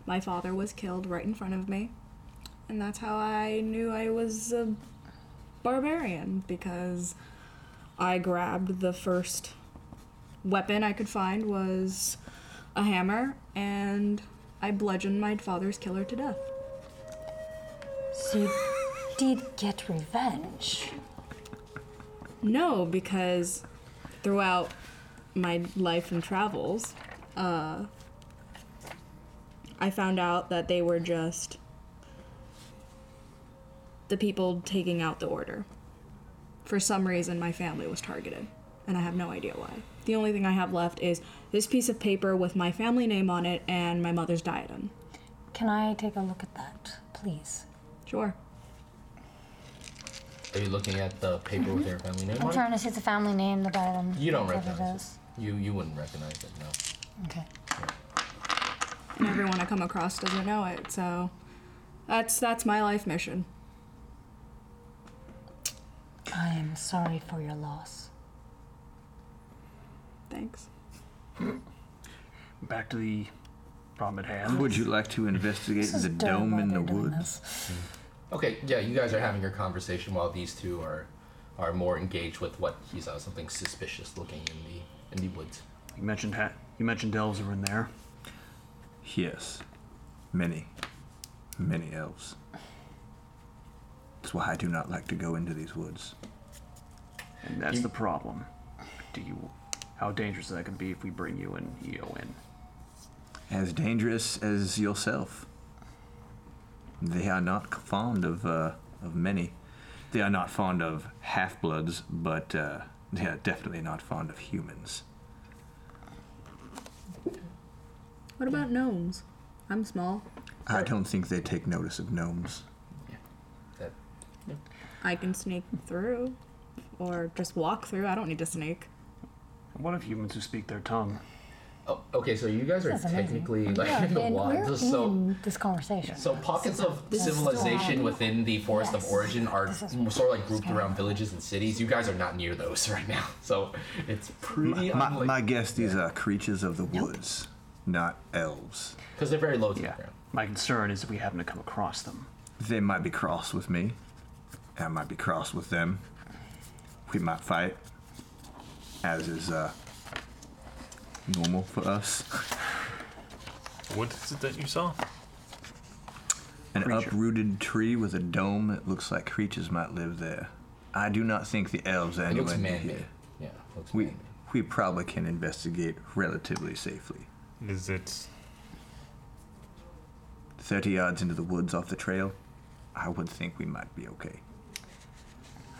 [SPEAKER 9] my father was killed right in front of me. And that's how I knew I was a barbarian because I grabbed the first weapon I could find was a hammer and I bludgeoned my father's killer to death.
[SPEAKER 8] So you did get revenge.
[SPEAKER 9] No, because throughout my life and travels, uh, I found out that they were just the people taking out the order. For some reason, my family was targeted, and I have no idea why. The only thing I have left is this piece of paper with my family name on it and my mother's diadem.
[SPEAKER 8] Can I take a look at that, please?
[SPEAKER 9] Sure.
[SPEAKER 3] Are you looking at the paper with their family name
[SPEAKER 8] I'm
[SPEAKER 3] on
[SPEAKER 8] trying to see the family name, the diadem.
[SPEAKER 3] You don't
[SPEAKER 8] whatever
[SPEAKER 3] recognize it? You you wouldn't recognize it, no.
[SPEAKER 8] is. Okay.
[SPEAKER 9] and everyone I come across doesn't know it. So that's that's my life mission.
[SPEAKER 8] I am sorry for your loss.
[SPEAKER 9] Thanks.
[SPEAKER 5] Back to the problem at hand.
[SPEAKER 6] Would you like to investigate
[SPEAKER 5] This is
[SPEAKER 6] the
[SPEAKER 5] dumb
[SPEAKER 6] dome in
[SPEAKER 5] why
[SPEAKER 6] the
[SPEAKER 5] they're doing
[SPEAKER 6] woods?
[SPEAKER 3] Okay, yeah, you guys are having your conversation while these two are are more engaged with what he saw something suspicious looking in the in the woods.
[SPEAKER 5] You mentioned ha- you mentioned elves were in there.
[SPEAKER 6] Yes. Many, many elves. That's why I do not like to go into these woods.
[SPEAKER 5] And that's the problem. Do you? How dangerous that can be if we bring you and EO in.
[SPEAKER 6] As dangerous as yourself. They are not fond of uh, of many. They are not fond of half bloods, but uh, they are definitely not fond of humans.
[SPEAKER 9] What about gnomes? I'm small.
[SPEAKER 6] I don't think they take notice of gnomes.
[SPEAKER 9] I can sneak through, or just walk through. I don't need to sneak.
[SPEAKER 5] What of humans who speak their tongue?
[SPEAKER 3] Oh, okay, so you guys are
[SPEAKER 8] This is amazing.
[SPEAKER 3] technically like
[SPEAKER 8] yeah,
[SPEAKER 3] in the
[SPEAKER 8] and
[SPEAKER 3] wild.
[SPEAKER 8] we're
[SPEAKER 3] Just So
[SPEAKER 8] in this conversation.
[SPEAKER 3] so pockets of
[SPEAKER 8] This is
[SPEAKER 3] civilization
[SPEAKER 8] still-
[SPEAKER 3] within the forest
[SPEAKER 8] Yes.
[SPEAKER 3] of origin are sort of like grouped around villages and cities. You guys are not near those right now, so it's
[SPEAKER 6] My,
[SPEAKER 3] pretty.
[SPEAKER 6] my, my guess, these are creatures of the woods, not elves.
[SPEAKER 3] Because they're very low to
[SPEAKER 6] yeah.
[SPEAKER 5] My concern is if we happen to come across them.
[SPEAKER 6] They might be cross with me. I might be cross with them. We might fight, as is uh, normal for us.
[SPEAKER 4] What is it that you saw?
[SPEAKER 6] An uprooted tree with a dome that looks like creatures might live there. I do not think the elves are
[SPEAKER 3] It looks
[SPEAKER 6] anywhere near
[SPEAKER 3] man-made.
[SPEAKER 6] here.
[SPEAKER 3] Yeah,
[SPEAKER 6] we we probably can investigate relatively safely.
[SPEAKER 4] Is it
[SPEAKER 6] thirty yards into the woods off the trail? I would think we might be okay.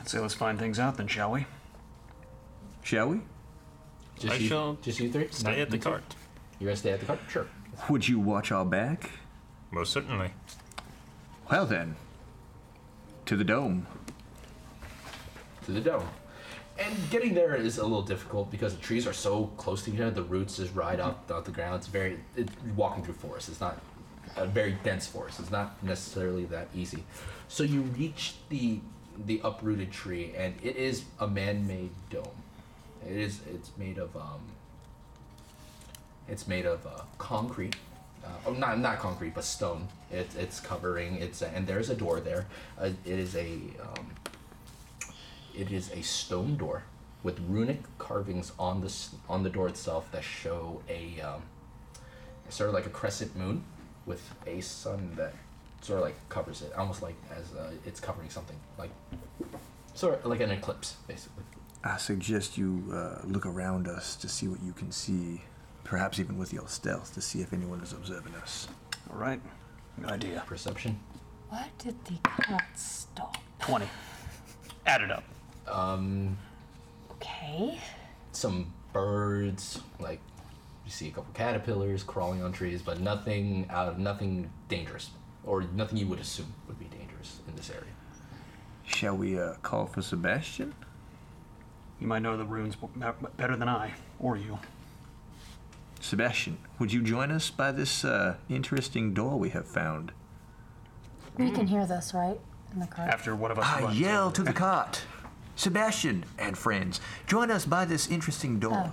[SPEAKER 5] I'd say let's find things out then, shall we?
[SPEAKER 6] Shall we?
[SPEAKER 3] Just
[SPEAKER 6] I
[SPEAKER 3] you,
[SPEAKER 6] shall
[SPEAKER 3] just you three.
[SPEAKER 6] stay
[SPEAKER 3] Not
[SPEAKER 6] at the
[SPEAKER 3] you two?
[SPEAKER 6] cart.
[SPEAKER 3] You guys stay at the cart. Sure.
[SPEAKER 6] Would you watch our back?
[SPEAKER 4] Most certainly.
[SPEAKER 6] Well then, to the dome.
[SPEAKER 3] to the dome. And getting there is a little difficult because the trees are so close to each other. The roots just ride up out the ground. It's very it, walking through forest. It's not a very dense forest. It's not necessarily that easy. So you reach the the uprooted tree, and it is a man-made dome. It is. It's made of. Um, it's made of uh, concrete. Uh, oh, not not concrete, but stone. It, it's covering. It's and there's a door there. Uh, it is a um, it is a stone door with runic carvings on the s- on the door itself that show a um, sort of like a crescent moon with a sun that sort of like covers it, almost like as uh, it's covering something, like sort of like an eclipse, basically.
[SPEAKER 6] I suggest you uh, look around us to see what you can see, perhaps even with your stealth to see if anyone is observing us.
[SPEAKER 5] All right. Good idea.
[SPEAKER 3] Perception.
[SPEAKER 8] Where did the cart stop?
[SPEAKER 5] Twenty. Add it up.
[SPEAKER 3] Um,
[SPEAKER 8] Okay.
[SPEAKER 3] some birds, like you see a couple caterpillars crawling on trees, but nothing out of nothing dangerous or nothing you would assume would be dangerous in this area.
[SPEAKER 6] Shall we uh, call for Sebastian?
[SPEAKER 5] You might know the runes b- be- better than I or you.
[SPEAKER 6] Sebastian, would you join us by this uh, interesting door we have found?
[SPEAKER 8] We can hear this, right? in the cart.
[SPEAKER 10] After one of us.
[SPEAKER 2] I
[SPEAKER 10] runs
[SPEAKER 2] yell
[SPEAKER 10] over.
[SPEAKER 2] to the cot. Sebastian and friends, join us by this interesting door.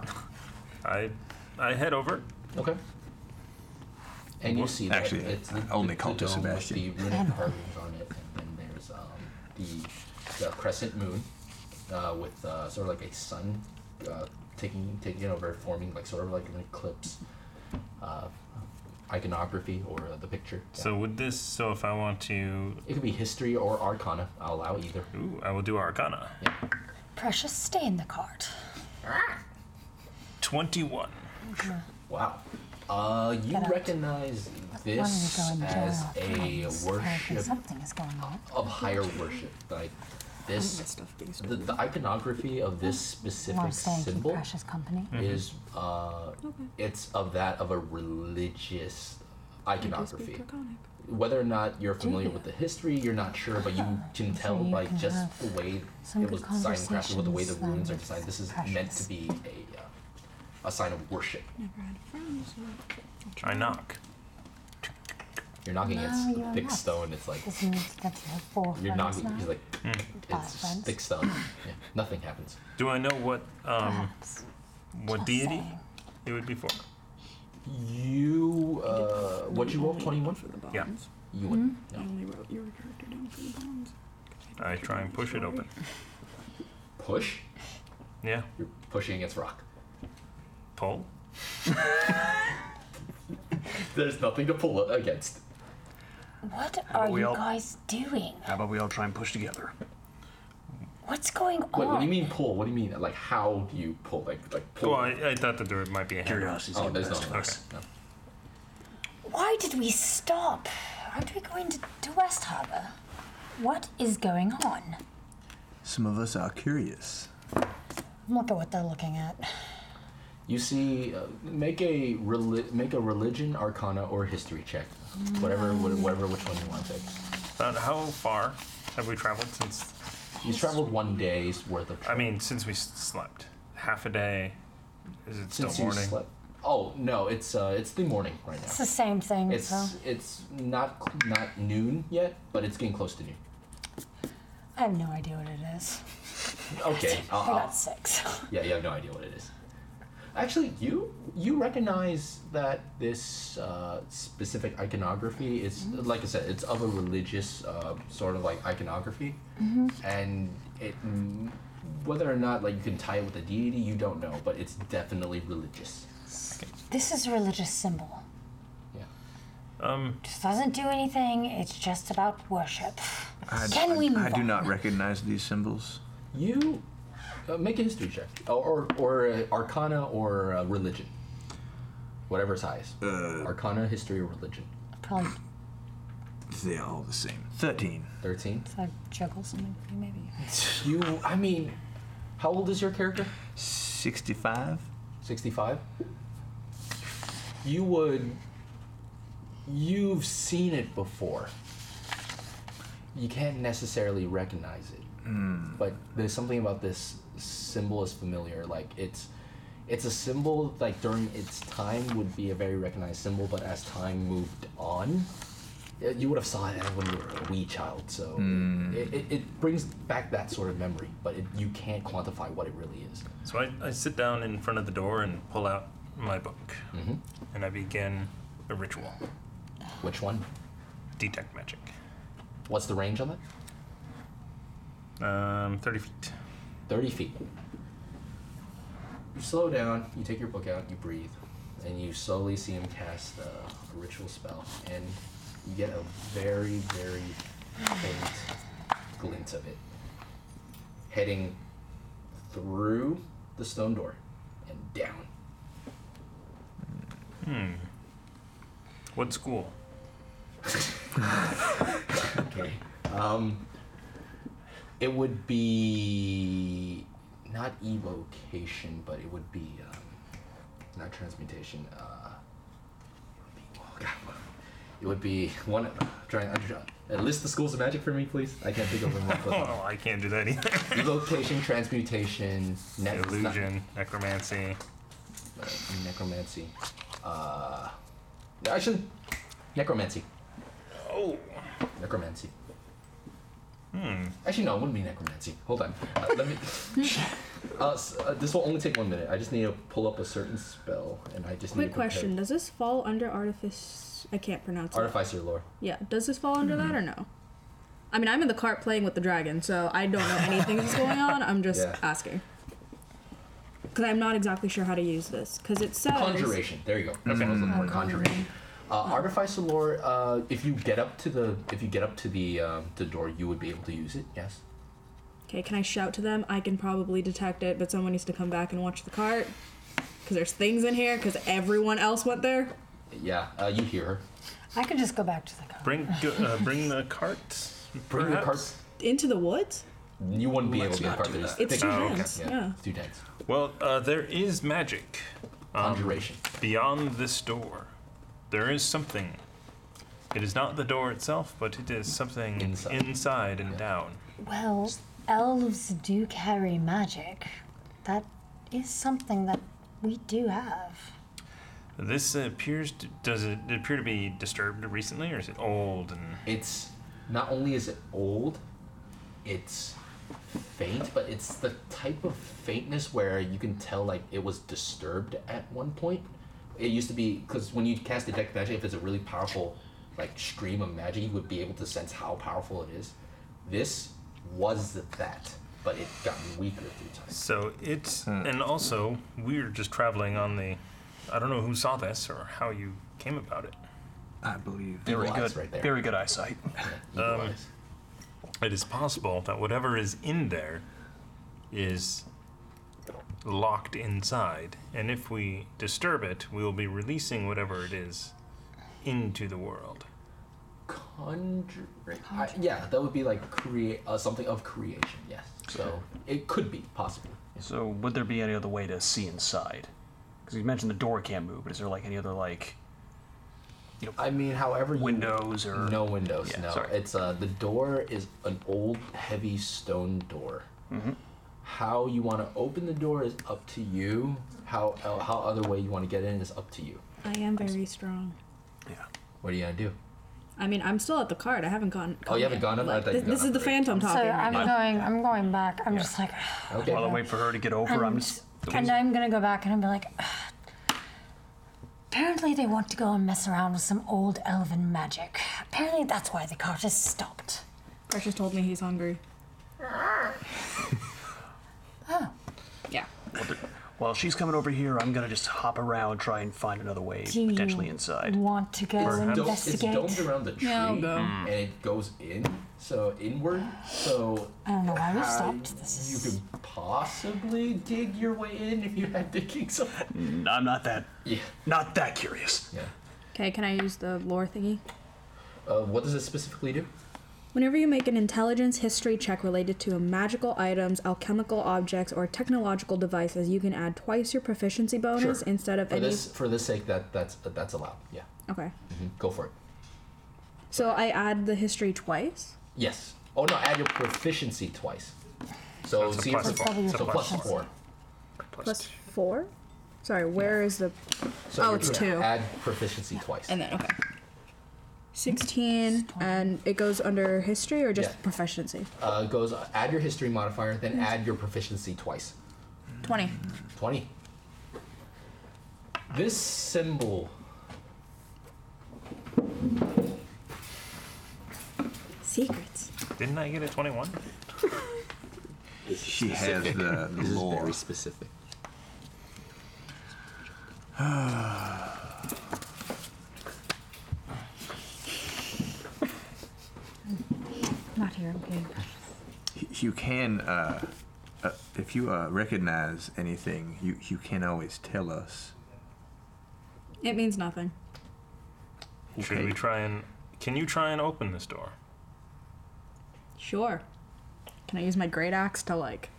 [SPEAKER 4] I, I head over.
[SPEAKER 3] Okay. And you see that
[SPEAKER 2] Actually, uh,
[SPEAKER 3] it's
[SPEAKER 2] I only
[SPEAKER 3] the
[SPEAKER 2] called to
[SPEAKER 3] dome with
[SPEAKER 2] Sebastian.
[SPEAKER 3] The runic carvings on it, and then there's um, the, the crescent moon uh, with uh, sort of like a sun uh, taking taking over, forming like sort of like an eclipse uh, iconography or uh, the picture.
[SPEAKER 4] So would this? So if I want to,
[SPEAKER 3] it could be history or arcana. I'll allow either.
[SPEAKER 4] Ooh, I will do arcana.
[SPEAKER 8] Precious, stay in the cart.
[SPEAKER 4] Twenty-one.
[SPEAKER 3] Wow. Uh, you
[SPEAKER 8] Get out.
[SPEAKER 3] recognize
[SPEAKER 8] Why don't you
[SPEAKER 3] this
[SPEAKER 8] go in
[SPEAKER 3] as
[SPEAKER 8] jail?
[SPEAKER 3] a
[SPEAKER 8] Please. I think
[SPEAKER 3] worship
[SPEAKER 8] Something is going on.
[SPEAKER 3] of higher worship. Like
[SPEAKER 8] I think
[SPEAKER 3] this, the, the iconography of this
[SPEAKER 8] More
[SPEAKER 3] specific
[SPEAKER 8] staying in
[SPEAKER 3] symbol Hmm.
[SPEAKER 8] precious company.
[SPEAKER 3] is uh, it's of that of a religious iconography. Whether or not you're familiar with the history, you're not sure, but you can tell
[SPEAKER 8] Ah, you
[SPEAKER 3] by
[SPEAKER 8] can
[SPEAKER 3] just
[SPEAKER 8] have
[SPEAKER 3] the way
[SPEAKER 8] some
[SPEAKER 3] it was
[SPEAKER 8] good
[SPEAKER 3] designed, crafted with the way the
[SPEAKER 8] conversations, um,
[SPEAKER 3] runes are designed. This is meant to be a uh, a sign of worship.
[SPEAKER 9] Never had friends.
[SPEAKER 4] I knock.
[SPEAKER 3] You're knocking. it's
[SPEAKER 8] No,
[SPEAKER 3] a
[SPEAKER 8] you're
[SPEAKER 3] big
[SPEAKER 8] not.
[SPEAKER 3] stone. It's like
[SPEAKER 8] This means that you have four
[SPEAKER 3] you're
[SPEAKER 8] friends
[SPEAKER 3] knocking.
[SPEAKER 8] now.
[SPEAKER 3] He's like it's
[SPEAKER 8] friends.
[SPEAKER 3] just thick stone. Yeah, nothing happens.
[SPEAKER 4] Do I know what
[SPEAKER 8] Uh,
[SPEAKER 4] um, what deity it would be for?
[SPEAKER 3] You uh, what you roll twenty one for the
[SPEAKER 4] Yeah.
[SPEAKER 3] You win.
[SPEAKER 9] I only wrote your character down for the bonds.
[SPEAKER 4] I try and push it open.
[SPEAKER 3] Push.
[SPEAKER 4] Yeah.
[SPEAKER 3] You're pushing against rock.
[SPEAKER 4] Pull.
[SPEAKER 3] There's nothing to pull it against.
[SPEAKER 8] What
[SPEAKER 10] How
[SPEAKER 8] are
[SPEAKER 10] about we
[SPEAKER 8] you
[SPEAKER 10] all-
[SPEAKER 8] guys doing?
[SPEAKER 10] How about we all try and push together?
[SPEAKER 8] What's going on?
[SPEAKER 3] Wait, what do you mean pull? What do you mean? Like how do you pull? Like like pull?
[SPEAKER 4] Well, I, I thought that there might be a
[SPEAKER 10] Curiosity's
[SPEAKER 3] oh, there's no.
[SPEAKER 4] Okay.
[SPEAKER 8] Why did we stop? Aren't we going to, to West Harbour? What is going on?
[SPEAKER 6] Some of us are curious.
[SPEAKER 8] Look at what they're looking at.
[SPEAKER 3] You see, uh, make a reli- make a religion, arcana, or history check, whatever
[SPEAKER 8] Mm.
[SPEAKER 3] wh- whatever which one you want to take.
[SPEAKER 4] About how far have we traveled since?
[SPEAKER 3] You traveled one day's worth of.
[SPEAKER 4] I mean, since we s- slept, half a day. Is it still
[SPEAKER 3] Since you
[SPEAKER 4] morning?
[SPEAKER 3] slept. Oh no, it's uh, it's the morning right
[SPEAKER 8] It's
[SPEAKER 3] now.
[SPEAKER 8] the same thing.
[SPEAKER 3] It's
[SPEAKER 8] so
[SPEAKER 3] it's not cl- not noon yet, but it's getting close to noon.
[SPEAKER 8] I have no idea what it is.
[SPEAKER 3] Okay.
[SPEAKER 8] I
[SPEAKER 6] Uh-huh.
[SPEAKER 3] I'll- I'll-
[SPEAKER 8] got six.
[SPEAKER 3] Yeah, you have no idea what it is. Actually, you you recognize that this uh, specific iconography is, like I said, it's of a religious uh, sort of like iconography,
[SPEAKER 12] Mhm.
[SPEAKER 3] and it mm, whether or not like you can tie it with a deity, you don't know, but it's definitely religious.
[SPEAKER 8] This is a religious symbol.
[SPEAKER 4] Um,
[SPEAKER 8] This doesn't do anything. It's just about worship.
[SPEAKER 6] I,
[SPEAKER 8] Can
[SPEAKER 6] I-
[SPEAKER 8] we move
[SPEAKER 6] I do
[SPEAKER 8] on?
[SPEAKER 6] not recognize these symbols.
[SPEAKER 3] You uh, make a history check, or or, or uh, Arcana or uh, religion, whatever's highest. Arcana, history, or religion.
[SPEAKER 8] Probably
[SPEAKER 6] They're all the same. Thirteen.
[SPEAKER 3] Thirteen.
[SPEAKER 8] if I juggle something for you, maybe.
[SPEAKER 3] You, I mean, how old is your character?
[SPEAKER 6] 65.
[SPEAKER 3] 65? You would. You've seen it before. You can't necessarily recognize it. But there's something about this symbol is familiar. Like, it's. It's a symbol like during its time would be a very recognized symbol, but as time moved on, uh, you would have saw it when you were a wee child. So
[SPEAKER 6] Hmm.
[SPEAKER 3] it, it, it brings back that sort of memory, but it, you can't quantify what it really is.
[SPEAKER 4] So I, I sit down in front of the door and pull out my book,
[SPEAKER 3] Mm-hmm.
[SPEAKER 4] and I begin a ritual.
[SPEAKER 3] Which one?
[SPEAKER 4] Detect magic.
[SPEAKER 3] What's the range on
[SPEAKER 4] that? Um, thirty feet.
[SPEAKER 3] Thirty feet. You slow down, you take your book out, you breathe, and you slowly see him cast uh, a ritual spell, and you get a very, very faint glint of it heading through the stone door and down.
[SPEAKER 4] Hmm. What school?
[SPEAKER 3] okay. Um, it would be not evocation, but it would be um, not transmutation. Uh, oh it would be oh god, what- it would be one. Trying uh, list the schools of magic for me, please. I can't think of them. off the top.
[SPEAKER 4] Oh, I can't do that either.
[SPEAKER 3] evocation, transmutation, ne-
[SPEAKER 4] Illusion, necromancy.
[SPEAKER 3] necromancy. Uh, actually, necromancy.
[SPEAKER 4] Oh.
[SPEAKER 3] Necromancy.
[SPEAKER 4] Hmm.
[SPEAKER 3] Actually, no, it wouldn't be necromancy. Hold on. Uh, let me. Uh, s- uh, this will only take one minute. I just need to pull up a certain spell, and I just need to
[SPEAKER 9] Quick
[SPEAKER 3] prepare-
[SPEAKER 9] question: Does this fall under artifice? I can't pronounce it.
[SPEAKER 3] Artificer lore.
[SPEAKER 9] Yeah, does this fall under that or no? I mean, I'm in the cart playing with the dragon, so I don't know anything that's going on. I'm just
[SPEAKER 3] Yeah.
[SPEAKER 9] asking. Because I'm not exactly sure how to use this. Because it says.
[SPEAKER 3] Conjuration. There you go. That's what I was looking for.
[SPEAKER 9] Oh,
[SPEAKER 3] Conjuration. Uh, Artificer lore. Uh, if you get up to the if you get up to the um, the door, you would be able to use it. Yes.
[SPEAKER 9] Okay, can I shout to them? I can probably detect it, but someone needs to come back and watch the cart. Because there's things in here, because everyone else went there.
[SPEAKER 3] Yeah. Uh, you hear her.
[SPEAKER 8] I could just go back to the car.
[SPEAKER 4] Bring go- uh, bring the cart.
[SPEAKER 3] Bring the
[SPEAKER 4] perhaps?
[SPEAKER 9] Into the woods?
[SPEAKER 3] You wouldn't be
[SPEAKER 4] Let's
[SPEAKER 3] able to
[SPEAKER 4] not
[SPEAKER 3] get a cart.
[SPEAKER 4] do
[SPEAKER 3] There's
[SPEAKER 4] that. It's
[SPEAKER 3] thick-
[SPEAKER 4] too Oh, okay. dense,
[SPEAKER 9] yeah.
[SPEAKER 3] It's too dense.
[SPEAKER 4] Well, uh, there is magic. um,
[SPEAKER 3] Conjuration.
[SPEAKER 4] beyond this door, there is something. It is not the door itself, but it is something inside, and down.
[SPEAKER 8] Well, elves do carry magic. That is something that we do have.
[SPEAKER 4] This appears. To, does it appear to be disturbed recently, or is it old? And
[SPEAKER 3] it's not only is it old, it's faint, but it's the type of faintness where you can tell like it was disturbed at one point. It used to be because when you cast detect magic, if it's a really powerful like stream of magic, you would be able to sense how powerful it is. This was that, but it gotten weaker through time.
[SPEAKER 4] So it's
[SPEAKER 3] Hmm.
[SPEAKER 4] and also we're just traveling on the. I don't know who saw this or how you came about it.
[SPEAKER 5] I believe
[SPEAKER 4] Evil
[SPEAKER 5] very
[SPEAKER 4] eyes
[SPEAKER 5] good,
[SPEAKER 4] right there.
[SPEAKER 5] very good eyesight.
[SPEAKER 4] Um, it is possible that whatever is in there is locked inside, and if we disturb it, we will be releasing whatever it is into the world.
[SPEAKER 3] Conjure. I, yeah, that would be like create uh, something of creation. Yes. So it could be possible.
[SPEAKER 5] So, would there be any other way to see inside? Because you mentioned the door can't move, but is there like any other like, you know?
[SPEAKER 3] I mean, however,
[SPEAKER 5] windows or
[SPEAKER 3] no windows.
[SPEAKER 5] Yeah,
[SPEAKER 3] no,
[SPEAKER 5] sorry.
[SPEAKER 3] it's uh, the door is an old, heavy stone door.
[SPEAKER 5] Mm-hmm.
[SPEAKER 3] How you want to open the door is up to you. How uh, how other way you want to get in is up to you.
[SPEAKER 9] I am very strong.
[SPEAKER 3] What are you gonna do?
[SPEAKER 9] I mean, I'm still at the cart. I haven't gone.
[SPEAKER 3] Oh, you haven't gone up? I
[SPEAKER 9] Like,
[SPEAKER 3] thought you
[SPEAKER 9] this this
[SPEAKER 3] got
[SPEAKER 9] is the
[SPEAKER 3] up
[SPEAKER 9] phantom
[SPEAKER 8] So
[SPEAKER 9] talking. right
[SPEAKER 8] I'm
[SPEAKER 9] now.
[SPEAKER 8] going. I'm going back. I'm just like,
[SPEAKER 3] Okay.
[SPEAKER 5] While I wait for her to get over, I'm
[SPEAKER 8] And-
[SPEAKER 5] just.
[SPEAKER 8] and I'm gonna go back and I'm like. "Ugh. Apparently, they want to go and mess around with some old elven magic. Apparently, that's why the cart is stopped.
[SPEAKER 9] Precious told me he's hungry.
[SPEAKER 8] Oh,
[SPEAKER 9] Yeah.
[SPEAKER 5] While she's coming over here, I'm gonna just hop around, try and find another way,
[SPEAKER 8] Do you
[SPEAKER 5] potentially inside.
[SPEAKER 8] Want to go
[SPEAKER 3] It's, dome, it's
[SPEAKER 8] investigate?
[SPEAKER 3] domed around the tree,
[SPEAKER 8] Yeah, I'll go.
[SPEAKER 3] and it goes in, so inward. So
[SPEAKER 8] I don't know why we
[SPEAKER 3] how
[SPEAKER 8] stopped. This
[SPEAKER 3] You could possibly dig your way in if you had digging something.
[SPEAKER 5] Mm, I'm not that.
[SPEAKER 3] Yeah.
[SPEAKER 5] Not that curious.
[SPEAKER 3] Yeah.
[SPEAKER 9] Okay, can I use the lore thingy?
[SPEAKER 3] Uh, what does it specifically do?
[SPEAKER 9] Whenever you make an intelligence history check related to magical items, alchemical objects, or technological devices, you can add twice your proficiency bonus
[SPEAKER 3] Sure.
[SPEAKER 9] instead of
[SPEAKER 3] for
[SPEAKER 9] any.
[SPEAKER 3] this for this sake that that's uh, that's allowed. Yeah.
[SPEAKER 9] Okay.
[SPEAKER 3] hmm Go for it.
[SPEAKER 9] So I add the history twice.
[SPEAKER 3] Yes. Oh no, add your proficiency twice. So,
[SPEAKER 4] So it's a
[SPEAKER 3] see your
[SPEAKER 4] plus
[SPEAKER 3] prof-
[SPEAKER 4] four. It's a
[SPEAKER 3] so
[SPEAKER 4] plus
[SPEAKER 3] plus four.
[SPEAKER 9] Plus four. Sorry, where is the?
[SPEAKER 3] So
[SPEAKER 9] oh,
[SPEAKER 3] you're
[SPEAKER 9] it's
[SPEAKER 3] gonna
[SPEAKER 9] two.
[SPEAKER 3] Add proficiency twice.
[SPEAKER 9] And then okay. Sixteen, and it goes under history or just
[SPEAKER 3] Yeah.
[SPEAKER 9] proficiency.
[SPEAKER 3] Uh, goes add your history modifier, then add your proficiency twice.
[SPEAKER 9] Twenty.
[SPEAKER 3] Twenty. This symbol.
[SPEAKER 9] Secrets.
[SPEAKER 4] Didn't I get a 21?
[SPEAKER 13] She has
[SPEAKER 4] specific.
[SPEAKER 13] the, the
[SPEAKER 4] This is
[SPEAKER 13] lore.
[SPEAKER 4] very
[SPEAKER 3] specific.
[SPEAKER 8] Not here. Okay.
[SPEAKER 6] You can, uh, uh, if you uh, recognize anything, you, you can always tell us.
[SPEAKER 9] It means nothing.
[SPEAKER 4] Should we try and? Can you try and open this door?
[SPEAKER 9] Sure. Can I use my great axe to like?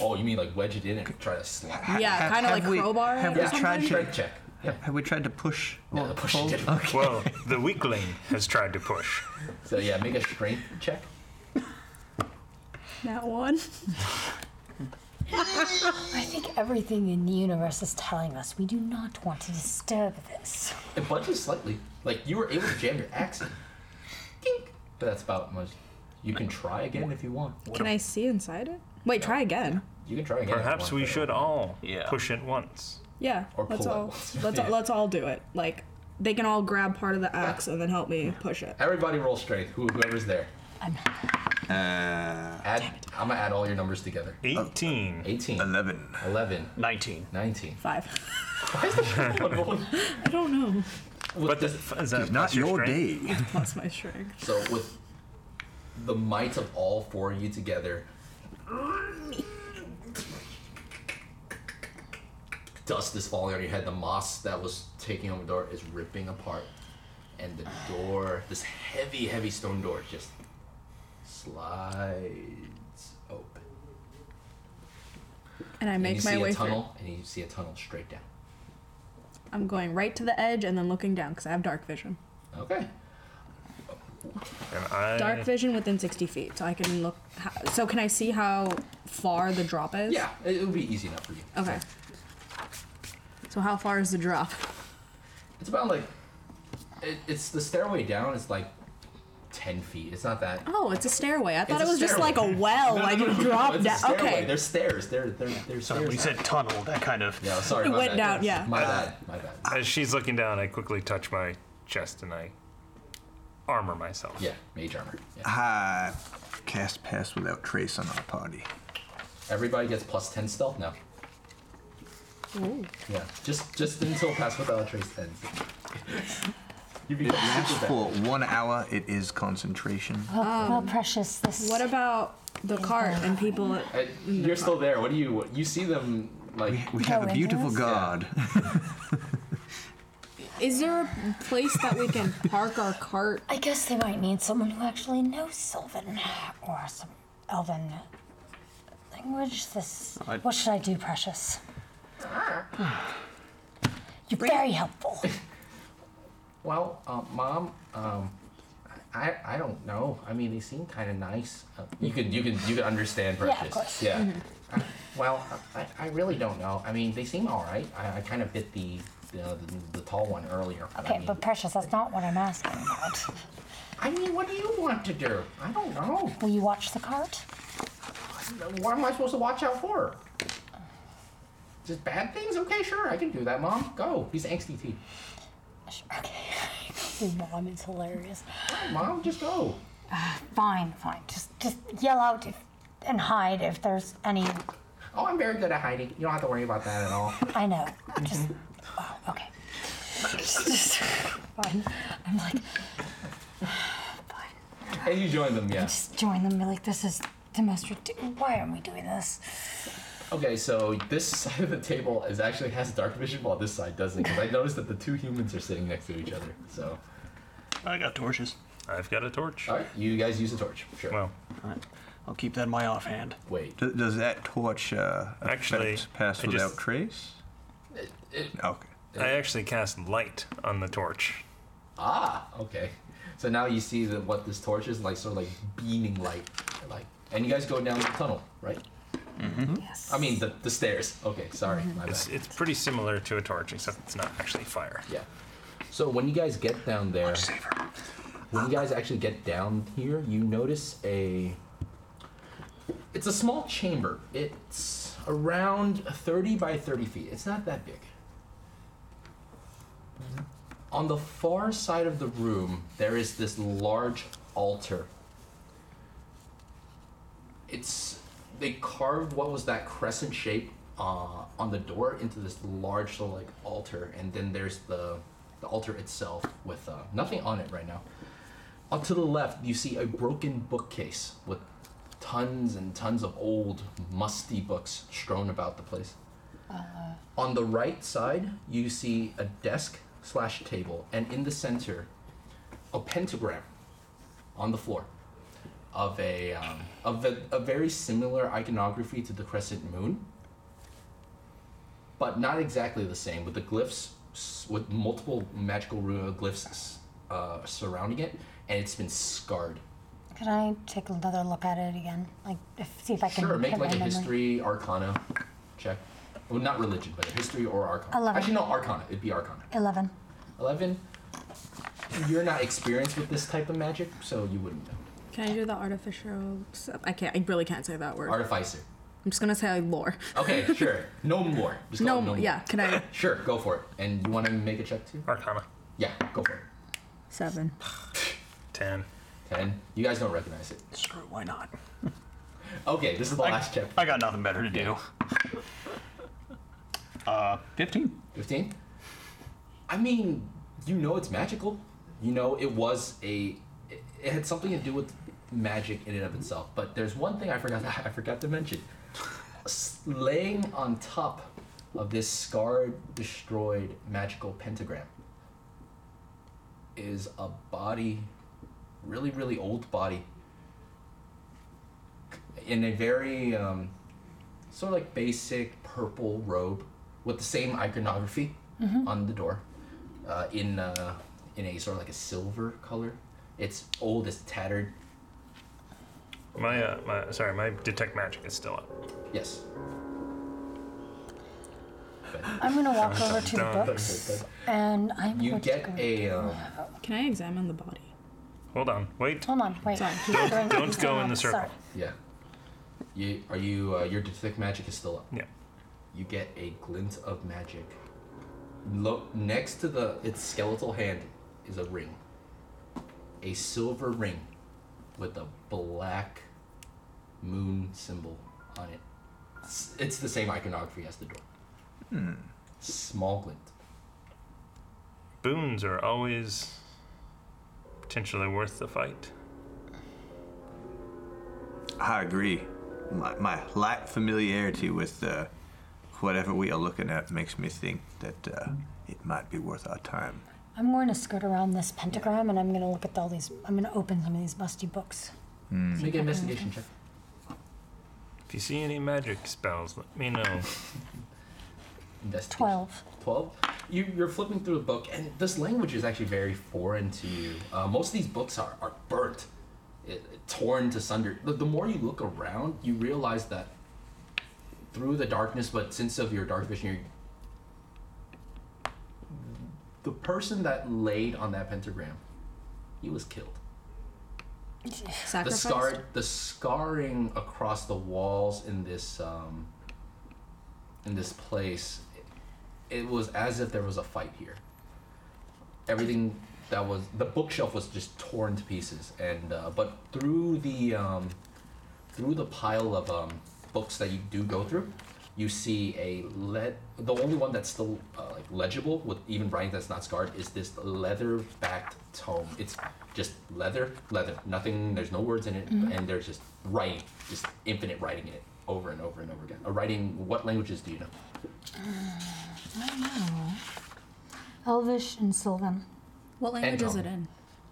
[SPEAKER 3] Oh, you mean like wedge it in and try to slap?
[SPEAKER 9] Yeah, kind of like crowbar.
[SPEAKER 3] have
[SPEAKER 9] it or
[SPEAKER 3] we tried
[SPEAKER 9] something?
[SPEAKER 3] to- check.
[SPEAKER 6] Have we tried to push?
[SPEAKER 3] No, the push didn't work.
[SPEAKER 4] Well, the weakling has tried to push.
[SPEAKER 3] So yeah, make a strength check.
[SPEAKER 9] That one.
[SPEAKER 8] I think everything in the universe is telling us we do not want to disturb this.
[SPEAKER 3] It budges slightly. Like you were able to jam your axe in. Tink. But that's about much. You can try again if you want.
[SPEAKER 9] Can I see inside it? Wait, try again.
[SPEAKER 3] You can try again. if you
[SPEAKER 4] Perhaps
[SPEAKER 3] want,
[SPEAKER 4] we
[SPEAKER 3] but-
[SPEAKER 4] should all
[SPEAKER 3] Yeah.
[SPEAKER 4] push it once.
[SPEAKER 9] Yeah.
[SPEAKER 3] Or
[SPEAKER 9] let's
[SPEAKER 3] pull it.
[SPEAKER 9] all let's all, let's all do it. Like they can all grab part of the axe and then help me push it.
[SPEAKER 3] Everybody roll strength. who- Whoever's there.
[SPEAKER 6] Uh,
[SPEAKER 3] add, I'm gonna add all your numbers together.
[SPEAKER 4] 18.
[SPEAKER 3] 18.
[SPEAKER 6] 11.
[SPEAKER 3] 11.
[SPEAKER 5] 19.
[SPEAKER 3] 19.
[SPEAKER 9] Five.
[SPEAKER 3] I
[SPEAKER 9] don't know.
[SPEAKER 4] But the, is that plus strength?
[SPEAKER 9] It's plus my strength.
[SPEAKER 3] So with the might of all four of you together, dust is falling on your head. The moss that was taking over the door is ripping apart, and the door, this heavy, heavy stone door, just slides open.
[SPEAKER 9] And I
[SPEAKER 3] And
[SPEAKER 9] make
[SPEAKER 3] you
[SPEAKER 9] my
[SPEAKER 3] see
[SPEAKER 9] way
[SPEAKER 3] a
[SPEAKER 9] through.
[SPEAKER 3] tunnel, and you see a tunnel straight down.
[SPEAKER 9] I'm going right to the edge and then looking down because I have dark vision.
[SPEAKER 3] Okay.
[SPEAKER 4] And I,
[SPEAKER 9] Dark vision within 60 feet, so I can look. How, so can I see how far the drop is?
[SPEAKER 3] Yeah, it it would be easy enough for you.
[SPEAKER 9] Okay. So how far is the drop?
[SPEAKER 3] It's about like, it, it's the stairway down is like ten feet. It's not that.
[SPEAKER 9] Oh, it's a stairway. I thought
[SPEAKER 3] It's
[SPEAKER 9] it
[SPEAKER 3] a
[SPEAKER 9] was just
[SPEAKER 3] stairway.
[SPEAKER 9] like a well,
[SPEAKER 3] No, no,
[SPEAKER 9] like
[SPEAKER 3] no,
[SPEAKER 9] it
[SPEAKER 3] no,
[SPEAKER 9] dropped
[SPEAKER 3] it's a
[SPEAKER 9] down.
[SPEAKER 3] stairway.
[SPEAKER 9] Okay.
[SPEAKER 3] There's stairs. There, there, there's
[SPEAKER 5] So
[SPEAKER 3] stairs.
[SPEAKER 5] we said tunnel, that kind of.
[SPEAKER 3] Yeah, sorry.
[SPEAKER 9] It
[SPEAKER 3] my
[SPEAKER 9] went
[SPEAKER 3] bad.
[SPEAKER 9] down, yeah.
[SPEAKER 3] My bad. My bad.
[SPEAKER 4] As Uh, she's looking down, I quickly touch my chest and I armor myself.
[SPEAKER 3] Yeah, mage armor.
[SPEAKER 6] I cast pass without trace on our party.
[SPEAKER 3] Everybody gets plus ten stealth now. Yeah, just just until pass without a trace ends. You
[SPEAKER 6] It
[SPEAKER 3] become
[SPEAKER 6] lasts
[SPEAKER 3] super
[SPEAKER 6] for one hour. It is concentration.
[SPEAKER 8] Oh,
[SPEAKER 9] well, precious this. What about the cart and people? at-
[SPEAKER 3] bad. Uh, You're still there. What do you? You see them like? We,
[SPEAKER 9] we have Go a into beautiful us?
[SPEAKER 3] god.
[SPEAKER 9] Is there a place that we can park our cart?
[SPEAKER 8] I guess they might need someone who actually knows Sylvan or some Elven language. This.
[SPEAKER 5] I-
[SPEAKER 8] What should I do, Precious? You're very helpful.
[SPEAKER 3] Well, um, mom, um, I I don't know. I mean, they seem kind of nice. Uh, you could you could you could understand
[SPEAKER 14] Yeah, of
[SPEAKER 3] purchase.
[SPEAKER 14] course.
[SPEAKER 3] Yeah.
[SPEAKER 14] Mhm.
[SPEAKER 3] Uh, well, I, I really don't know. I mean, they seem all right. I, I kind of hit the, the the tall one earlier. but I
[SPEAKER 8] Okay,
[SPEAKER 3] mean,
[SPEAKER 8] but Precious, that's not what I'm asking about.
[SPEAKER 3] I mean, what do you want to do? I don't know.
[SPEAKER 8] Will you watch the cart?
[SPEAKER 3] what am I supposed to watch out for? Just bad things? Okay, sure, I can do that, mom. Go. He's angsty T.
[SPEAKER 8] Your mom is hilarious.
[SPEAKER 3] Mom, just go.
[SPEAKER 8] Fine, fine. Just just yell out if, and hide if there's any.
[SPEAKER 3] Oh, I'm very good at hiding. You don't have to worry about that at all.
[SPEAKER 8] I know. Just. Wow, okay. Just- fine. I'm like,
[SPEAKER 3] And you join them, yeah.
[SPEAKER 8] just join them. Be like, this is the most ridiculous. Why are we doing this?
[SPEAKER 3] Okay, so this side of the table is actually has dark vision, while this side doesn't. Because I noticed that the two humans are sitting next to each other. So
[SPEAKER 5] I got torches.
[SPEAKER 4] I've got a torch.
[SPEAKER 3] All right, you guys use a torch. Sure.
[SPEAKER 4] Well,
[SPEAKER 5] I'll keep that in my offhand.
[SPEAKER 3] Wait.
[SPEAKER 6] D- does that torch uh,
[SPEAKER 4] Actually,
[SPEAKER 6] affect pass
[SPEAKER 4] I just-
[SPEAKER 6] without trace? okay.
[SPEAKER 4] I actually cast light on the torch.
[SPEAKER 3] Ah, okay. So now you see that what this torch is like, sort of like beaming light, like. And you guys go down the tunnel, right?
[SPEAKER 4] Mm-hmm.
[SPEAKER 3] I mean the, the stairs. Okay, sorry, my bad.
[SPEAKER 4] It's, it's pretty similar to a torch, except it's not actually fire.
[SPEAKER 3] Yeah. So when you guys get down there, when you guys actually get down here, you notice a. It's a small chamber. It's around 30 by 30 feet. It's not that big. On the far side of the room, there is this large altar. It's. They carved what was that crescent shape uh, on the door into this large, sort of like altar, and then there's the, the altar itself with uh, nothing on it right now. Up to the left, you see a broken bookcase with tons and tons of old, musty books strewn about the place. On the right side, you see a desk slash table, and in the center, a pentagram on the floor of a um, of a, a very similar iconography to the crescent moon, but not exactly the same. With the glyphs, s- with multiple magical rune glyphs uh, surrounding it, and it's been scarred.
[SPEAKER 8] Can I take another look at it again? Like, if, see if I can.
[SPEAKER 3] Sure, make
[SPEAKER 8] hit
[SPEAKER 3] like
[SPEAKER 8] my
[SPEAKER 3] a
[SPEAKER 8] memory.
[SPEAKER 3] history arcana check. Well, not religion, but a history or arcana.
[SPEAKER 8] Eleven.
[SPEAKER 3] Actually, no, arcana. It'd be arcana.
[SPEAKER 8] Eleven.
[SPEAKER 3] 11 you're not experienced with this type of magic so you wouldn't know
[SPEAKER 9] Can Can I do the artificial? stuff? I can't. I really can't say that word.
[SPEAKER 3] Artificer.
[SPEAKER 9] I'm just gonna say like lore.
[SPEAKER 3] Okay, sure. No more. Just
[SPEAKER 9] No
[SPEAKER 3] call it
[SPEAKER 9] more, yeah, can I-
[SPEAKER 3] Sure, go for it. And you want to make a check too?
[SPEAKER 4] Arcana.
[SPEAKER 3] Yeah, go for it.
[SPEAKER 9] Seven.
[SPEAKER 4] Ten.
[SPEAKER 3] Ten. You guys don't recognize it.
[SPEAKER 15] Screw, why not?
[SPEAKER 3] Okay, this is the last check.
[SPEAKER 15] I got nothing better to do.
[SPEAKER 3] Uh, 15. 15? I mean, you know it's magical. You know it was a. It, it had something to do with magic in and of itself. But there's one thing I forgot. I forgot to mention. S- Laying on top of this scarred, destroyed magical pentagram is a body, really, really old body, in a very um, sort of like basic purple robe with the same iconography
[SPEAKER 16] Mhm.
[SPEAKER 3] on the door uh, in uh, in a sort of like a silver color it's old it's tattered
[SPEAKER 4] My, uh, my, sorry, my detect magic is still up.
[SPEAKER 3] Yes.
[SPEAKER 8] I'm gonna walk over to the books, and I'm
[SPEAKER 4] You
[SPEAKER 8] going
[SPEAKER 4] get
[SPEAKER 8] to go.
[SPEAKER 3] a. Um,
[SPEAKER 9] Can I examine the body?
[SPEAKER 4] Hold on. Wait.
[SPEAKER 8] Hold on, wait. He's
[SPEAKER 4] Don't-
[SPEAKER 8] doing-
[SPEAKER 4] don't
[SPEAKER 8] Oh, he's
[SPEAKER 4] go
[SPEAKER 8] doing
[SPEAKER 4] in
[SPEAKER 8] all
[SPEAKER 4] the
[SPEAKER 8] this.
[SPEAKER 4] circle.
[SPEAKER 8] Sorry.
[SPEAKER 3] yeah you are you uh, your detect magic is still up
[SPEAKER 4] yeah
[SPEAKER 3] you get a glint of magic Lo- next to the its skeletal hand is a ring a silver ring with a black moon symbol on it it's, it's the same iconography as the door
[SPEAKER 4] Hmm.
[SPEAKER 3] small glint
[SPEAKER 4] Boons are always potentially worth the fight.
[SPEAKER 6] I agree. My, my lack familiarity with uh, whatever we are looking at makes me think that uh, it might be worth our time.
[SPEAKER 8] I'm going to skirt around this pentagram, and I'm gonna look at all these. I'm gonna open some of these musty books.
[SPEAKER 3] Make an investigation check.
[SPEAKER 4] If you see any magic spells, let me know.
[SPEAKER 3] Investigation.
[SPEAKER 8] 12.
[SPEAKER 3] 12 you, you're flipping through a book and this language is actually very foreign to you uh, most of these books are, are burnt i- torn to sunder the, the more you look around you realize that through the darkness but since of your dark vision you're, the person that laid on that pentagram he was killed the
[SPEAKER 9] Sacrifice.
[SPEAKER 3] scar the scarring across the walls in this um in this place it, it was as if there was a fight here everything that was the bookshelf was just torn to pieces and uh, but through the um through the pile of um books that you do go through you see a lead the only one that's still uh, like legible with even writing that's not scarred is this leather backed tome it's just leather leather nothing there's no words in it
[SPEAKER 16] Mhm.
[SPEAKER 3] and there's just writing just infinite writing in it over and over and over again a writing what languages do you know
[SPEAKER 8] Uh, I don't know. Elvish and Sylvan.
[SPEAKER 9] What
[SPEAKER 3] And language is Elven. it
[SPEAKER 9] in?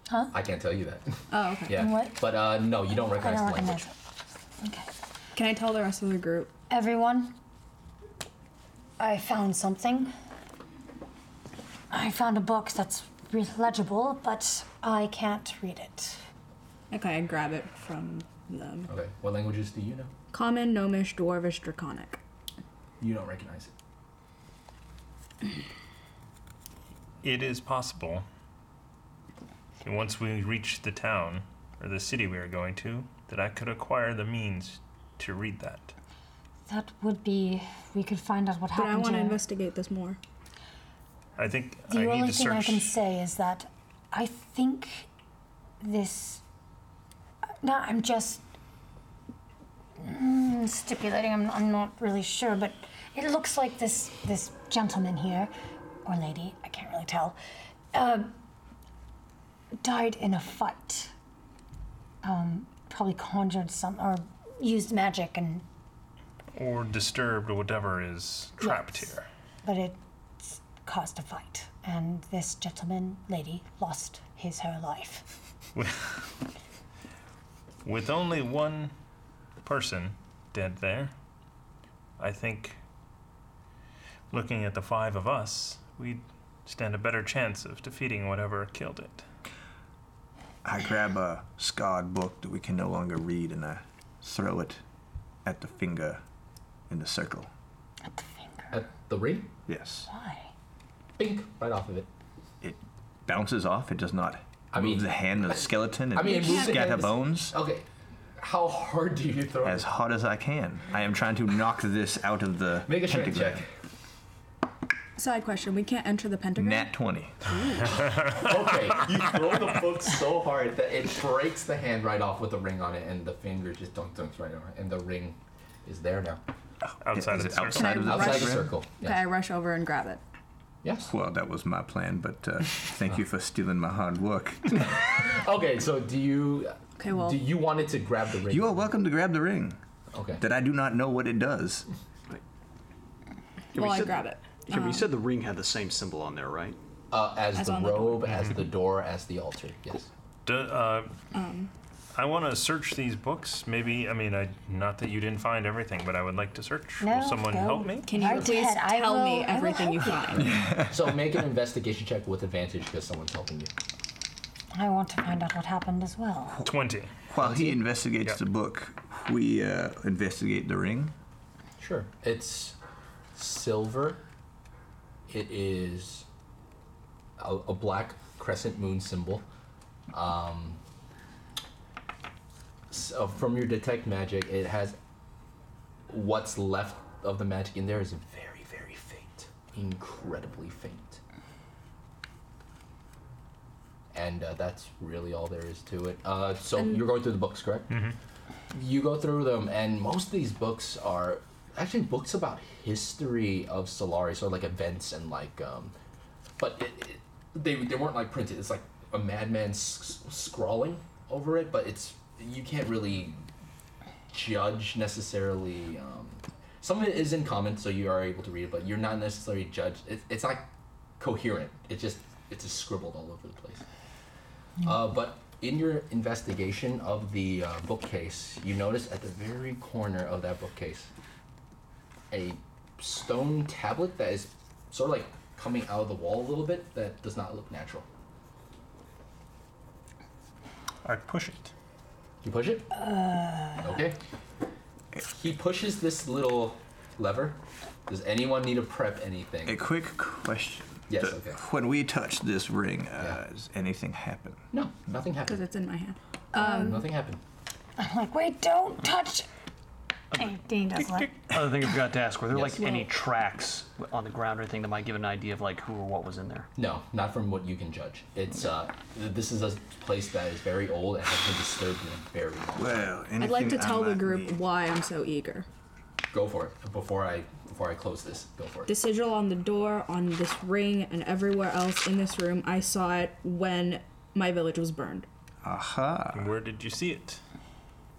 [SPEAKER 8] Huh?
[SPEAKER 3] i can't tell you that
[SPEAKER 9] Oh, okay.
[SPEAKER 3] yeah but uh no you don't recognize the language
[SPEAKER 8] Okay.
[SPEAKER 9] Can I tell the rest of the group?
[SPEAKER 8] Everyone, I found something. I found a book that's re- legible, but I can't read it.
[SPEAKER 9] Okay, I grab it from them.
[SPEAKER 3] okay what languages do you know
[SPEAKER 9] Common, Gnomish, Dwarvish, Draconic.
[SPEAKER 3] you don't recognize it
[SPEAKER 4] It is possible. that Once we reach the town or the city we are going to, that I could acquire the means to read that.
[SPEAKER 8] That would be. We could find out what
[SPEAKER 9] But I
[SPEAKER 8] happened
[SPEAKER 9] want to
[SPEAKER 8] to
[SPEAKER 9] investigate this more.
[SPEAKER 4] I think
[SPEAKER 8] The
[SPEAKER 4] I need
[SPEAKER 8] only
[SPEAKER 4] to
[SPEAKER 8] thing I
[SPEAKER 4] search.
[SPEAKER 8] can say is that I think this. No, I'm just mm, stipulating. I'm, I'm not really sure, but it looks like this this gentleman here, or lady, I can't really tell, uh, died in a fight. Um, probably conjured some or used magic, and
[SPEAKER 4] Or disturbed whatever is trapped here.
[SPEAKER 8] but it s- caused a fight, and this gentleman, lady, lost his her life.
[SPEAKER 4] With, with only one person dead there, I think looking at the five of us, we'd stand a better chance of defeating whatever killed it.
[SPEAKER 6] I grab a scarred book that we can no longer read and I throw it at the finger in the circle.
[SPEAKER 3] At the ring?
[SPEAKER 6] Yes.
[SPEAKER 8] Why?
[SPEAKER 3] Bink, right off of it.
[SPEAKER 6] Bounces off, it does not I move mean, the hand of the skeleton and
[SPEAKER 3] I mean, move the Oh.
[SPEAKER 6] scatter
[SPEAKER 3] hand-
[SPEAKER 6] bones
[SPEAKER 3] Okay. How hard do you throw?
[SPEAKER 6] as hard as I can. I am trying to knock this out of the
[SPEAKER 3] Make a strength
[SPEAKER 6] pentagram.
[SPEAKER 3] check.
[SPEAKER 9] Side question: We can't enter the pentagram.
[SPEAKER 6] Nat 20.
[SPEAKER 3] okay, you throw the book so hard that it breaks the hand right off with the ring on it, and the finger just dunk dunks right on it, and the ring is there now.
[SPEAKER 6] Outside
[SPEAKER 3] Is
[SPEAKER 6] of
[SPEAKER 3] it
[SPEAKER 6] the
[SPEAKER 3] outside
[SPEAKER 6] circle.
[SPEAKER 3] of the
[SPEAKER 6] Outside of the
[SPEAKER 3] circle?
[SPEAKER 9] Okay, I rush over and grab it.
[SPEAKER 3] Yes.
[SPEAKER 6] Well, that was my plan, but uh, thank you for stealing my hard work.
[SPEAKER 3] Okay, so do you?
[SPEAKER 9] Okay, well-
[SPEAKER 3] do you wanted to grab the ring?
[SPEAKER 6] You are welcome to grab the ring.
[SPEAKER 3] Okay.
[SPEAKER 6] That I do not know what it does.
[SPEAKER 5] Yeah, we
[SPEAKER 9] well, I
[SPEAKER 5] said-
[SPEAKER 9] grab it.
[SPEAKER 5] Yeah, but
[SPEAKER 9] Um,
[SPEAKER 5] you said the ring had the same symbol on there, right?
[SPEAKER 3] Uh,
[SPEAKER 9] As the on the robe,
[SPEAKER 3] as the door, as the altar. Yes.
[SPEAKER 4] Do, uh,
[SPEAKER 9] um,
[SPEAKER 4] I want to search these books. Maybe I mean, I, not that you didn't find everything, but I would like to search.
[SPEAKER 8] No,
[SPEAKER 4] will someone
[SPEAKER 8] go.
[SPEAKER 4] help me?
[SPEAKER 9] Can you
[SPEAKER 8] Right
[SPEAKER 9] please
[SPEAKER 8] ahead, I
[SPEAKER 9] tell
[SPEAKER 8] will- I
[SPEAKER 9] me
[SPEAKER 8] will
[SPEAKER 9] everything you
[SPEAKER 8] help
[SPEAKER 9] find?
[SPEAKER 3] so make an investigation check with advantage because someone's helping you.
[SPEAKER 8] I want to find out what happened as well.
[SPEAKER 4] 20.
[SPEAKER 6] While he investigates the book, we uh, investigate the ring.
[SPEAKER 3] Sure. It's silver. It is a, a black crescent moon symbol. Um, so from your detect magic, it has what's left of the magic in there is very, very faint, incredibly faint. And uh, that's really all there is to it. Uh, so
[SPEAKER 9] And-
[SPEAKER 3] you're going through the books, correct? Mm-hmm. You go through them, and most of these books are actually books about history of Solari, so like events and like, um, but it, it, they they weren't like printed. It's like a madman s- s- scrawling over it, but it's you can't really judge necessarily. Um, some of it is in common, so you are able to read it, but you're not necessarily judged. It, it's not coherent. It just it's just scribbled all over the place. Uh, but in your investigation of the uh, bookcase, you notice at the very corner of that bookcase a stone tablet that is sort of like coming out of the wall a little bit that does not look natural.
[SPEAKER 4] I push it.
[SPEAKER 3] You push it? Okay. He pushes this little lever. Does anyone need to prep anything?
[SPEAKER 6] A quick question.
[SPEAKER 3] Yes,
[SPEAKER 6] The-
[SPEAKER 3] okay.
[SPEAKER 6] When we touch this ring, uh, does anything happen?
[SPEAKER 3] No, nothing
[SPEAKER 9] Because
[SPEAKER 3] happened.
[SPEAKER 9] it's in my hand. Um,
[SPEAKER 3] Nothing happened.
[SPEAKER 8] I'm like, wait, don't touch. And Dean does like,
[SPEAKER 5] Other thing I've got to ask: Were there
[SPEAKER 3] Yes.
[SPEAKER 5] like any tracks on the ground or anything that might give an idea of like who or what was in there?
[SPEAKER 3] No, not from what you can judge. It's uh, th- this is a place that is very old and has been disturbed in a very long time.
[SPEAKER 6] Well,
[SPEAKER 9] I'd like to
[SPEAKER 6] anything I
[SPEAKER 9] tell the
[SPEAKER 6] might
[SPEAKER 9] group
[SPEAKER 6] need.
[SPEAKER 9] why I'm so eager.
[SPEAKER 3] Go for it before I before I close this. Go for it.
[SPEAKER 9] The sigil on the door, on this ring, and everywhere else in this room, I saw it when my village was burned.
[SPEAKER 6] Aha.
[SPEAKER 4] Where did you see it?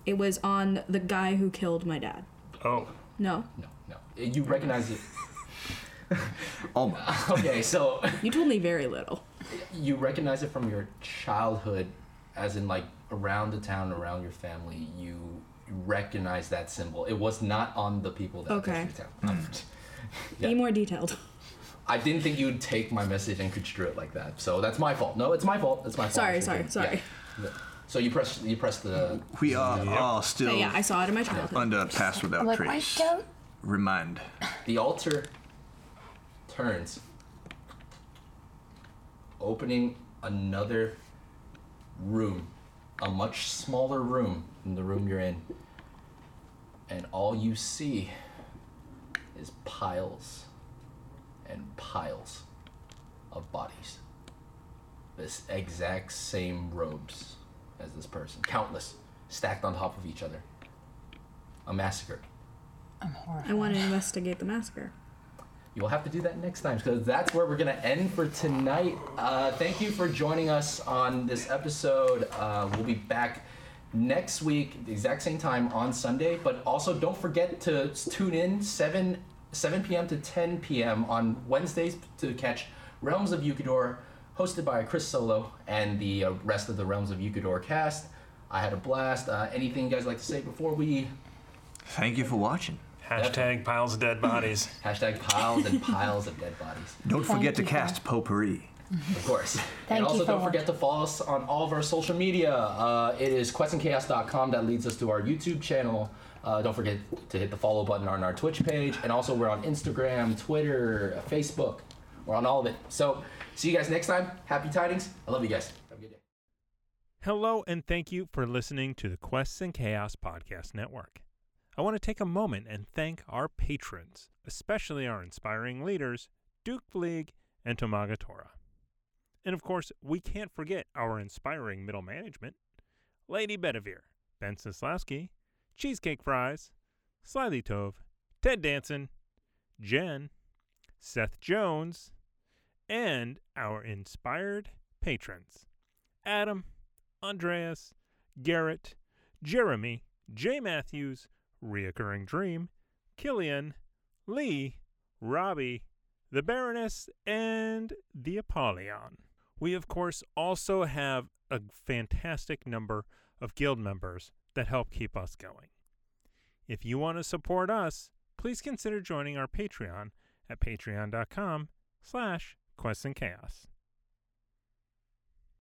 [SPEAKER 9] It was on the guy who killed my dad.
[SPEAKER 4] Oh,
[SPEAKER 9] No,
[SPEAKER 3] No, no. You recognize it.
[SPEAKER 6] Almost.
[SPEAKER 3] Okay, so
[SPEAKER 9] you told me very little.
[SPEAKER 3] you recognize it from your childhood, as in like around the town, around your family. You recognize that symbol. It was not on the people that
[SPEAKER 9] Okay.
[SPEAKER 3] touched your town. Yeah.
[SPEAKER 9] Be more detailed.
[SPEAKER 3] I didn't think you'd take my message and construe it like that. So that's my fault. No, it's my fault. It's my fault.
[SPEAKER 9] Sorry,
[SPEAKER 3] I should've
[SPEAKER 9] sorry,
[SPEAKER 3] done-
[SPEAKER 9] sorry.
[SPEAKER 3] yeah. So you press you press the
[SPEAKER 6] We are all
[SPEAKER 9] Yeah,
[SPEAKER 6] still
[SPEAKER 9] yeah, I saw it in my childhood.
[SPEAKER 6] under a pass without
[SPEAKER 8] I'm like, wait,
[SPEAKER 6] trace.
[SPEAKER 8] don't.
[SPEAKER 6] Remind.
[SPEAKER 3] The altar turns, opening another room, a much smaller room than the room you're in. And all you see is piles and piles of bodies. This exact same robes as this person, countless, stacked on top of each other. A massacre.
[SPEAKER 8] I'm horrified.
[SPEAKER 9] I want to investigate the massacre.
[SPEAKER 3] You'll have to do that next time because that's where we're going to end for tonight. Uh, thank you for joining us on this episode. Uh, we'll be back next week, the exact same time on Sunday. But also, don't forget to s- tune in 7, 7 p.m. to 10 p.m. on Wednesdays to catch Realms of Yukador, hosted by Chris Solo and the uh, rest of the Realms of Yukador cast. I had a blast. Uh, anything you guys like to say before we
[SPEAKER 6] Thank you for watching.
[SPEAKER 4] hashtag piles of dead bodies.
[SPEAKER 3] hashtag piles and piles of dead bodies?
[SPEAKER 6] Don't
[SPEAKER 8] Thank
[SPEAKER 6] forget to
[SPEAKER 8] you,
[SPEAKER 6] cast potpourri.
[SPEAKER 3] Of course.
[SPEAKER 8] Thank
[SPEAKER 3] and
[SPEAKER 8] you
[SPEAKER 3] also
[SPEAKER 8] for
[SPEAKER 3] don't forget to follow us on all of our social media. Uh, it is questandchaos.com that leads us to our YouTube channel. Uh, don't forget to hit the follow button on our Twitch page. And also we're on Instagram, Twitter, Facebook. We're on all of it. So see you guys next time. Happy tidings. I love you guys. Have a good day.
[SPEAKER 1] Hello, and thank you for listening to the Quests and Chaos Podcast Network. I want to take a moment and thank our patrons, especially our inspiring leaders, Duke League and Tomaga Tora. And of course, we can't forget our inspiring middle management Lady Bedivere, Ben Sislowski, Cheesecake Fries, Slyly Tove, Ted Danson, Jen, Seth Jones, and our inspired patrons Adam, Andreas, Garrett, Jeremy, Jay Matthews, Reoccurring Dream, Killian, Lee, Robbie, the Baroness, and the Apollyon. We, of course, also have a fantastic number of guild members that help keep us going. If you want to support us, please consider joining our Patreon at patreon.com slash quests and chaos.